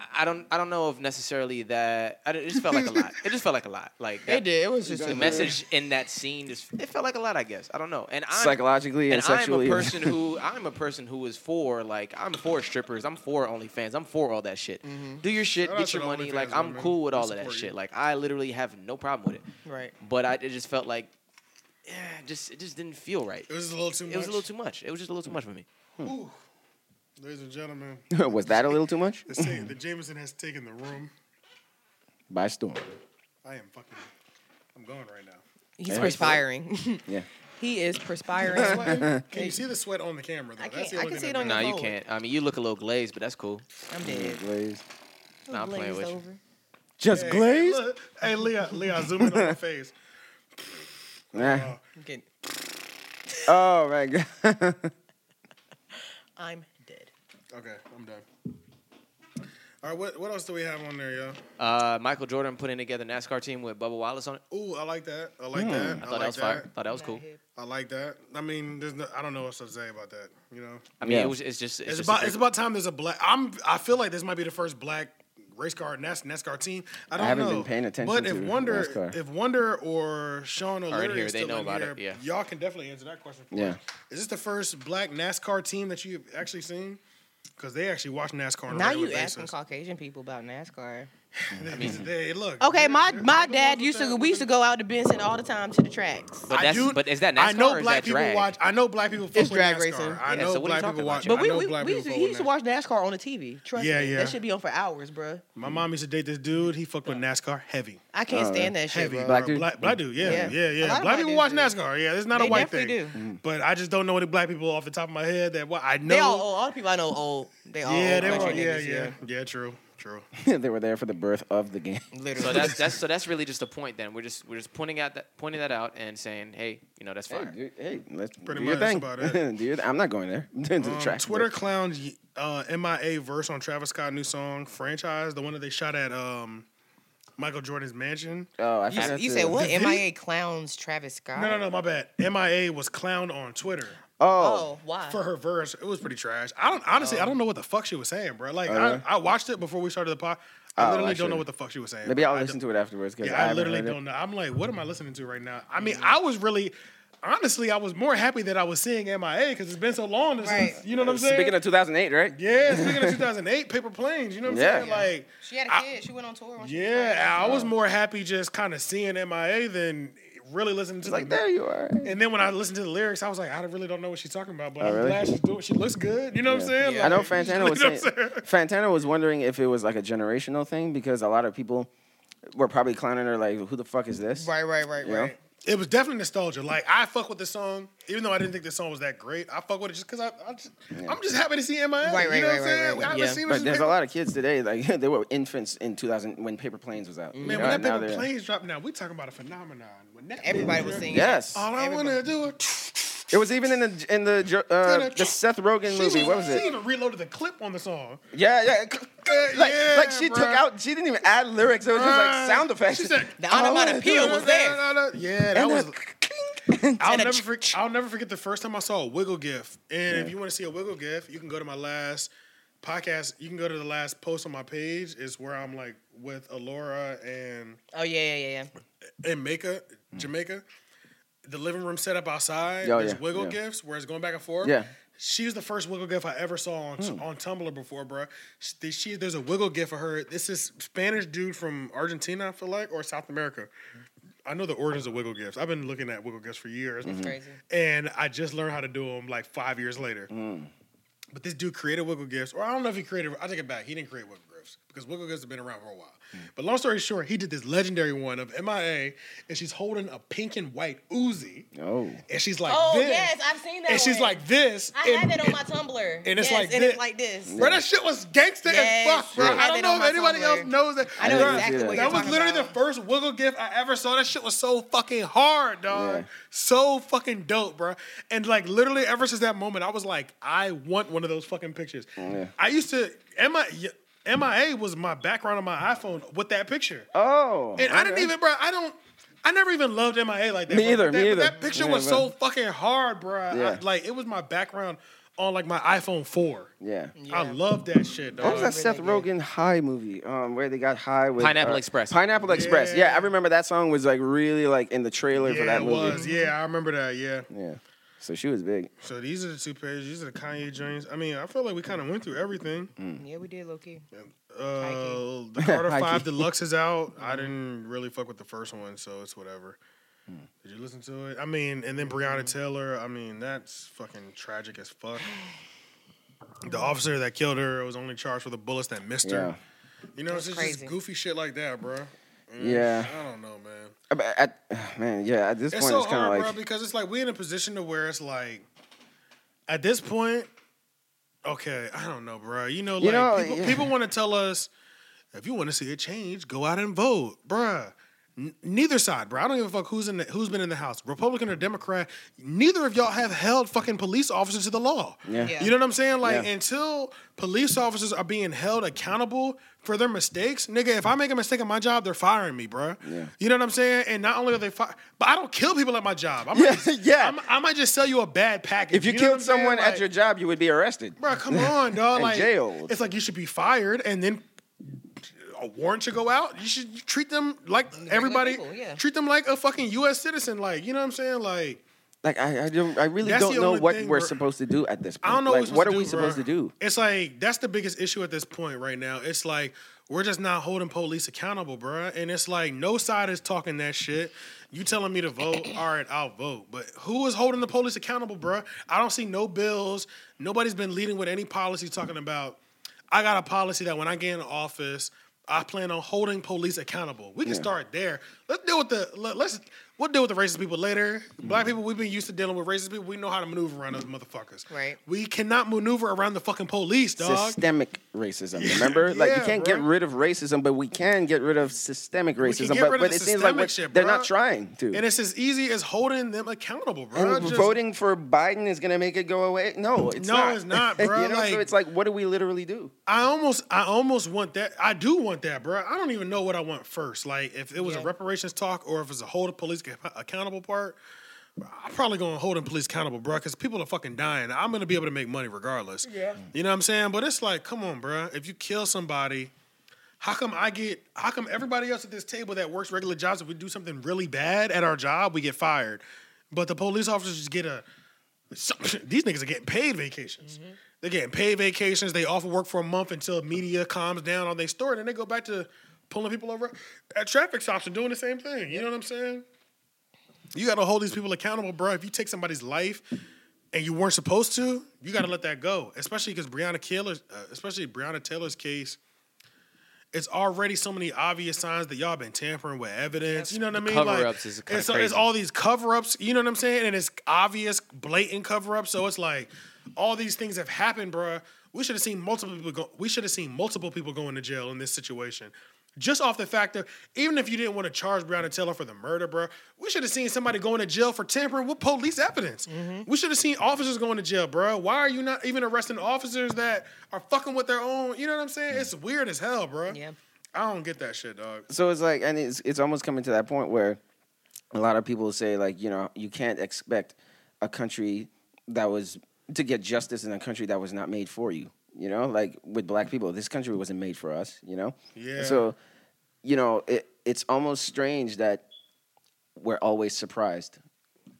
I- I don't. I don't know if necessarily that. I, don't- it just felt like a lot. It just felt like a lot. Like that, It did. It was just The a message in that scene just. It felt like a lot. I guess. I don't know. And I'm, Psychologically and and I'm a sexually. person who I'm a person who is for like I'm for strippers. I'm for OnlyFans. I'm for all that shit. Do your shit. Shout out get to your the money. OnlyFans Like I'm women. cool with We all of that support you. shit. Like I literally have no problem with it. Right. But I it just felt like. Yeah, just it just didn't feel right. It was a little too much. It was a little too much. It was just a little too much for me. Ooh. Ladies and gentlemen, was that a little too much? the, sa- the Jameson has taken the room. By storm. I am fucking. I'm going right now. He's perspiring. Yeah. he is perspiring. Can you see the sweat on the camera? Though? I That's can't- the I only can thing see it that on brings- Nah, you forward. can't. I mean, you look a little glazed, but that's cool. I'm dead. Glaze. Nah, I'm playing with you. Just Hey, glaze? Hey, look. hey Leah, Leah, zoom in on my face. Nah. Okay, Oh my god. I'm dead. Okay, I'm done. All right, what, what else do we have on there, y'all? Uh, Michael Jordan putting together NASCAR team with Bubba Wallace on it. Ooh, I like that. I like that. Hmm, I I, thought like that was that. fire. Thought that was cool. I like that. I mean, there's no, I don't know what else to say about that. You know, I mean, Yeah. it was. It's just. It's, it's, just a about big- it's about time there's a black. I'm I feel like this might be the first black race car NAS, NASCAR team. I don't haven't know. been paying attention But to if Wonder, NASCAR. if Wonder or Sean O'Leary here, is they still know in about here, it, yeah. y'all can definitely answer that question. For Yeah. us. Is this the first black NASCAR team that you've actually seen? Because they actually watch NASCAR. On Now a regular you basis. asking Caucasian people about NASCAR. I mean, they look. Okay, my they're- my they're the dad ones used with to that- we used to go out to Benson all the time to the tracks. But that's. do- but is that NASCAR I know or is black that people drag? watch. I know black people. It's fuck with drag NASCAR. racing. I Yeah, know so what are black you talking people about? watch. it. But I we, know we, black we people used to, fuck he with used to NASCAR. watch NASCAR on the TV. Trust Yeah, me, yeah. that should be on for hours, bruh. My mom used to date this dude. He fucked with NASCAR heavy. I can't Oh, stand that shit, Heavy. bro. Black Black dude? dude. Black, black dude. Yeah, Yeah. yeah, yeah. A lot of Black black people dudes watch do. NASCAR. Yeah, it's not a They white thing. definitely But I just don't know any black people off the top of my head that well, I know. They all old. All the people I know old. They all yeah, old they were. country yeah, niggas, yeah, yeah, True, true. they were there for the birth of the game. Literally. So that's that's so that's really just the point. Then we're just we're just pointing out that pointing that out and saying, hey, you know, that's Hey, fine. dude, hey, let's Pretty do your much thing. about it. do your th- I'm not going there to the Um, track. Twitter but- clowns uh, MIA verse on Travis Scott new song franchise, the one that they shot at um, Michael Jordan's mansion. Oh, I You, forgot you to- say what? video- MIA clowns Travis Scott. No, no, no, my bad. MIA was clowned on Twitter. Oh, Oh, why? for her verse, it was pretty trash. I don't honestly, I don't know what the fuck she was saying, bro. Like really? I, I watched it before we started the pod. I Uh-huh. Oh, literally I don't know should've. what the fuck she was saying. maybe bro. I'll I listen to it afterwards because don't- I, Yeah, I, haven't literally heard it. don't know. I'm like, what am I listening to right now? I mean, Mm-hmm. I was really, honestly, I was more happy that I was seeing MIA because it's been so long. Right. Since, you know what I'm saying? Speaking of 2008, right? yeah, speaking of 2008, paper planes. You know what I'm Yeah. Oh. saying? Like, She had a I- kid. she went on tour. When she was pregnant. yeah, I was more happy just kind of seeing MIA than really listening to It's like the, there you are. And then when I listened to the lyrics, I was like, I really don't know what she's talking about, but I'm Oh, really? glad she's doing. She looks good. You know what I'm saying? I know Like, Fantana you was know what I'm saying, saying? Fantana was wondering if it was like a generational thing because a lot of people were probably clowning her like, "Who the fuck is this?" Right, right, right, You know? right. It was definitely nostalgia. Like I fuck with the song, even though I didn't think the song was that great. I fuck with it just because I, I just, I'm just happy to see MIA. Right, you know right, right, what I'm right, saying? right, I haven't yeah. seen But this. there's a lot of kids today like they were infants in 2000 when Paper Planes was out. Mm. you man. know, When that and now paper they're- planes dropped, now we talking about a phenomenon. When that Everybody bitch was dropped, singing. Yes, All I want to do. it was even in the in the jo- uh, the Seth Rogen She movie. even- What was She it? even reloaded the clip on the song. Yeah, yeah. c- c- Like, Yeah, like she took bruh. out. She didn't even add lyrics. It was just like sound effects. She said, The onomatopoeia was there. Yeah, that And was. a- I'll And a never, ch- forget, I'll never forget the first time I saw a wiggle gif. And if you want to see a wiggle gif, you can go to my last podcast. You can go to the last post on my page. Is where I'm like with Alora and Oh yeah, yeah, yeah, yeah. in Jamaica, Jamaica. The living room set up outside. Oh, There's yeah, wiggle yeah. gifts where it's going back and forth. Yeah. She was the first wiggle gif I ever saw on, on Tumblr before, bro. She, she- there's a wiggle gif of her. This is Spanish dude from Argentina, I feel like, or South America. I know the origins of wiggle gifts. I've been looking at wiggle gifts for years, Crazy. and I just learned how to do them like five years later. But this dude created wiggle gifts, or I don't know if he created. I take it back. He didn't create wiggle gifts. riffs because Wiggle Goods have been around for a while. But long story short, he did this legendary one of MIA, and she's holding a pink and white Uzi, Oh. and she's like, Oh this, yes, I've seen that. and she's one. like this. I and, have it on my Tumblr. and it's Yes, like and thi- it's like this. Bro, that shit was gangster Yes, as fuck, bro. I I had don't it know on if my anybody Tumblr. else knows that. I know Bro, exactly what Yeah. you're that was talking literally about. the first wiggle gift I ever saw. That shit was so fucking hard, dog. Yeah. So fucking dope, bro. And like literally ever since that moment, I was like, I want one of those fucking pictures. I used to MIA, MIA was my background on my iPhone with that picture. Oh. And I didn't okay. even, bro. I don't. I never even loved MIA like that. Me bro. either, But that, me but either. That picture Yeah, was bro. so fucking hard, bro. I- Yeah. like it was my background on like my iPhone four. Yeah. I love that shit, What was dog. that Seth Rogen high movie? Um, where they got high with Pineapple uh, Express. Pineapple Express. Yeah, I remember that song was like really like in the trailer Yeah, for that it movie. was. Yeah, I remember that. Yeah. Yeah. So she was big. So these are the two pages. These are the Kanye joints. I mean, I feel like we kind of went through everything. Mm. Yeah, we did, Loki. Uh, the Carter High Five key. Deluxe is out. I Mm-hmm. didn't really fuck with the first one, so it's whatever. Mm. Did you listen to it? I mean, and then Mm-hmm. Breonna Taylor. I mean, that's fucking tragic as fuck. The officer that killed her was only charged for the bullets that missed her. You know, it's just, crazy. goofy shit like that, bro. Mm. Yeah. I don't know, man. Uh, but At, man, yeah. At this It's point, so it's kind hard, of like bro, because it's like we in a position to where it's like, at this point, okay, I don't know, bro. You know, like You know, people, yeah. people want to tell us if you want to see a change, go out and vote, bruh. N- Neither side, bro. I don't give a fuck who's in the, who's been in the house, Republican or Democrat. Neither of y'all have held fucking police officers to the law. Yeah. Yeah. You know what I'm saying? Like Yeah. until police officers are being held accountable for their mistakes, nigga. If I make a mistake at my job, they're firing me, bruh. Yeah. You know what I'm saying? And not only are they fire, but I don't kill people at my job. I might, Yeah, just, yeah. I'm- I might just sell you a bad package. if you, know what I'm killed saying? someone Like, at your job, you would be arrested. Bro, come on, dog. And like jailed. It's like you should be fired and then a warrant should go out. You should treat them like everybody. people, yeah. Treat them like a fucking U.S. citizen. Like you know what I'm saying? Like Like I, I don't, I really That's don't the know only what thing, we're bro. supposed to do at this point. I don't know Like, what, what are we're we supposed to do, do? bruh. It's like that's the biggest issue at this point right now. It's like we're just not holding police accountable, bruh. And it's like no side is talking that shit. You telling me to vote? All right, I'll vote. But who is holding the police accountable, bruh? I don't see no bills. Nobody's been leading with any policy talking about. I got a policy that when I get in office, I plan on holding police accountable. We can start there. Let's deal with the let, us we'll deal with the racist people later. Black Mm-hmm. people, we've been used to dealing with racist people. We know how to maneuver around those motherfuckers. Right. We cannot maneuver around the fucking police, dog. Systemic racism. Remember, like you Yeah, can't get bruh. rid of racism, but we can get rid of systemic racism. get But, rid of but the it seems like systemic we're- shit, they're bruh. not trying to. And it's as easy as holding them accountable, bro. And voting for Biden is going to make it go away? No, it's No, not. it's not, You bruh. know, so Like- it's like, what do we literally do? I almost, I almost want that. I do want that, bro. I don't even know what I want first. Like, if it was a Yeah. reparations talk or if it's a hold the police ca- accountable part, I'm probably gonna hold the police accountable, bro, because people are fucking dying. I'm gonna be able to make money regardless. Yeah. You know what I'm saying? But it's like, come on, bro. If you kill somebody, how come I get? How come everybody else at this table that works regular jobs, if we do something really bad at our job, we get fired, but the police officers just get a so- these niggas are getting paid vacations. They're getting paid vacations. They off of work for a month until media calms down on their story. Then they go back to pulling people over at traffic stops and doing the same thing. You know what I'm saying? You got to hold these people accountable, bro. If you take somebody's life and you weren't supposed to, you got to let that go. Especially because Breonna Taylor, uh, especially Breonna Taylor's case, it's already so many obvious signs that y'all been tampering with evidence. You know what I mean? cover-ups is kinda and so it's crazy. all these cover ups. You know what I'm saying? And it's obvious, blatant cover ups. So it's like all these things have happened, bro. We should have seen multiple people. Go- we should have seen multiple people going to jail in this situation. Just off the fact that even if you didn't want to charge Brown and Taylor for the murder, bro, we should have seen somebody going to jail for tampering with police evidence. We should have seen officers going to jail, bro. Why are you not even arresting officers that are fucking with their own? You know what I'm saying? It's weird as hell, bro. Yeah. I don't get that shit, dog. So it's like, and it's it's almost coming to that point where a lot of people say like, you know, you can't expect a country that was to get justice in a country that was not made for you. You know, like with black people, this country wasn't made for us. You know, Yeah. So, you know, it it's almost strange that we're always surprised.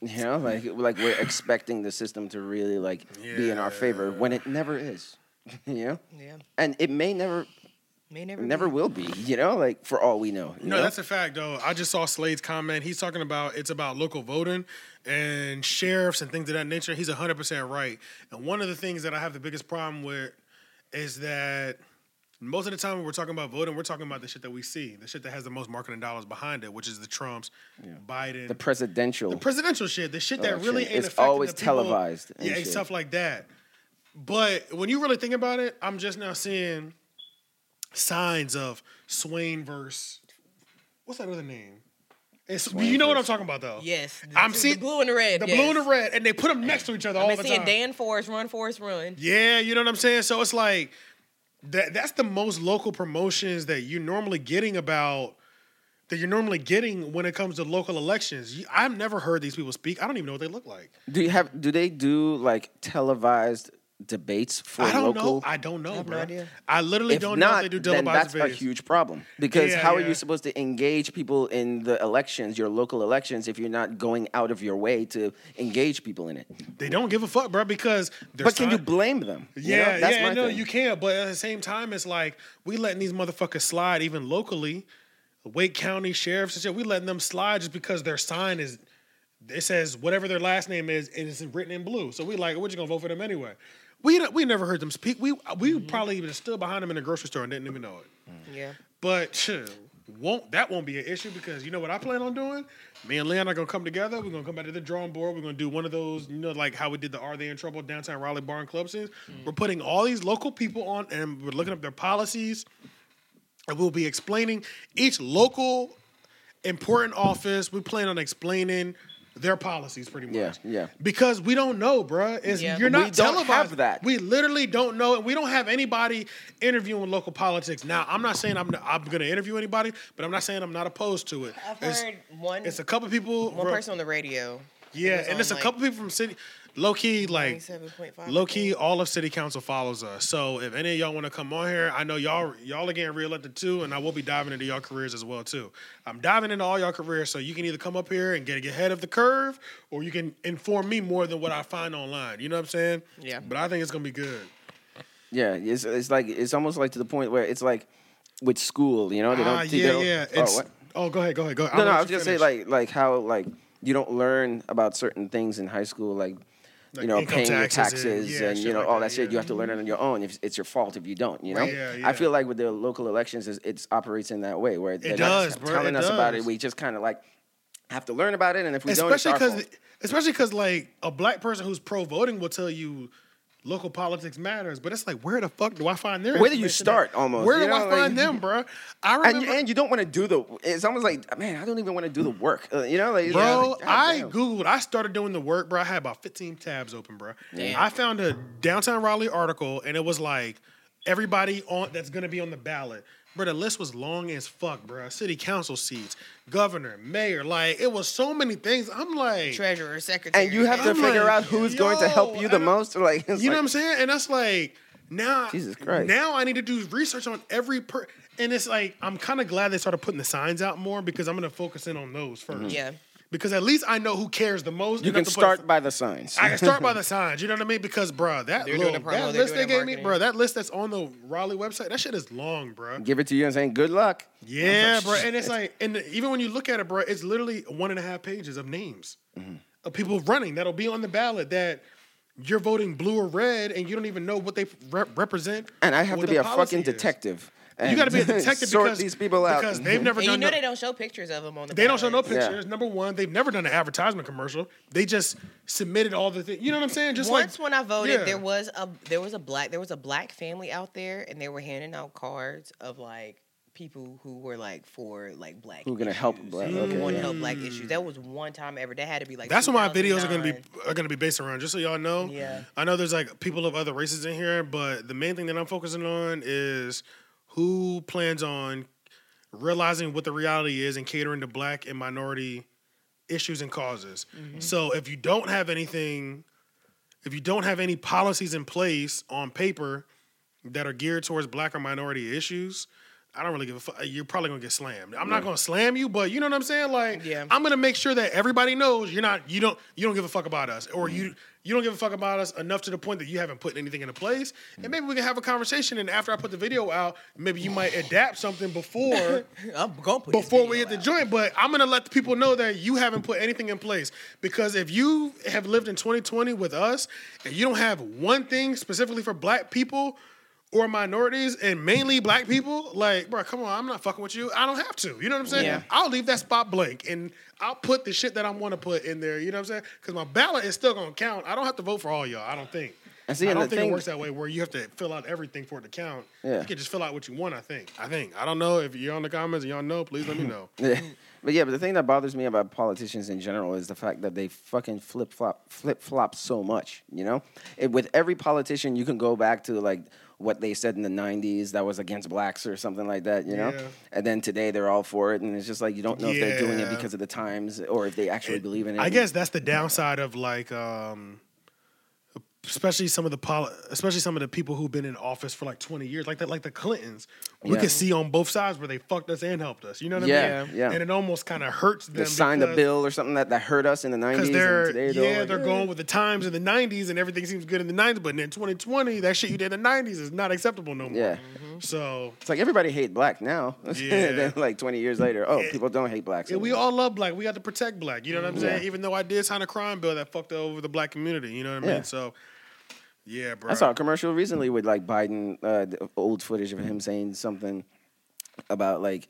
You know, like like we're expecting the system to really like be in our favor when it never is. you know, Yeah. and it may never May never. never be. will be. You know, like for all we know. you No, know? that's a fact though. I just saw Slade's comment. He's talking about it's about local voting and sheriffs and things of that nature. He's 100% right. And one of the things that I have the biggest problem with is that Most of the time, when we're talking about voting, we're talking about the shit that we see, the shit that has the most marketing dollars behind it, which is the Trumps, Biden, The presidential. the presidential shit, the shit that Election. really ain't Oh, It's affecting always the people. televised and yeah, and shit. stuff like that. But when you really think about it, I'm just now seeing signs of Swain verse. What's that other name? It's, you know what I'm talking about though. Yes, the I'm two- seeing the blue and the red. The yes. blue and the red, and they put them next to each other all I've the been seeing time. Dan Forrest run, Forrest run. Yeah, you know what I'm saying? So it's like that that's the most local promotions that you're normally getting about that you're normally getting when it comes to local elections. You, I've never heard these people speak. I don't even know what they look like. do you have? Do they do like televised debates for I don't local? know. I don't know, have no bro. idea. I literally if don't know if not, they do then televised that's a debates. huge problem. Because Yeah, how are yeah. you supposed to engage people in the elections, your local elections, if you're not going out of your way to engage people in it? they don't give a fuck, bro, because they're but can you sign- blame them? You know, Yeah, that's yeah, my no, thing. you can't. But at the same time, it's like we letting these motherfuckers slide, even locally, Wake County sheriffs and shit. We letting them slide just because their sign is it says whatever their last name is, and it's written in blue. So we like we're just gonna vote for them anyway. We don't- we never heard them speak. We we Mm-hmm. probably even stood behind them in the grocery store and didn't even know it. Yeah. But phew, won't that won't be an issue because you know what I plan on doing? Me and Leon are gonna come together. We're gonna come back to the drawing board. We're gonna do one of those, you know, like how we did the Are They in Trouble downtown Raleigh Bar and Club scenes. We're putting all these local people on and we're looking up their policies. And we'll be explaining each local important office. We plan on explaining their policies pretty much. Yeah, yeah. Because we don't know, bruh. It's, Yeah. You're not We don't have televised. that. We literally don't know, and we don't have anybody interviewing local politics. Now, I'm not saying I'm I'm going to interview anybody, but I'm not saying I'm not opposed to it. I've it's, heard one it's a couple people. one bro, person on the radio. yeah, was and on, it's a like, couple people from city. Low key, like 97.5, I low key, think. all of city council follows us. So if any of y'all want to come on here, I know y'all y'all are getting reelected too, and I will be diving into y'all careers as well too. I'm diving into all y'all careers, so you can either come up here and get ahead of the curve, or you can inform me more than what I find online. You know what I'm saying? Yeah. But I think it's gonna be good. Yeah, it's it's like it's almost like to the point where it's like with school, you know, they don't. Ah, teach- they yeah, don't- yeah. Oh, It's- what? oh, go ahead, go ahead, go. Ahead. No, I'll no, let I was you gonna say finish. like like how like you don't learn about certain things in high school, like. Like you know, income paying your taxes taxes and- and, yeah, shit you know like all that, that, shit. yeah. You have to learn it on your own. If it's your fault if you don't, you know. Right. Yeah, yeah. I feel like with the local elections, is- it's operates in that way where they're does, not bro, telling it us about does. it. We just kind of like have to learn about it, and if we especially don't, it's our fault. because especially because like a black person who's pro voting will tell you local politics matters, but it's like where the fuck do I find their? Where do you information start, at? almost, Where you do know, I like- find them, bro? I and remember, you, and you don't want to do the. It's almost like man, I don't even want to do the work. Uh, you know, like bro. like, God I damn. googled. I started doing the work, bro. I had about fifteen tabs open, bro. I found a downtown Raleigh article, and it was like everybody on that's gonna be on the ballot. Bro, the list was long as fuck, bro. City council seats, governor, mayor, like it was so many things. I'm like, Treasurer, secretary. and you have to I'm figure like, out who's going to help yo, you the and I- most. Like it's You know what like- I'm saying? And that's like now Jesus Christ. Now I need to do research on every per and it's like I'm kind of glad they started putting the signs out more because I'm gonna focus in on those 1st Yeah. Because at least I know who cares the most. You and can that's the part- start by the signs. I can start by the signs. You know what I mean? Because, bruh, that, They're little, doing the promo, that they're list they doing gave the me, bruh, marketing. that list that's on the Raleigh website, that shit is long, bruh. Give it to you and saying good luck. Yeah, bruh. And it's like, and even when you look at it, bruh, it's literally one and a half pages of names Mm-hmm. of people running that'll be on the ballot that you're voting blue or red, and you don't even know what they rep- represent. And I have or to what be their a fucking policy is. detective. You and got to be a detective sort because these people out. because they've never And done. you know no- they don't show pictures of them on the. they don't show no ballot. Yeah. pictures. Number one, they've never done an advertisement commercial. They just submitted all the things. You know what I'm saying? Just Once like when I voted, yeah. there was a there was a black there was a black family out there, and they were handing out cards of like people who were like for like black Who gonna help issues, black- who okay, want to yeah. help black issues. That was one time ever. That had to be like Mm. That's what my videos are gonna be 2009. are gonna be based around. Just so y'all know, Yeah. I know there's like people of other races in here, but the main thing that I'm focusing on is who plans on realizing what the reality is and catering to black and minority issues and causes. Mm-hmm. So if you don't have anything, if you don't have any policies in place on paper that are geared towards black or minority issues. I don't really give a fuck. You're probably gonna get slammed. I'm not gonna slam you, but you know what I'm saying. Like, Yeah. I'm gonna make sure that everybody knows you're not. You don't. You don't give a fuck about us, or you you don't give a fuck about us enough to the point that you haven't put anything into place. And maybe we can have a conversation. And after I put the video out, maybe you might adapt something before I'm gonna put this before video we hit the out. joint, but I'm gonna let the people know that you haven't put anything in place. Because if you have lived in 2020 with us and you don't have one thing specifically for black people or minorities and mainly black people, like, bro, come on, I'm not fucking with you. I don't have to. You know what I'm saying? Yeah. I'll leave that spot blank and I'll put the shit that I want to put in there. You know what I'm saying? Because my ballot is still gonna count. I don't have to vote for all y'all. I don't think. And see, I and don't the think thing- it works that way where you have to fill out everything for it to count. Yeah. You can just fill out what you want. I think. I think. I don't know if you're on the comments and y'all know. Please let me know. Yeah. But yeah, but the thing that bothers me about politicians in general is the fact that they fucking flip flop flip flop so much. You know, it, with every politician, you can go back to like what they said in the '90s that was against blacks or something like that. You know, Yeah. and then today they're all for it, and it's just like you don't know if they're doing it Yeah. because of the times or if they actually believe in it. I guess that's the downside of like, um, especially some of the poli- especially some of the people who've been in office for like twenty years, like that, like the Clintons. We Yeah. can see on both sides where they fucked us and helped us. You know what Yeah, I mean? yeah. And it almost kind of hurts them. they signed a because- bill or something that, that hurt us in the '90s. Because and they're today yeah, all like, they're "Eh." going with the times in the '90s, and everything seems good in the '90s. But in 2020, that shit you did in the '90s is not acceptable no more. Yeah. So It's like everybody hate black now. Yeah. then like 20 years later, oh, people don't hate blacks. yeah, we anymore. all love black. We got to protect black. You know what I'm saying? Even though I did sign a crime bill that fucked over the black community. You know what I mean? Yeah. So yeah, bro. I saw a commercial recently with like Biden, uh, the old footage of him saying something about like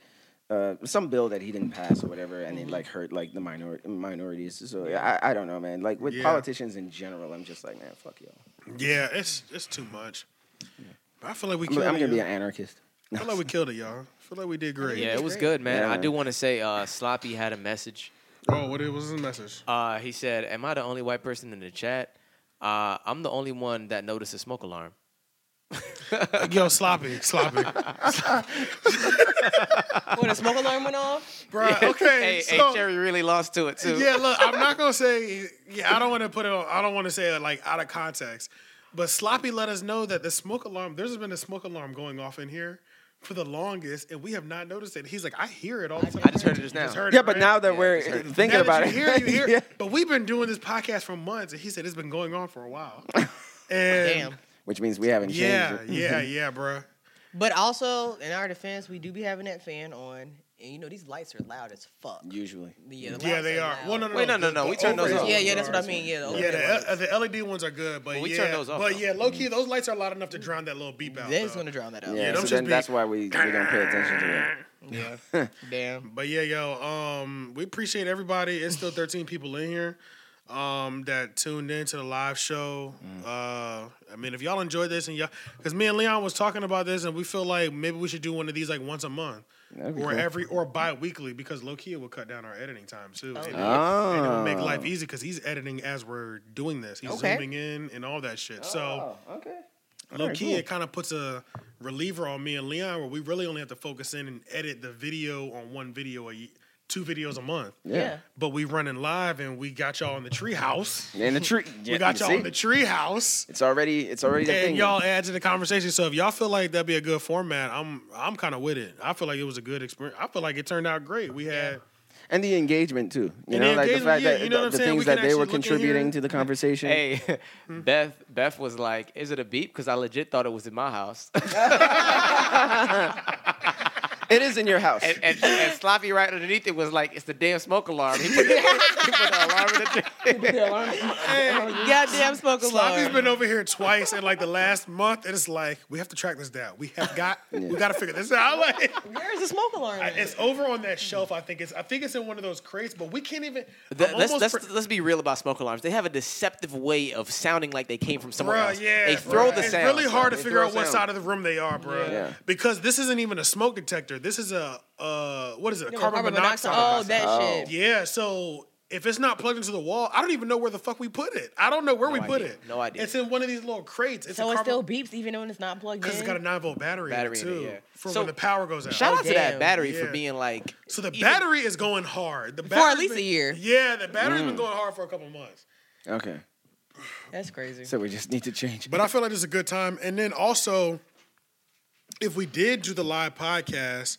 uh, some bill that he didn't pass or whatever, and it like hurt like the minor- minorities. So yeah, I, I don't know, man. Like with Yeah. politicians in general, I'm just like, man, fuck you. Yeah, it's it's too much. But I feel like we I'm, killed I'm it. gonna be y'all. an anarchist. I feel like we killed it, y'all. I feel like we did great. Yeah, it was good, man. Yeah, I do man. want to say uh, Sloppy had a message. Oh, what it was his message? Uh, he said, Am I the only white person in the chat? Uh, I'm the only one that noticed a smoke alarm. Yo, sloppy, sloppy, When the smoke alarm went off, bro. Okay, hey, hey, so- Cherry really lost to it, too. yeah, look, I'm not gonna say. Yeah, I don't want to put it. On, I don't want to say it like out of context. But sloppy let us know that the smoke alarm. There's been a smoke alarm going off in here for the longest, and we have not noticed it. He's like, I hear it all the time. I just heard it just You now. heard Yeah, it, but right? now that Yeah, we're it's hurt. thinking Now about that it, you hear, you hear. yeah. But we've been doing this podcast for months, and he said it's been going on for a while. And damn. which means we haven't Yeah, changed. it. yeah, yeah, bro. But also, in our defense, we do be having that fan on, and you know these lights are loud as fuck. Usually, Yeah, the Yeah, lights they are. loud. Well, no, no, Wait, no, no, the- no, no, we the turned those overhead off. Yeah, ones yeah, that's are what I awesome. mean. Yeah, Yeah, the overhead the, lights. L- the LED ones are good, but Well, we yeah, turned those off, But though. yeah, low key, those lights are loud enough to drown that little beep out. that is though. gonna drown that out. yeah. Yeah, them so then just be- that's why we, we don't pay attention to it. Yeah. Damn. But yeah, yo, um, we appreciate everybody. It's still 13 people in here um, that tuned in to the live show. Mm. Uh, I mean, if y'all enjoyed this and y'all, because me and Leon was talking about this, and we feel like maybe we should do one of these like once a month. That'd be or cool. every or bi-weekly because low key it would cut down our editing time too. and, yeah. and it would make Oh. life easy because he's editing as we're doing this. He's Okay. zooming in and all that shit. So Oh, okay. low right, key, cool. it kind of puts a reliever on me and Leon where we really only have to focus in and edit the video on one video a ye- two videos a month. Yeah. But we running live and we got y'all in the treehouse. And the tree. We got y'all in the treehouse. It's already it's already the And thing. y'all add to the conversation. So if y'all feel like that'd be a good format, I'm I'm kind of with it. I feel like it was a good experience. I feel like it turned out great. We had and the engagement too. You And know, the like the engagement, fact yeah, that you know what the, I'm the saying? things We that can they actually were look in here. contributing to the conversation. Hey, Beth. Beth was like, "Is it a beep?" Because I legit thought it was in my house. It is in your house. and, and, and sloppy right underneath it was like, "It's the damn smoke alarm." He put, he put the alarm in the Goddamn smoke Sloppy's alarm. been over here twice in like the last month, and it's like we have to track this down. We have got we got to figure this out. Like Where's the smoke alarm? at? it's over on that shelf. I think it's I think it's in one of those crates, but we can't even. The- I'm let's almost let's pre- let's be real about smoke alarms. They have a deceptive way of sounding like they came from somewhere Bruh, else. yeah, they throw bruh. the It's sound. really hard to They figure throw out what sound. side of the room they are, bro. Yeah. Because this isn't even a smoke detector. This is a uh, what is it? A Yeah, carbon, monoxide. Oh, that Oh. shit. Yeah, so if it's not plugged into the wall, I don't even know where the fuck we put it. I don't know where we put idea. it. No idea. It's in one of these little crates. It's So a it still carbon beeps even when it's not plugged in. because it's got a nine volt battery, Battery in in it it, too yeah. for So- when the power goes out. Shout out to damn. that battery Oh, Yeah. for being like. So the even- battery is going hard. The at battery's least a been- year. Yeah, the battery's Mm. been going hard for a couple months. okay. That's crazy. So we just need to change. But I feel like it's a good time. And then also, if we did do the live podcast,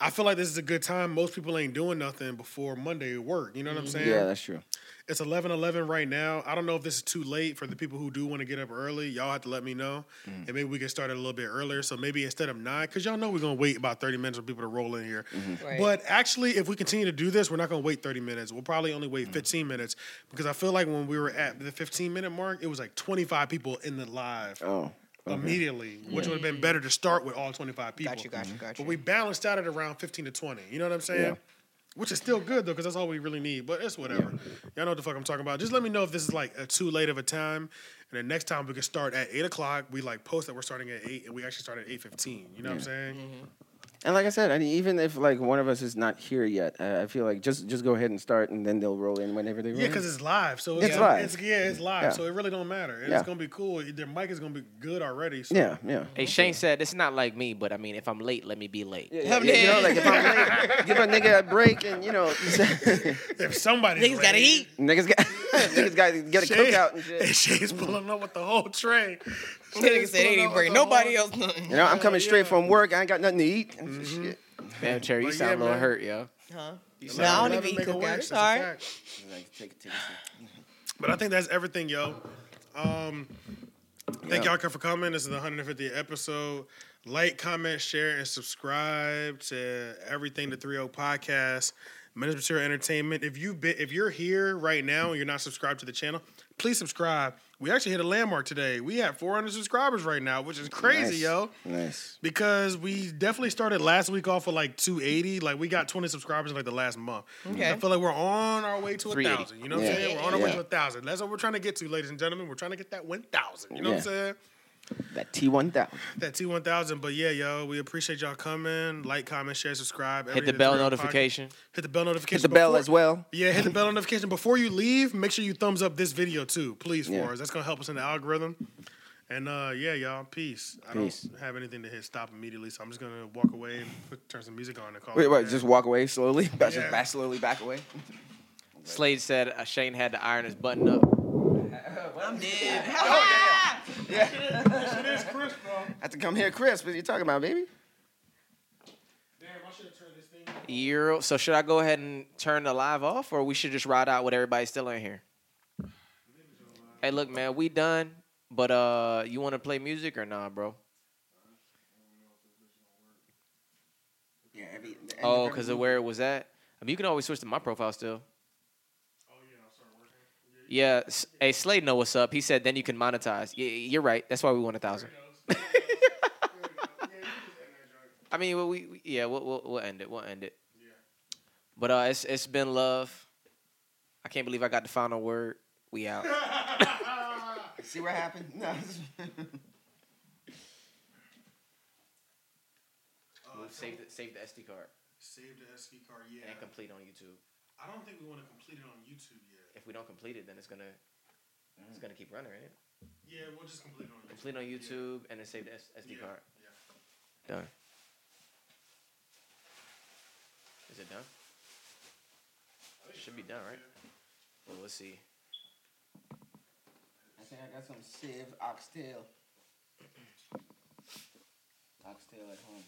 I feel like this is a good time. Most people ain't doing nothing before Monday at work. You know what I'm saying? yeah, that's true. It's 11 11 right now. I don't know if this is too late for the people who do want to get up early. Y'all have to let me know. And maybe we can start it a little bit earlier. So maybe instead of nine, because y'all know we're going to wait about 30 minutes for people to roll in here. Right. But actually, if we continue to do this, we're not going to wait 30 minutes. We'll probably only wait 15 minutes because I feel like when we were at the 15 minute mark, it was like 25 people in the live Oh. immediately, which would have been better to start with all 25 people. Got you, got you, got you. But we balanced out at around 15 to 20. You know what I'm saying? Yeah. Which is still good though, because that's all we really need. But it's whatever. Y'all know what the fuck I'm talking about. Just let me know if this is like a too late of a time. And then next time we can start at eight o'clock. We like post that we're starting at eight, and we actually start at eight fifteen. You know what I'm saying? Mm-hmm. And like I said, I mean, even if like one of us is not here yet, uh, I feel like just just go ahead and start, and then they'll roll in whenever they roll. Yeah, in. because it's live. So it's, It's gonna- live. It's, yeah, it's live. Yeah. So it really don't matter. And Yeah. It's gonna be cool. Their mic is gonna be good already. So. yeah, yeah. Hey, Shane said, it's not like me, but I mean, if I'm late, let me be late. Yeah, yeah, you know, like if I'm late, give a nigga a break, and you know, If somebody Niggas gotta eat. niggas got niggas got to get a cookout and shit. She's pulling up with the whole tray. Nigga said they didn't bring nobody else nothing. You know, I'm coming straight from work. I ain't got nothing to eat. Shit. Damn, Cherry, you But yeah, sound a little man. hurt, yo. Huh? Like, No, I don't never even eat make a wish, cookout. that's a Sorry. fact. But I think that's everything, yo. Um, thank Yeah. y'all for coming. This is the 150th episode. Like, comment, share, and subscribe to everything the 30 podcast. Menace Material Entertainment. If you've been, if you're here right now and you're not subscribed to the channel, please subscribe. We actually hit a landmark today. We have 400 subscribers right now, which is crazy, Nice. yo. Nice. Because we definitely started last week off with like 280. Like we got 20 subscribers in like the last month. Okay. I feel like we're on our way to a 380. thousand. You know what I'm Yeah. saying? We're on our way Yeah. to a thousand. That's what we're trying to get to, ladies and gentlemen. We're trying to get that 1,000. You know what Yeah. I'm saying? That T1000. That T1000. But yeah, yo, we appreciate y'all coming. Like, comment, share, subscribe. Hit the everything bell throughout the podcast. notification. Hit the bell notification. Hit the bell before- as well. Yeah, hit the bell notification. Before you leave, make sure you thumbs up this video too, please, for Yeah. us. That's going to help us in the algorithm. And uh, yeah, y'all, peace. I Peace. don't have anything to hit stop immediately, so I'm just going to walk away and put, turn some music on and call Wait, it. wait, just walk away slowly. Just Yeah. back slowly back away. Slade said uh, Shane had to iron his button up. It is crisp, bro. I have to come here, Chris. What are you talking about, baby? Damn, I should have turned this thing Euro. So should I go ahead and turn the live off, or we should just ride out with everybody still in here? Hey, look, man, we done. But uh, you want to play music or nah, bro? Yeah, every, Oh, because of where it was at. I mean, you can always switch to my profile still. Oh, Yeah, s- hey Slade know what's up. He said then you can monetize. Yeah, you're right. That's why we want a thousand. I mean, well, we, we yeah, we'll, we'll we'll end it. We'll end it. But uh, it's it's been love. I can't believe I got the final word. We out. See what happened? No. save the, save the SD card Uh, Save the SD card, yeah. and complete on YouTube. I don't think we want to complete it on YouTube yet. If we don't complete it, then it's gonna it's gonna keep running, right? Yeah, we'll just complete it on YouTube. Complete on YouTube and then save the S- SD card. Done. Is it done? Should be done, right? Well, let's see. I think I got some sieve oxtail. Oxtail at home.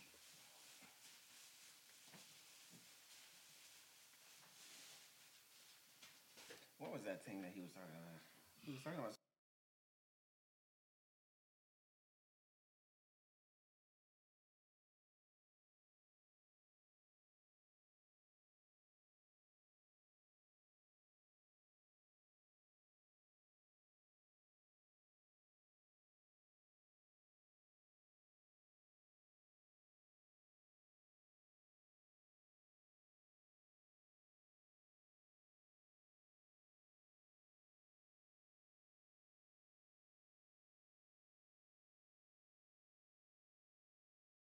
What was that thing that he was talking about? He was talking about.